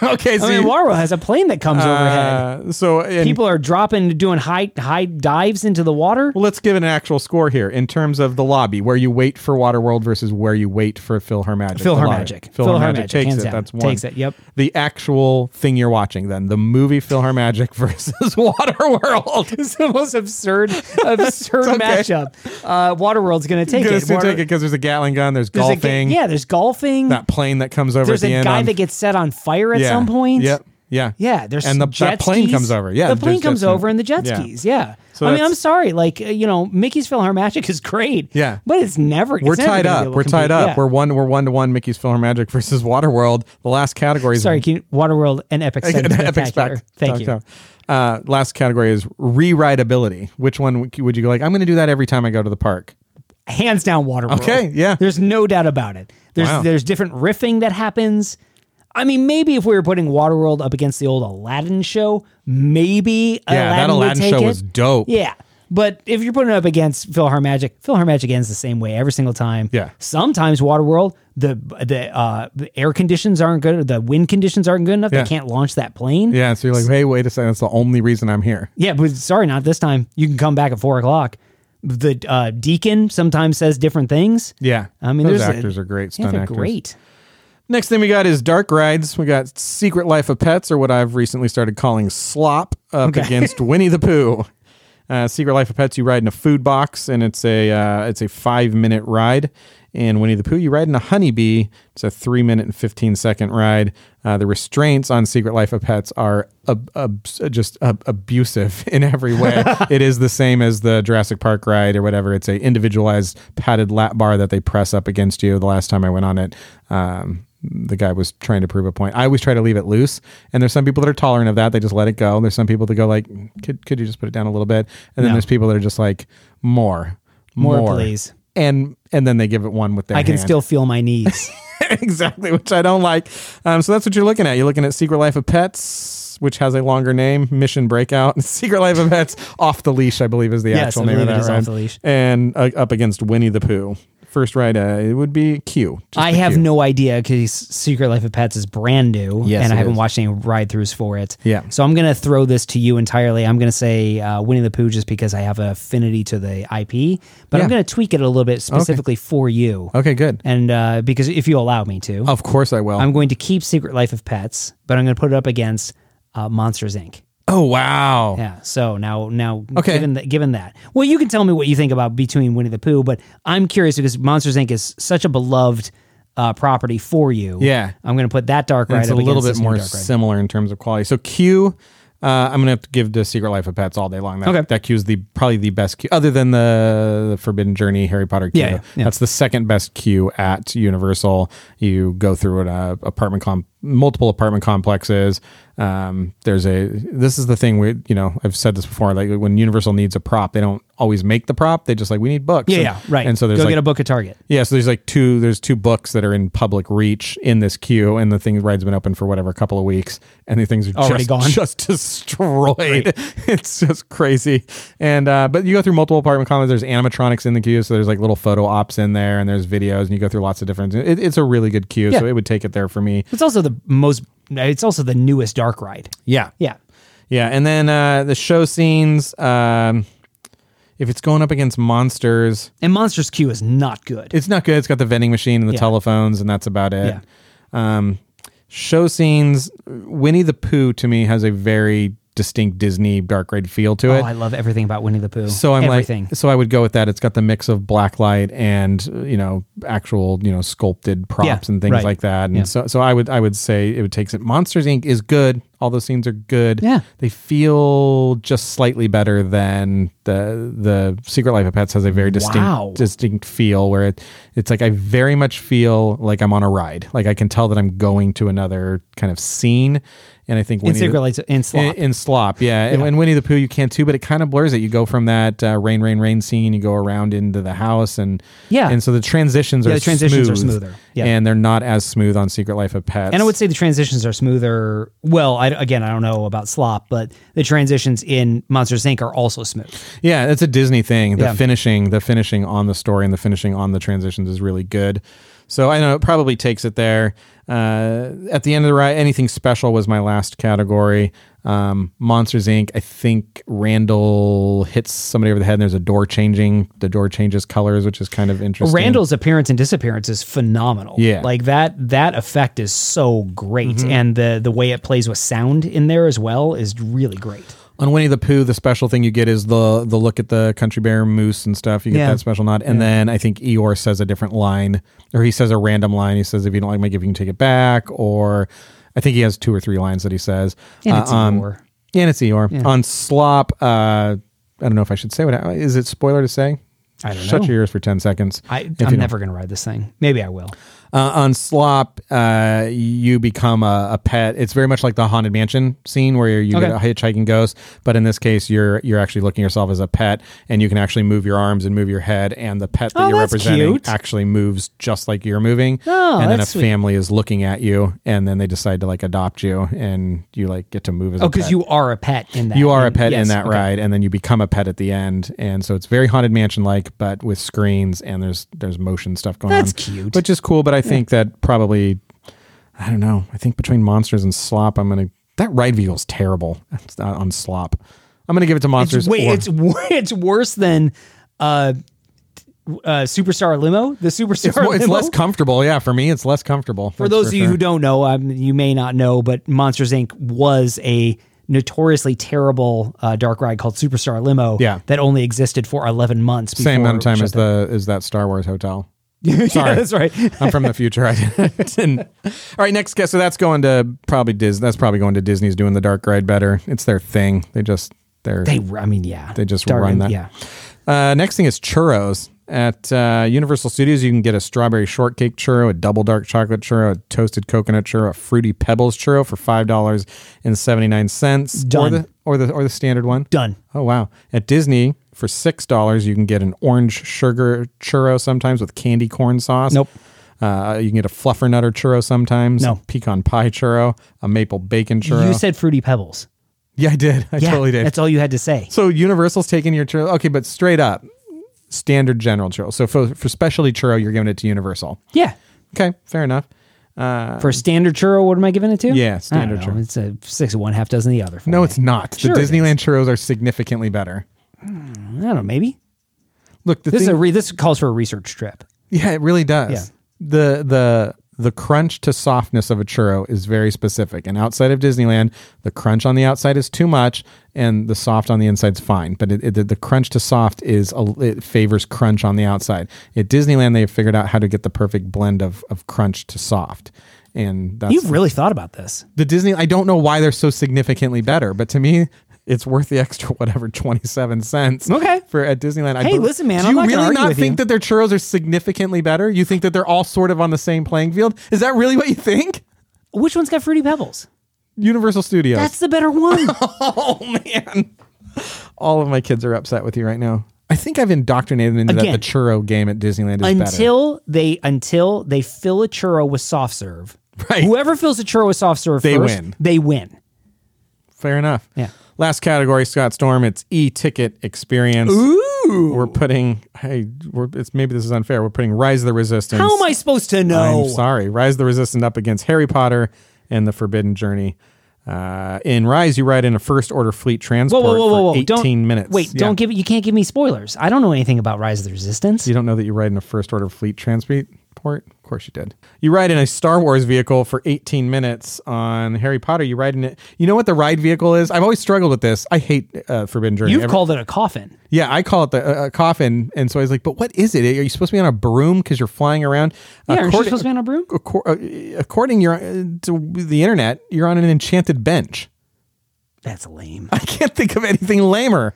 [SPEAKER 6] okay, so
[SPEAKER 1] I mean,
[SPEAKER 6] you-
[SPEAKER 1] Waterworld has a plane that comes overhead.
[SPEAKER 6] uh, so and-
[SPEAKER 1] People are dropping, doing high high dives into the water.
[SPEAKER 6] Well, let's give it an actual score here in terms of the lobby, where you wait for Waterworld versus where you wait for PhilharMagic. The lobby.
[SPEAKER 1] PhilharMagic. PhilharMagic,
[SPEAKER 6] PhilharMagic takes
[SPEAKER 1] hands
[SPEAKER 6] it.
[SPEAKER 1] down.
[SPEAKER 6] That's one.
[SPEAKER 1] Takes it, yep.
[SPEAKER 6] The actual thing you're watching, then the movie PhilharMagic versus Waterworld.
[SPEAKER 1] It's the most absurd, absurd
[SPEAKER 6] okay.
[SPEAKER 1] matchup. Uh, Waterworld's gonna take
[SPEAKER 6] Gonna
[SPEAKER 1] it.
[SPEAKER 6] still
[SPEAKER 1] Water-
[SPEAKER 6] take it because there's a Gatling gun. There's,
[SPEAKER 1] there's a ga-
[SPEAKER 6] golfing.
[SPEAKER 1] yeah, there's golfing.
[SPEAKER 6] That plane that comes over
[SPEAKER 1] there's
[SPEAKER 6] at the
[SPEAKER 1] a
[SPEAKER 6] end.
[SPEAKER 1] guy
[SPEAKER 6] on-
[SPEAKER 1] that gets set on fire at
[SPEAKER 6] yeah,
[SPEAKER 1] some point.
[SPEAKER 6] Yep. Yeah.
[SPEAKER 1] Yeah, there's
[SPEAKER 6] and the
[SPEAKER 1] jet
[SPEAKER 6] that plane
[SPEAKER 1] skis.
[SPEAKER 6] comes over. Yeah,
[SPEAKER 1] the plane
[SPEAKER 6] there's-
[SPEAKER 1] comes
[SPEAKER 6] there's-
[SPEAKER 1] over and the jet
[SPEAKER 6] yeah.
[SPEAKER 1] skis. Yeah,
[SPEAKER 6] So
[SPEAKER 1] I mean,
[SPEAKER 6] that's-
[SPEAKER 1] I'm sorry, like uh, you know, Mickey's PhilharMagic is great.
[SPEAKER 6] Yeah.
[SPEAKER 1] but it's never.
[SPEAKER 6] We're
[SPEAKER 1] it's never gonna
[SPEAKER 6] tied
[SPEAKER 1] be
[SPEAKER 6] up.
[SPEAKER 1] able to
[SPEAKER 6] We're
[SPEAKER 1] compete.
[SPEAKER 6] tied up.
[SPEAKER 1] Yeah.
[SPEAKER 6] We're one. We're one to one. Mickey's PhilharMagic versus Waterworld. The last category is
[SPEAKER 1] sorry, can you, Waterworld and Epic Stunt
[SPEAKER 6] Epic
[SPEAKER 1] Spectacular.
[SPEAKER 6] spec.
[SPEAKER 1] Thank you.
[SPEAKER 6] Uh, last category is rewritability. Which one would you would you go like? I'm going to do that every time I go to the park.
[SPEAKER 1] Hands down, Waterworld.
[SPEAKER 6] Okay, yeah.
[SPEAKER 1] There's no doubt about it. There's
[SPEAKER 6] Wow.
[SPEAKER 1] there's different riffing that happens. I mean, maybe if we were putting Waterworld up against the old Aladdin show, maybe
[SPEAKER 6] Yeah, that
[SPEAKER 1] Aladdin would
[SPEAKER 6] Aladdin
[SPEAKER 1] take
[SPEAKER 6] show
[SPEAKER 1] it.
[SPEAKER 6] was dope.
[SPEAKER 1] Yeah. But if you're putting it up against PhilharMagic, PhilharMagic ends the same way every single time.
[SPEAKER 6] Yeah.
[SPEAKER 1] Sometimes Waterworld, the the, uh, the air conditions aren't good, or the wind conditions aren't good enough.
[SPEAKER 6] Yeah.
[SPEAKER 1] They can't launch that plane.
[SPEAKER 6] Yeah. So you're like, hey, wait a second. That's the only reason I'm here.
[SPEAKER 1] Yeah, but sorry, not this time. You can come back at four o'clock. The uh, deacon sometimes says different things.
[SPEAKER 6] Yeah.
[SPEAKER 1] I mean,
[SPEAKER 6] those
[SPEAKER 1] there's a-
[SPEAKER 6] actors are great.
[SPEAKER 1] Yeah,
[SPEAKER 6] Stunt
[SPEAKER 1] they're
[SPEAKER 6] actors.
[SPEAKER 1] great.
[SPEAKER 6] Next thing we got is dark rides. We got Secret Life of Pets, or what I've recently started calling slop, up
[SPEAKER 1] Okay.
[SPEAKER 6] against Winnie the Pooh. Uh, Secret Life of Pets, you ride in a food box, and it's a uh, it's a five minute ride. And Winnie the Pooh, you ride in a honeybee. It's a three minute and fifteen second ride. Uh, the restraints on Secret Life of Pets are ab- abs- just ab- abusive in every way. it is the same as the Jurassic Park ride or whatever. It's a individualized padded lap bar that they press up against you. The last time I went on it, um, the guy was trying to prove a point. I always try to leave it loose, and there's some people that are tolerant of that. They just let it go. And there's some people that go like, "Could could you just put it down a little bit?" And then
[SPEAKER 1] No.
[SPEAKER 6] there's people that are just like, "More,
[SPEAKER 1] More, please."
[SPEAKER 6] And and then they give it one with their.
[SPEAKER 1] I can
[SPEAKER 6] hand.
[SPEAKER 1] still feel my knees.
[SPEAKER 6] exactly, which I don't like. Um, so that's what you're looking at. You're looking at Secret Life of Pets, which has a longer name, Mission Breakout. Secret Life of Pets off the leash, I believe, is the
[SPEAKER 1] Yes,
[SPEAKER 6] actual
[SPEAKER 1] I
[SPEAKER 6] name of
[SPEAKER 1] believe it
[SPEAKER 6] that
[SPEAKER 1] is Off
[SPEAKER 6] ride.
[SPEAKER 1] the Leash.
[SPEAKER 6] And uh, up against Winnie the Pooh. First ride, uh, it would be Q. just
[SPEAKER 1] I
[SPEAKER 6] the
[SPEAKER 1] have
[SPEAKER 6] Q.
[SPEAKER 1] no idea because Secret Life of Pets is brand new,
[SPEAKER 6] Yes,
[SPEAKER 1] and I
[SPEAKER 6] it
[SPEAKER 1] haven't
[SPEAKER 6] is.
[SPEAKER 1] watched any ride throughs for it.
[SPEAKER 6] Yeah.
[SPEAKER 1] So I'm gonna throw this to you entirely. I'm gonna say uh, Winnie the Pooh just because I have an affinity to the IP, but I'm
[SPEAKER 6] Yeah.
[SPEAKER 1] gonna tweak it a little bit specifically for you.
[SPEAKER 6] Okay, Oh. good.
[SPEAKER 1] And uh, because if you allow me to,
[SPEAKER 6] Of course I will.
[SPEAKER 1] I'm going to keep Secret Life of Pets, but I'm gonna put it up against uh, Monsters Inc.
[SPEAKER 6] oh wow.
[SPEAKER 1] Yeah. So now, now,
[SPEAKER 6] Okay.
[SPEAKER 1] given that, given that, well, you can tell me what you think about between Winnie the Pooh, but I'm curious because Monsters Inc. is such a beloved uh, property for you.
[SPEAKER 6] Yeah.
[SPEAKER 1] I'm going to put that dark
[SPEAKER 6] And
[SPEAKER 1] ride.
[SPEAKER 6] it's a
[SPEAKER 1] up against
[SPEAKER 6] little bit
[SPEAKER 1] this new
[SPEAKER 6] more
[SPEAKER 1] dark ride.
[SPEAKER 6] similar in terms of quality. So Q, uh, I'm gonna have to give the Secret Life of Pets all day long. That,
[SPEAKER 1] Okay.
[SPEAKER 6] that Q is the probably the best Q, other than the, the Forbidden Journey Harry Potter Q.
[SPEAKER 1] Yeah, yeah, yeah.
[SPEAKER 6] That's the second best Q at Universal. You go through an uh, apartment com multiple apartment complexes. Um, there's a this is the thing we you know I've said this before like when Universal needs a prop they don't always make the prop they just like we need books
[SPEAKER 1] Yeah,
[SPEAKER 6] And-
[SPEAKER 1] yeah, right.
[SPEAKER 6] and so there's
[SPEAKER 1] go
[SPEAKER 6] like,
[SPEAKER 1] get a book at Target.
[SPEAKER 6] yeah, so there's like two there's two books that are in public reach in this queue, and the thing ride's been open for whatever a couple of weeks, and the things are
[SPEAKER 1] Already
[SPEAKER 6] just,
[SPEAKER 1] gone.
[SPEAKER 6] just destroyed. it's just crazy. And uh, but you go through multiple apartment comments. There's animatronics in the queue, so there's like little photo ops in there, and there's videos, and you go through lots of different. It, it's a really good queue,
[SPEAKER 1] Yeah.
[SPEAKER 6] so it would take it there for me.
[SPEAKER 1] It's also the most. It's also the newest dark ride.
[SPEAKER 6] Yeah,
[SPEAKER 1] Yeah.
[SPEAKER 6] yeah, and then uh, the show scenes. Um, if it's going up against monsters,
[SPEAKER 1] And Monsters Q is not good.
[SPEAKER 6] it's not good. It's got the vending machine and the
[SPEAKER 1] Yeah.
[SPEAKER 6] telephones, and that's about it.
[SPEAKER 1] Yeah.
[SPEAKER 6] Um, show scenes. Winnie the Pooh to me has a very distinct Disney dark red feel to
[SPEAKER 1] oh,
[SPEAKER 6] it.
[SPEAKER 1] I love everything about Winnie the Pooh.
[SPEAKER 6] so I'm
[SPEAKER 1] everything.
[SPEAKER 6] like, so I would go with that. It's got the mix of black light and uh, you know actual you know sculpted props
[SPEAKER 1] Yeah,
[SPEAKER 6] and things
[SPEAKER 1] right.
[SPEAKER 6] like that. And
[SPEAKER 1] Yeah.
[SPEAKER 6] so, so I would I would say it would takes it. Monsters Inc. is good. All those scenes are good.
[SPEAKER 1] Yeah.
[SPEAKER 6] they feel just slightly better than the the Secret Life of Pets has a very distinct
[SPEAKER 1] Wow.
[SPEAKER 6] distinct feel where it it's like I very much feel like I'm on a ride. Like I can tell that I'm going to another kind of scene. And I think
[SPEAKER 1] in
[SPEAKER 6] Winnie the-
[SPEAKER 1] Secret Lights in Slop.
[SPEAKER 6] in, in slop, yeah. And, and Winnie the Pooh, you can too, but it kind of blurs it. You go from that uh, rain, rain, rain scene, you go around into the house, and
[SPEAKER 1] Yeah.
[SPEAKER 6] and so the transitions
[SPEAKER 1] Yeah,
[SPEAKER 6] are
[SPEAKER 1] the transitions are
[SPEAKER 6] smooth,
[SPEAKER 1] smoother. Yeah.
[SPEAKER 6] and they're not as smooth on Secret Life of Pets.
[SPEAKER 1] and I would say the transitions are smoother. Well, I, again, I don't know about Slop, but the transitions in Monsters Inc. are also smooth.
[SPEAKER 6] yeah, it's a Disney thing. The
[SPEAKER 1] Yeah.
[SPEAKER 6] finishing, the finishing on the story, and the finishing on the transitions is really good. So I know it probably takes it there. Uh, at the end of the ride, anything special was my last category. Um, Monsters Inc. I think Randall hits somebody over the head, and there's a door changing. The door changes colors, which is kind of interesting.
[SPEAKER 1] Randall's appearance and disappearance is phenomenal.
[SPEAKER 6] Yeah. Mm-hmm.
[SPEAKER 1] like that that effect is so great, and the the way it plays with sound in there as well is really great.
[SPEAKER 6] on Winnie the Pooh, the special thing you get is the the look at the country bear moose and stuff. You get
[SPEAKER 1] Yeah.
[SPEAKER 6] that special nod, and then I think Eeyore says a different line, or he says a random line. He says, "If you don't like my gift, you can take it back." Or I think he has two or three lines that he says.
[SPEAKER 1] And it's
[SPEAKER 6] on-
[SPEAKER 1] Eeyore.
[SPEAKER 6] And it's Eeyore on Slop. Uh, I don't know if I should say what I- is it spoiler to say.
[SPEAKER 1] I don't
[SPEAKER 6] Shut
[SPEAKER 1] know.
[SPEAKER 6] your ears for ten seconds.
[SPEAKER 1] I,
[SPEAKER 6] if you
[SPEAKER 1] I'm
[SPEAKER 6] don't-
[SPEAKER 1] never going to ride this thing. Maybe I will.
[SPEAKER 6] uh, on Slop, uh, you become a, a pet. It's very much like the haunted mansion scene where you get
[SPEAKER 1] Okay.
[SPEAKER 6] a hitchhiking ghost, but in this case, you're you're actually looking yourself as a pet, and you can actually move your arms and move your head, and the pet that
[SPEAKER 1] Oh,
[SPEAKER 6] you're
[SPEAKER 1] that's
[SPEAKER 6] representing
[SPEAKER 1] cute.
[SPEAKER 6] actually moves just like you're moving.
[SPEAKER 1] Oh,
[SPEAKER 6] and then a
[SPEAKER 1] that's sweet.
[SPEAKER 6] family is looking at you, and then they decide to like adopt you, and you like get to move as
[SPEAKER 1] Oh,
[SPEAKER 6] a
[SPEAKER 1] because
[SPEAKER 6] pet.
[SPEAKER 1] you are a pet in that.
[SPEAKER 6] You are a
[SPEAKER 1] and-
[SPEAKER 6] pet in
[SPEAKER 1] yes,
[SPEAKER 6] that
[SPEAKER 1] okay.
[SPEAKER 6] ride, and then you become a pet at the end, and so it's very haunted mansion like, but with screens and there's there's motion stuff going
[SPEAKER 1] That's
[SPEAKER 6] on.
[SPEAKER 1] cute.
[SPEAKER 6] which is cool. But I think that probably, I don't know. I think between monsters and slop, I'm gonna that ride vehicle's terrible. It's not on slop. I'm gonna give it to monsters.
[SPEAKER 1] It's, wait,
[SPEAKER 6] or-
[SPEAKER 1] it's wor- it's worse than uh, uh, Superstar limo. The Superstar
[SPEAKER 6] it's, more- it's
[SPEAKER 1] limo.
[SPEAKER 6] less comfortable. Yeah, for me, it's less comfortable.
[SPEAKER 1] For those of you who don't know, um, you may not know, but Monsters Inc. was a notoriously terrible uh, dark ride called Superstar Limo
[SPEAKER 6] Yeah.
[SPEAKER 1] that only existed for 11 months. Before
[SPEAKER 6] same amount of
[SPEAKER 1] it was
[SPEAKER 6] time as
[SPEAKER 1] shut down.
[SPEAKER 6] the is that Star Wars hotel.
[SPEAKER 1] yeah,
[SPEAKER 6] sorry.
[SPEAKER 1] that's right.
[SPEAKER 6] I'm from the future. I didn't. All right, next guess. So that's going to probably Disney. That's probably going to Disney's doing the dark ride better. It's their thing. They just they're
[SPEAKER 1] They, I mean, yeah.
[SPEAKER 6] They just
[SPEAKER 1] Dark-
[SPEAKER 6] run that.
[SPEAKER 1] Yeah.
[SPEAKER 6] Uh, next thing is churros. At uh, Universal Studios, you can get a strawberry shortcake churro, a double dark chocolate churro, a toasted coconut churro, a fruity pebbles churro for five dollars and seventy nine cents, or
[SPEAKER 1] Done.
[SPEAKER 6] the or the or the standard one.
[SPEAKER 1] Done.
[SPEAKER 6] Oh wow! At Disney, for six dollars, you can get an orange sugar churro sometimes with candy corn sauce.
[SPEAKER 1] Nope.
[SPEAKER 6] Uh, you can get a fluffer nutter churro sometimes.
[SPEAKER 1] No.
[SPEAKER 6] a pecan pie churro, a maple bacon churro.
[SPEAKER 1] You said Fruity Pebbles.
[SPEAKER 6] yeah, I did. I
[SPEAKER 1] Yeah,
[SPEAKER 6] totally did.
[SPEAKER 1] That's all you had to say.
[SPEAKER 6] So Universal's taking your churro. Okay, but straight up, standard general churro. So for, for specialty churro, you're giving it to Universal.
[SPEAKER 1] Yeah.
[SPEAKER 6] Okay, fair enough.
[SPEAKER 1] For standard churro, what am I giving it to?
[SPEAKER 6] uh, Yeah,
[SPEAKER 1] I don't
[SPEAKER 6] standard
[SPEAKER 1] know.
[SPEAKER 6] churro.
[SPEAKER 1] It's a six of one, half dozen of the other. for
[SPEAKER 6] No,
[SPEAKER 1] me.
[SPEAKER 6] it's not.
[SPEAKER 1] Sure it
[SPEAKER 6] the
[SPEAKER 1] is.
[SPEAKER 6] Disneyland churros are significantly better.
[SPEAKER 1] I don't know. Maybe
[SPEAKER 6] Look, the
[SPEAKER 1] this is
[SPEAKER 6] thing,
[SPEAKER 1] a re- this calls for a research trip.
[SPEAKER 6] yeah, it really does.
[SPEAKER 1] Yeah.
[SPEAKER 6] The the the crunch to softness of a churro is very specific. And outside of Disneyland, the crunch on the outside is too much, and the soft on the inside's fine. But it, it, the, the crunch to soft is a, it favors crunch on the outside. At Disneyland, they have figured out how to get the perfect blend of of crunch to soft, and that's
[SPEAKER 1] You've really thought about this.
[SPEAKER 6] the Disney. I don't know why they're so significantly better, but to me, it's worth the extra whatever twenty seven cents.
[SPEAKER 1] Okay.
[SPEAKER 6] for at Disneyland. I
[SPEAKER 1] Hey,
[SPEAKER 6] bel-
[SPEAKER 1] listen, man,
[SPEAKER 6] Do
[SPEAKER 1] I'm
[SPEAKER 6] you
[SPEAKER 1] not gonna
[SPEAKER 6] really
[SPEAKER 1] argue
[SPEAKER 6] not
[SPEAKER 1] with
[SPEAKER 6] think
[SPEAKER 1] you.
[SPEAKER 6] that their churros are significantly better? You think that they're all sort of on the same playing field? Is that really what you think?
[SPEAKER 1] Which one's got Fruity Pebbles?
[SPEAKER 6] Universal Studios.
[SPEAKER 1] That's the better one.
[SPEAKER 6] oh man, all of my kids are upset with you right now. I think I've indoctrinated them into
[SPEAKER 1] Again.
[SPEAKER 6] that the churro game at Disneyland is
[SPEAKER 1] until they until they fill a churro with soft serve.
[SPEAKER 6] Right.
[SPEAKER 1] Whoever fills a churro with soft serve
[SPEAKER 6] They
[SPEAKER 1] first,
[SPEAKER 6] win.
[SPEAKER 1] They win.
[SPEAKER 6] better. Fair enough.
[SPEAKER 1] Yeah.
[SPEAKER 6] Last category, Scott Storm. It's e-ticket experience.
[SPEAKER 1] Ooh.
[SPEAKER 6] we're putting hey we're, it's maybe this is unfair we're putting rise of the resistance
[SPEAKER 1] How am I supposed to know?
[SPEAKER 6] am sorry rise of the resistance up against harry potter and the forbidden journey Uh, in Rise, you ride in a first order fleet
[SPEAKER 1] Whoa,
[SPEAKER 6] transport
[SPEAKER 1] whoa, whoa, whoa, whoa!
[SPEAKER 6] for 18
[SPEAKER 1] don't,
[SPEAKER 6] minutes.
[SPEAKER 1] Wait,
[SPEAKER 6] Yeah.
[SPEAKER 1] don't give you can't give me spoilers. I don't know anything about Rise of the Resistance.
[SPEAKER 6] You don't know that you ride in a first order fleet transport? Of course you did. You ride in a Star Wars vehicle for 18 minutes on Harry Potter. You ride in it. You know what the ride vehicle is? I've always struggled with this. I hate uh, Forbidden Journey.
[SPEAKER 1] You've
[SPEAKER 6] Every-
[SPEAKER 1] called it a coffin.
[SPEAKER 6] Yeah, I call it the uh, uh, coffin. And so I was like, but what is it? Are you supposed to be on a broom because you're flying around?
[SPEAKER 1] Yeah, aren't you
[SPEAKER 6] According-
[SPEAKER 1] supposed to be on a broom?
[SPEAKER 6] accor- uh, according your, uh, to the internet, you're on an enchanted bench.
[SPEAKER 1] That's lame.
[SPEAKER 6] I can't think of anything lamer.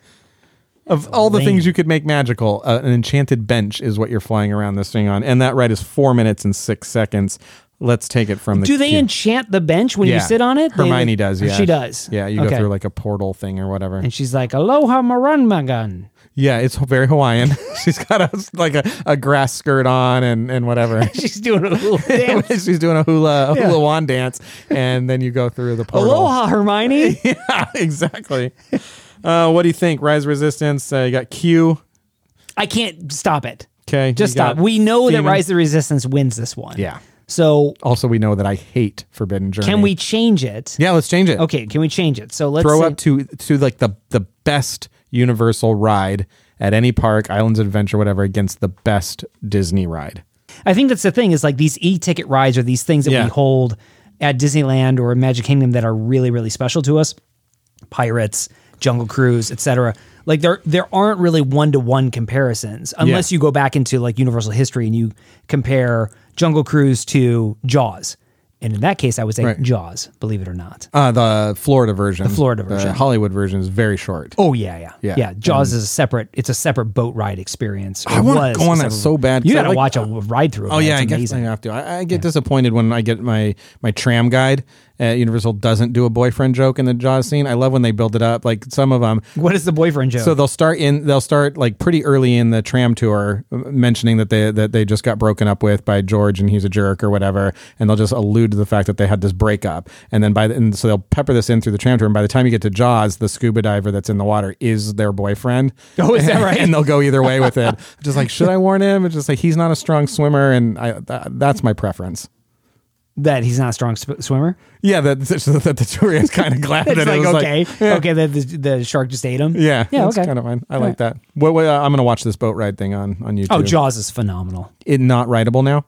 [SPEAKER 6] Of all the
[SPEAKER 1] lame.
[SPEAKER 6] things you could make magical, uh, an enchanted bench is what you're flying around this thing on, and that ride is four minutes and six seconds. Let's take it from the.
[SPEAKER 1] Do they
[SPEAKER 6] queue.
[SPEAKER 1] enchant the bench when you
[SPEAKER 6] Yeah.
[SPEAKER 1] sit on it? They-
[SPEAKER 6] Hermione does. Yeah,
[SPEAKER 1] she does.
[SPEAKER 6] Yeah, you go
[SPEAKER 1] Okay.
[SPEAKER 6] through like a portal thing or whatever.
[SPEAKER 1] and she's like, "Aloha, Marunmagan."
[SPEAKER 6] Yeah, it's very Hawaiian. She's got a, like a, a grass skirt on and and whatever.
[SPEAKER 1] She's doing a little dance.
[SPEAKER 6] She's doing a hula a
[SPEAKER 1] Yeah.
[SPEAKER 6] hula wand dance, and then you go through the portal.
[SPEAKER 1] Aloha, Hermione.
[SPEAKER 6] Yeah, exactly. Uh, what do you think? Rise of Resistance. Uh, you got Q.
[SPEAKER 1] I can't stop it.
[SPEAKER 6] Okay,
[SPEAKER 1] Just
[SPEAKER 6] you got
[SPEAKER 1] stop. We know that
[SPEAKER 6] Themen.
[SPEAKER 1] Rise of the Resistance wins this one.
[SPEAKER 6] Yeah.
[SPEAKER 1] So
[SPEAKER 6] Also, we know that I hate Forbidden Journey.
[SPEAKER 1] can we change it?
[SPEAKER 6] Yeah, let's change it.
[SPEAKER 1] Okay, can we change it? So let's
[SPEAKER 6] Throw
[SPEAKER 1] say-
[SPEAKER 6] up to to like the the best Universal ride at any park, Islands of Adventure, whatever, against the best Disney ride.
[SPEAKER 1] I think that's the thing is like these e-ticket rides are these things that
[SPEAKER 6] Yeah.
[SPEAKER 1] we hold at Disneyland or Magic Kingdom that are really really special to us. Pirates, Jungle Cruise, etc. Like there there aren't really one to one comparisons unless
[SPEAKER 6] Yeah.
[SPEAKER 1] you go back into like Universal history and you compare Jungle Cruise to Jaws. And in that case, I would say
[SPEAKER 6] Right.
[SPEAKER 1] Jaws, believe it or not.
[SPEAKER 6] Uh, the Florida version. The
[SPEAKER 1] Florida version.
[SPEAKER 6] Hollywood version is very short.
[SPEAKER 1] Oh yeah, yeah, yeah.
[SPEAKER 6] Yeah.
[SPEAKER 1] Jaws is a separate. It's a separate boat ride experience.
[SPEAKER 6] I
[SPEAKER 1] It
[SPEAKER 6] wanna
[SPEAKER 1] was
[SPEAKER 6] go
[SPEAKER 1] a
[SPEAKER 6] on that
[SPEAKER 1] separate-
[SPEAKER 6] so bad, 'cause
[SPEAKER 1] You got
[SPEAKER 6] I
[SPEAKER 1] to
[SPEAKER 6] like-
[SPEAKER 1] watch a ride through. of
[SPEAKER 6] Oh
[SPEAKER 1] that.
[SPEAKER 6] yeah,
[SPEAKER 1] It's
[SPEAKER 6] I guess I
[SPEAKER 1] amazing.
[SPEAKER 6] have to. I, I get disappointed when I get my my tram guide at Universal doesn't do a boyfriend joke in the Jaws scene. I love when they build it up. Like some of them,
[SPEAKER 1] What is the boyfriend joke?
[SPEAKER 6] So they'll start in they'll start like pretty early in the tram tour uh, mentioning that they that they just got broken up with by George and he's a jerk or whatever and they'll just allude to the fact that they had this breakup and then by the, and so they'll pepper this in through the tram tour and by the time you get to Jaws the scuba diver that's in the water is their boyfriend
[SPEAKER 1] Oh, is that right?
[SPEAKER 6] and they'll go either way with it just like should I warn him it's just like he's not a strong swimmer and I th- that's my preference
[SPEAKER 1] that he's not a strong sp- swimmer.
[SPEAKER 6] yeah that that the tour is kind of glad
[SPEAKER 1] It's
[SPEAKER 6] that it
[SPEAKER 1] like
[SPEAKER 6] was
[SPEAKER 1] okay,
[SPEAKER 6] like, yeah.
[SPEAKER 1] okay. The, the the shark just ate him.
[SPEAKER 6] Yeah,
[SPEAKER 1] yeah.
[SPEAKER 6] that's
[SPEAKER 1] Okay.
[SPEAKER 6] kind of mine. I
[SPEAKER 1] All
[SPEAKER 6] like
[SPEAKER 1] right.
[SPEAKER 6] that. What, what, uh, I'm going to watch this boat ride thing on on YouTube.
[SPEAKER 1] Oh, Jaws is phenomenal.
[SPEAKER 6] it not rideable now.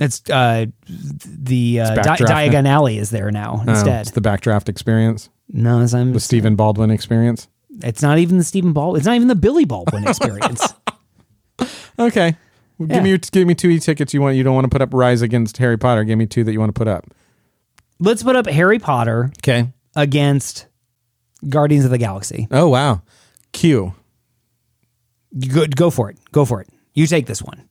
[SPEAKER 1] It's uh, the uh, Di-
[SPEAKER 6] backdraft now.
[SPEAKER 1] Diagon Alley is there now
[SPEAKER 6] Oh,
[SPEAKER 1] instead.
[SPEAKER 6] it's the backdraft experience,
[SPEAKER 1] no, it's, I'm,
[SPEAKER 6] the Stephen Baldwin experience.
[SPEAKER 1] it's not even the Stephen Ball. It's not even the Billy Baldwin experience.
[SPEAKER 6] Okay, Well,
[SPEAKER 1] Yeah.
[SPEAKER 6] give me your, give me two e tickets you want. You don't want to put up Rise against Harry Potter. Give me two that you want to put up.
[SPEAKER 1] Let's put up Harry Potter
[SPEAKER 6] Okay.
[SPEAKER 1] against Guardians of the Galaxy.
[SPEAKER 6] Oh wow, Q.
[SPEAKER 1] Go, go for it. Go for it. You take this one.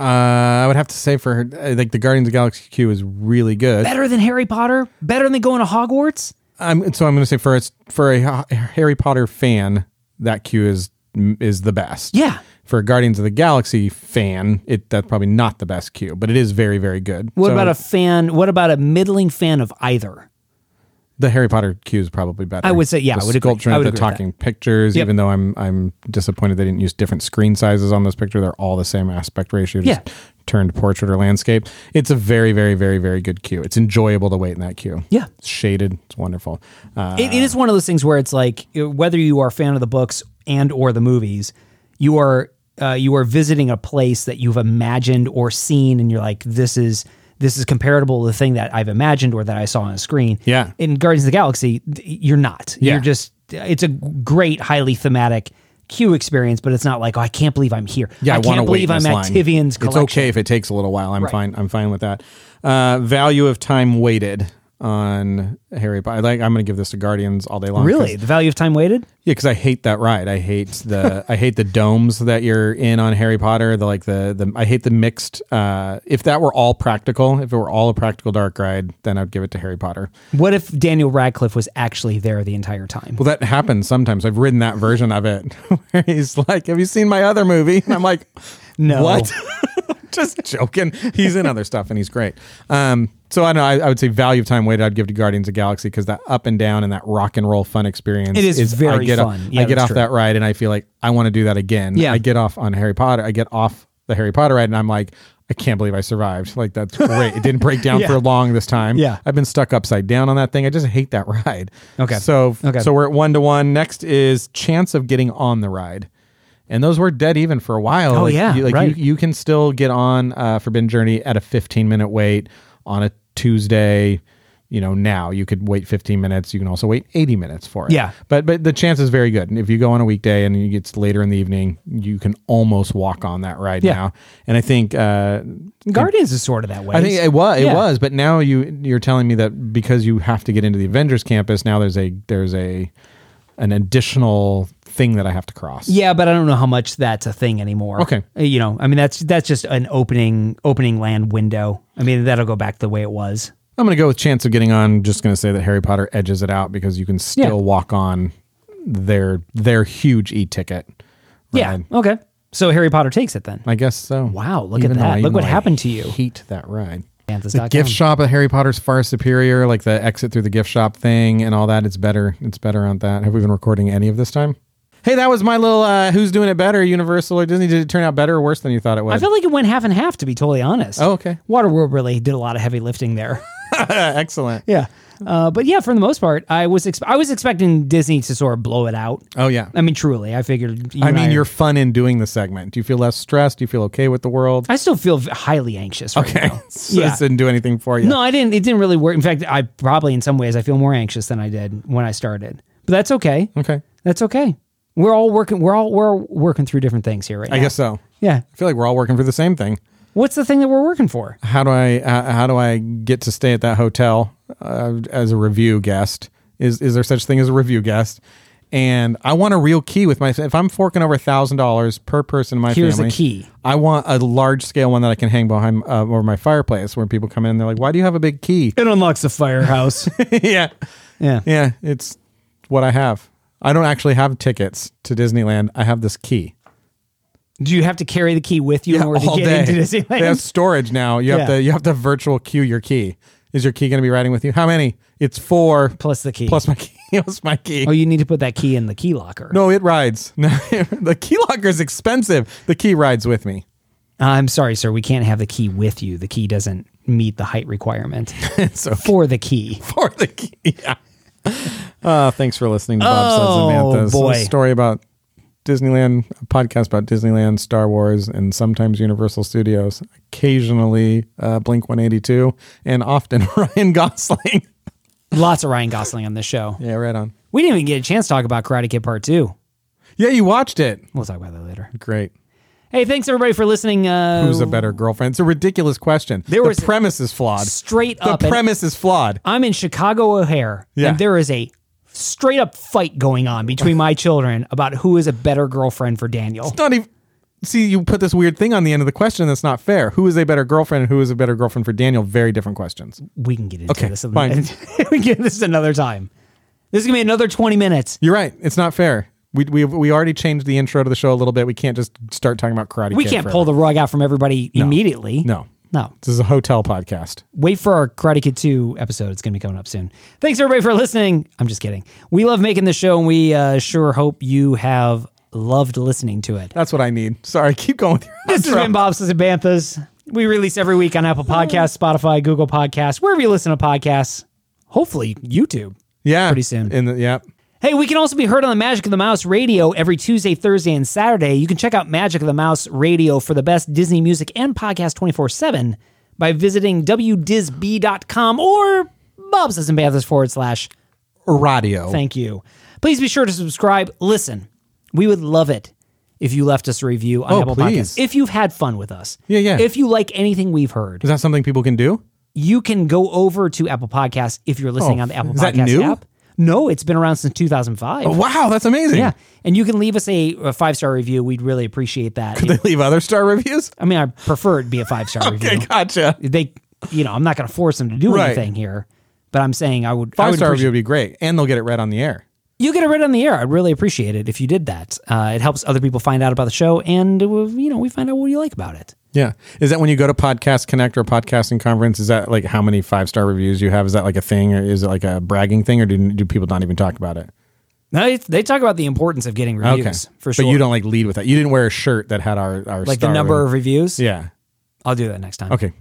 [SPEAKER 6] Uh, I would have to say for her, uh, like the Guardians of the Galaxy Q is really good.
[SPEAKER 1] Better than Harry Potter. Better than going to Hogwarts.
[SPEAKER 6] I'm, so I'm going to say for a, for a Ha- Harry Potter fan, that Q is is the best.
[SPEAKER 1] Yeah.
[SPEAKER 6] For a Guardians of the Galaxy fan, it that's probably not the best Q, but it is very very good.
[SPEAKER 1] What
[SPEAKER 6] So
[SPEAKER 1] about a fan? What about a middling fan of either?
[SPEAKER 6] the Harry Potter Q is probably better.
[SPEAKER 1] I would say- yeah,
[SPEAKER 6] the
[SPEAKER 1] I would agree.
[SPEAKER 6] sculpture,
[SPEAKER 1] I would
[SPEAKER 6] the
[SPEAKER 1] agree with
[SPEAKER 6] talking pictures.
[SPEAKER 1] Yep.
[SPEAKER 6] Even though I'm I'm disappointed they didn't use different screen sizes on this picture. They're all the same aspect ratio. Just
[SPEAKER 1] Yeah.
[SPEAKER 6] Turned portrait or landscape. It's a very, very, very, very good Q. It's enjoyable to wait in that queue.
[SPEAKER 1] Yeah.
[SPEAKER 6] It's shaded. It's wonderful. Uh,
[SPEAKER 1] it, it is one of those things where it's like uh, whether you are a fan of the books and or the movies you are uh, you are visiting a place that you've imagined or seen and you're like this is this is comparable to the thing that i've imagined or that i saw on a screen
[SPEAKER 6] Yeah.
[SPEAKER 1] in guardians of the galaxy th- you're not
[SPEAKER 6] Yeah.
[SPEAKER 1] you're just it's a great highly thematic Q experience, but it's not like oh, I can't believe I'm here.
[SPEAKER 6] Yeah, I, want to
[SPEAKER 1] can't
[SPEAKER 6] wait
[SPEAKER 1] believe
[SPEAKER 6] in
[SPEAKER 1] I'm
[SPEAKER 6] this
[SPEAKER 1] at
[SPEAKER 6] line.
[SPEAKER 1] Tivian's collection.
[SPEAKER 6] It's okay if it takes a little while. I'm
[SPEAKER 1] Right.
[SPEAKER 6] fine. I'm fine with that. Uh, value of time waited on Harry Potter. Like I'm going to give this to Guardians all day long. 'cause-
[SPEAKER 1] Really, the value of time waited.
[SPEAKER 6] Yeah, because I hate that ride. I hate the I hate the domes that you're in on Harry Potter. The like the the I hate the mixed. Uh, if that were all practical, if it were all a practical dark ride, then I'd give it to Harry Potter.
[SPEAKER 1] What if Daniel Radcliffe was actually there the entire time?
[SPEAKER 6] Well, that happens sometimes. I've ridden that version of it where he's like, "Have you seen my other movie?" And I'm like,
[SPEAKER 1] No.
[SPEAKER 6] what?" Just joking. He's in other stuff and he's great. Um, so I don't know. I, I would say value of time weighted. I'd give to Guardians of the Galaxy because that up and down and that rock and roll fun experience.
[SPEAKER 1] It is very
[SPEAKER 6] I get
[SPEAKER 1] fun.
[SPEAKER 6] Off,
[SPEAKER 1] Yeah,
[SPEAKER 6] I get
[SPEAKER 1] that's
[SPEAKER 6] off
[SPEAKER 1] true.
[SPEAKER 6] that ride and I feel like I want to do that again.
[SPEAKER 1] Yeah.
[SPEAKER 6] I get off on Harry Potter. I get off the Harry Potter ride and I'm like. I I can't believe I survived. Like that's great. it didn't break down
[SPEAKER 1] Yeah.
[SPEAKER 6] for long this time.
[SPEAKER 1] Yeah.
[SPEAKER 6] I've been stuck upside down on that thing. I just hate that ride.
[SPEAKER 1] Okay.
[SPEAKER 6] So
[SPEAKER 1] Okay.
[SPEAKER 6] so we're at one to one. Next is chance of getting on the ride. And those were dead even for a while.
[SPEAKER 1] Oh,
[SPEAKER 6] Like,
[SPEAKER 1] yeah,
[SPEAKER 6] you, like
[SPEAKER 1] right.
[SPEAKER 6] you, you can still get on uh, Forbidden Journey at a 15 minute wait on a Tuesday. You know, now you could wait 15 minutes. You can also wait 80 minutes for it.
[SPEAKER 1] Yeah.
[SPEAKER 6] but but the chance is very good. And if you go on a weekday and it gets later in the evening, you can almost walk on that ride
[SPEAKER 1] Yeah.
[SPEAKER 6] now. And I think uh,
[SPEAKER 1] Guardians is sort of that way.
[SPEAKER 6] I think uh, it was it
[SPEAKER 1] Yeah.
[SPEAKER 6] was, but now you you're telling me that because you have to get into the Avengers campus now there's a there's a an additional thing that I have to cross.
[SPEAKER 1] Yeah, but I don't know how much that's a thing anymore.
[SPEAKER 6] Okay.
[SPEAKER 1] Uh, you know, I mean that's that's just an opening opening land window. I mean that'll go back the way it was.
[SPEAKER 6] I'm gonna go with chance of getting on. Just gonna say that Harry Potter edges it out because you can still
[SPEAKER 1] Yeah.
[SPEAKER 6] walk on their their huge e ticket.
[SPEAKER 1] Yeah. Okay. So Harry Potter takes it then.
[SPEAKER 6] I guess so.
[SPEAKER 1] Wow, look at
[SPEAKER 6] Even though
[SPEAKER 1] that.
[SPEAKER 6] I-
[SPEAKER 1] Look
[SPEAKER 6] even
[SPEAKER 1] what
[SPEAKER 6] though I
[SPEAKER 1] happened to you.
[SPEAKER 6] Hate that ride. The
[SPEAKER 1] Panthers.com.
[SPEAKER 6] gift shop at Harry Potter's far superior, like the exit through the gift shop thing and all that. It's better. It's better on that. Have we been recording any of this time? Hey, that was my little uh, who's doing it better, Universal or Disney. Did it turn out better or worse than you thought it
[SPEAKER 1] I
[SPEAKER 6] was?
[SPEAKER 1] feel like it went half and half to be totally honest.
[SPEAKER 6] Oh, okay.
[SPEAKER 1] Waterworld really did a lot of heavy lifting there.
[SPEAKER 6] Excellent.
[SPEAKER 1] yeah. Uh, but yeah, for the most part, I was ex- I was expecting Disney to sort of blow it out.
[SPEAKER 6] Oh, yeah.
[SPEAKER 1] I mean, truly, I figured. you
[SPEAKER 6] I
[SPEAKER 1] and
[SPEAKER 6] mean,
[SPEAKER 1] are-
[SPEAKER 6] your fun in doing the segment. Do you feel less stressed? Do you feel okay with the world?
[SPEAKER 1] I still feel v- highly anxious. Right
[SPEAKER 6] Okay.
[SPEAKER 1] Now.
[SPEAKER 6] so
[SPEAKER 1] Yeah.
[SPEAKER 6] This didn't do anything for you.
[SPEAKER 1] No, I didn't. It didn't really work. In fact, I probably, in some ways, I feel more anxious than I did when I started. But that's okay.
[SPEAKER 6] Okay.
[SPEAKER 1] That's okay. We're all working. We're all we're working through different things here, right?
[SPEAKER 6] I
[SPEAKER 1] now.
[SPEAKER 6] guess so.
[SPEAKER 1] Yeah.
[SPEAKER 6] I feel like we're all working for the same thing.
[SPEAKER 1] What's the thing that we're working for?
[SPEAKER 6] how do I uh, how do I get to stay at that hotel uh, as a review guest? Is is there such thing as a review guest? And I want a real key with my. If I'm forking over thousand dollars per person in my
[SPEAKER 1] Here's a
[SPEAKER 6] family,
[SPEAKER 1] key.
[SPEAKER 6] I want a large scale one that I can hang behind uh, over my fireplace when people come in. They're like, "Why do you have a big key?"
[SPEAKER 1] It unlocks the firehouse.
[SPEAKER 6] yeah,
[SPEAKER 1] yeah.
[SPEAKER 6] yeah. It's what I have. I don't actually have tickets to Disneyland. I have this key.
[SPEAKER 1] Do you have to carry the key with you in order to get into Disneyland?
[SPEAKER 6] They have storage now. You have
[SPEAKER 1] Yeah.
[SPEAKER 6] to you have to virtual queue your key. Is your key going to be riding with you? How many? It's four
[SPEAKER 1] Plus the key.
[SPEAKER 6] plus my key. Plus my key.
[SPEAKER 1] oh, you need to put that key in the key locker.
[SPEAKER 6] no, it rides. No, the key locker is expensive. The key rides with me.
[SPEAKER 1] I'm sorry, sir. We can't have the key with you. The key doesn't meet the height requirement
[SPEAKER 6] So
[SPEAKER 1] for the key.
[SPEAKER 6] for the key. Yeah. Uh, thanks for listening to Bob
[SPEAKER 1] Oh,
[SPEAKER 6] Sons and Manthas.
[SPEAKER 1] boy.
[SPEAKER 6] A story about Disneyland, a podcast about Disneyland, Star Wars, and sometimes Universal Studios, occasionally uh, Blink 182, and often Ryan Gosling.
[SPEAKER 1] Lots of Ryan Gosling on this show.
[SPEAKER 6] yeah, right on.
[SPEAKER 1] We didn't even get a chance to talk about Karate Kid Part Two.
[SPEAKER 6] Yeah, you watched it.
[SPEAKER 1] We'll talk about that later.
[SPEAKER 6] Great.
[SPEAKER 1] Hey, thanks everybody for listening. Uh,
[SPEAKER 6] Who's a better girlfriend? It's a ridiculous question.
[SPEAKER 1] There
[SPEAKER 6] the
[SPEAKER 1] was-
[SPEAKER 6] premise is flawed.
[SPEAKER 1] straight
[SPEAKER 6] The
[SPEAKER 1] up? and
[SPEAKER 6] premise is flawed.
[SPEAKER 1] I'm in Chicago O'Hare,
[SPEAKER 6] Yeah.
[SPEAKER 1] and there is a straight up fight going on between my children about who is a better girlfriend for Daniel.
[SPEAKER 6] It's not even. See, you put this weird thing on the end of the question that's not fair. Who is a better girlfriend and who is a better girlfriend for Daniel? Very different questions.
[SPEAKER 1] We can get into
[SPEAKER 6] Okay,
[SPEAKER 1] this.
[SPEAKER 6] fine.
[SPEAKER 1] we can get this another time. This is gonna be another 20 minutes.
[SPEAKER 6] You're right. It's not fair. We, we, we already changed the intro to the show a little bit. We can't just start talking about karate.
[SPEAKER 1] We
[SPEAKER 6] Kid
[SPEAKER 1] can't
[SPEAKER 6] forever.
[SPEAKER 1] pull the rug out from everybody immediately.
[SPEAKER 6] No.
[SPEAKER 1] No.
[SPEAKER 6] This is a hotel podcast.
[SPEAKER 1] Wait for our Karate Kid 2 episode. It's going to be coming up soon. Thanks, everybody, for listening. I'm just kidding. We love making this show, and we uh, sure hope you have loved listening to it.
[SPEAKER 6] That's what I need. Sorry. Keep going. With your
[SPEAKER 1] This has
[SPEAKER 6] outro.
[SPEAKER 1] been Bob's and Banthas. We release every week on Apple Podcasts, Spotify, Google Podcasts, wherever you listen to podcasts. Hopefully, YouTube.
[SPEAKER 6] yeah.
[SPEAKER 1] pretty soon.
[SPEAKER 6] In the, yeah.
[SPEAKER 1] Hey, we can also be heard on the Magic of the Mouse radio every Tuesday, Thursday, and Saturday. You can check out Magic of the Mouse radio for the best Disney music and podcast 24 7 by visiting wdisb.com or Bob's and Banthas forward slash
[SPEAKER 6] Radio.
[SPEAKER 1] Thank you. Please be sure to subscribe. Listen, we would love it if you left us a review on
[SPEAKER 6] Oh,
[SPEAKER 1] Apple
[SPEAKER 6] please.
[SPEAKER 1] Podcasts. If you've had fun with us.
[SPEAKER 6] Yeah, yeah.
[SPEAKER 1] If you like anything we've heard,
[SPEAKER 6] is that something people can do?
[SPEAKER 1] you can go over to Apple Podcasts if you're listening
[SPEAKER 6] Oh,
[SPEAKER 1] on the Apple
[SPEAKER 6] is that
[SPEAKER 1] Podcast
[SPEAKER 6] new? Oh,
[SPEAKER 1] app. No, it's been around since 2005.
[SPEAKER 6] Wow. That's amazing.
[SPEAKER 1] Yeah. And you can leave us a, a five star review. We'd really appreciate that.
[SPEAKER 6] They leave other star reviews?
[SPEAKER 1] I mean, I prefer it be a five star
[SPEAKER 6] Okay,
[SPEAKER 1] review.
[SPEAKER 6] gotcha.
[SPEAKER 1] They, you know, I'm not going to force them to do
[SPEAKER 6] Right.
[SPEAKER 1] anything here, but I'm saying I would. I
[SPEAKER 6] Five
[SPEAKER 1] would
[SPEAKER 6] star
[SPEAKER 1] appreciate-
[SPEAKER 6] review would be great, and they'll get it read on the air.
[SPEAKER 1] you get it right on the air. I'd really appreciate it if you did that. Uh, it helps other people find out about the show, and uh, you know we find out what you like about it.
[SPEAKER 6] Yeah, is that when you go to Podcast Connect or Podcasting Conference? Is that like how many five star reviews you have? Is that like a thing, or is it like a bragging thing, or do do people not even talk about it?
[SPEAKER 1] No, it's, they talk about the importance of getting reviews for sure.
[SPEAKER 6] But you don't like lead with that. You didn't wear a shirt that had our our
[SPEAKER 1] like the
[SPEAKER 6] star
[SPEAKER 1] number
[SPEAKER 6] rating.
[SPEAKER 1] of reviews.
[SPEAKER 6] Yeah,
[SPEAKER 1] I'll do that next time.
[SPEAKER 6] Okay.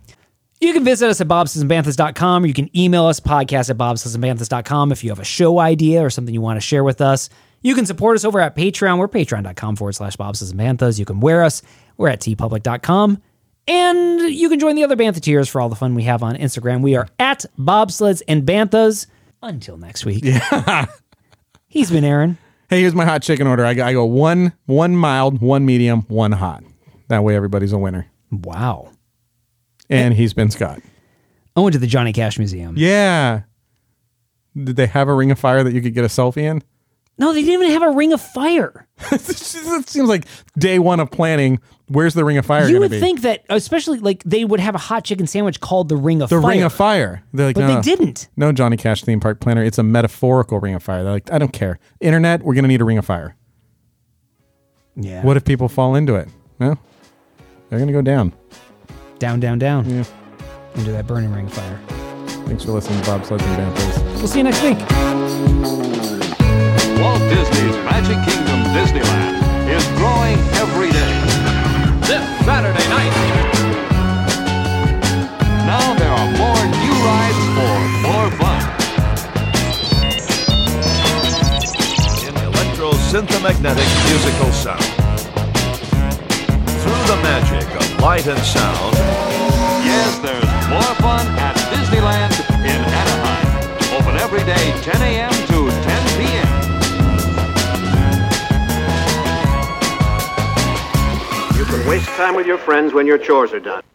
[SPEAKER 1] You can visit us at bobsandbanthas.com or you can email us podcast at bobsandbanthas.com if you have a show idea or something you want to share with us. You can support us over at Patreon. We're patreon.com forward slash bobsandbanthas. You can wear us. We're at tpublic.com. And you can join the other Bantha tiers for all the fun we have on Instagram. We are at bobsleds and banthas. Until next week. He's been Aaron.
[SPEAKER 6] Hey, here's my hot chicken order. I go, I go one one mild, one medium, one hot. That way everybody's a winner.
[SPEAKER 1] Wow.
[SPEAKER 6] And he's been Scott.
[SPEAKER 1] I went Oh, to the Johnny Cash Museum.
[SPEAKER 6] Yeah. Did they have a ring of fire that you could get a selfie in?
[SPEAKER 1] No, they didn't even have a ring of fire.
[SPEAKER 6] it seems like day one of planning. Where's the ring of fire
[SPEAKER 1] you
[SPEAKER 6] going to
[SPEAKER 1] would
[SPEAKER 6] be?
[SPEAKER 1] think that, especially like they would have a hot chicken sandwich called the Ring of
[SPEAKER 6] the
[SPEAKER 1] Fire.
[SPEAKER 6] ring of fire. They're like,
[SPEAKER 1] But
[SPEAKER 6] no,
[SPEAKER 1] they didn't.
[SPEAKER 6] No Johnny Cash theme park planner. It's a metaphorical ring of fire. They're like, I don't care. Internet, we're going to need a ring of fire.
[SPEAKER 1] Yeah.
[SPEAKER 6] What if people fall into it? No, they're going to go down.
[SPEAKER 1] Down, down, down.
[SPEAKER 6] Yeah.
[SPEAKER 1] Into that burning ring of fire.
[SPEAKER 6] Thanks for listening to Bob Sledge and Banthas.
[SPEAKER 1] We'll see you next week.
[SPEAKER 2] Walt Disney's Magic Kingdom Disneyland is growing every day. This Saturday night. Now there are more new rides for more fun.
[SPEAKER 3] in electro synthomagnetic musical sound. Through the magic of light and sound,
[SPEAKER 2] Yes, there's more fun at Disneyland in Anaheim. Open every day, 10 a.m. to 10 p.m.
[SPEAKER 5] You can waste time with your friends when your chores are done.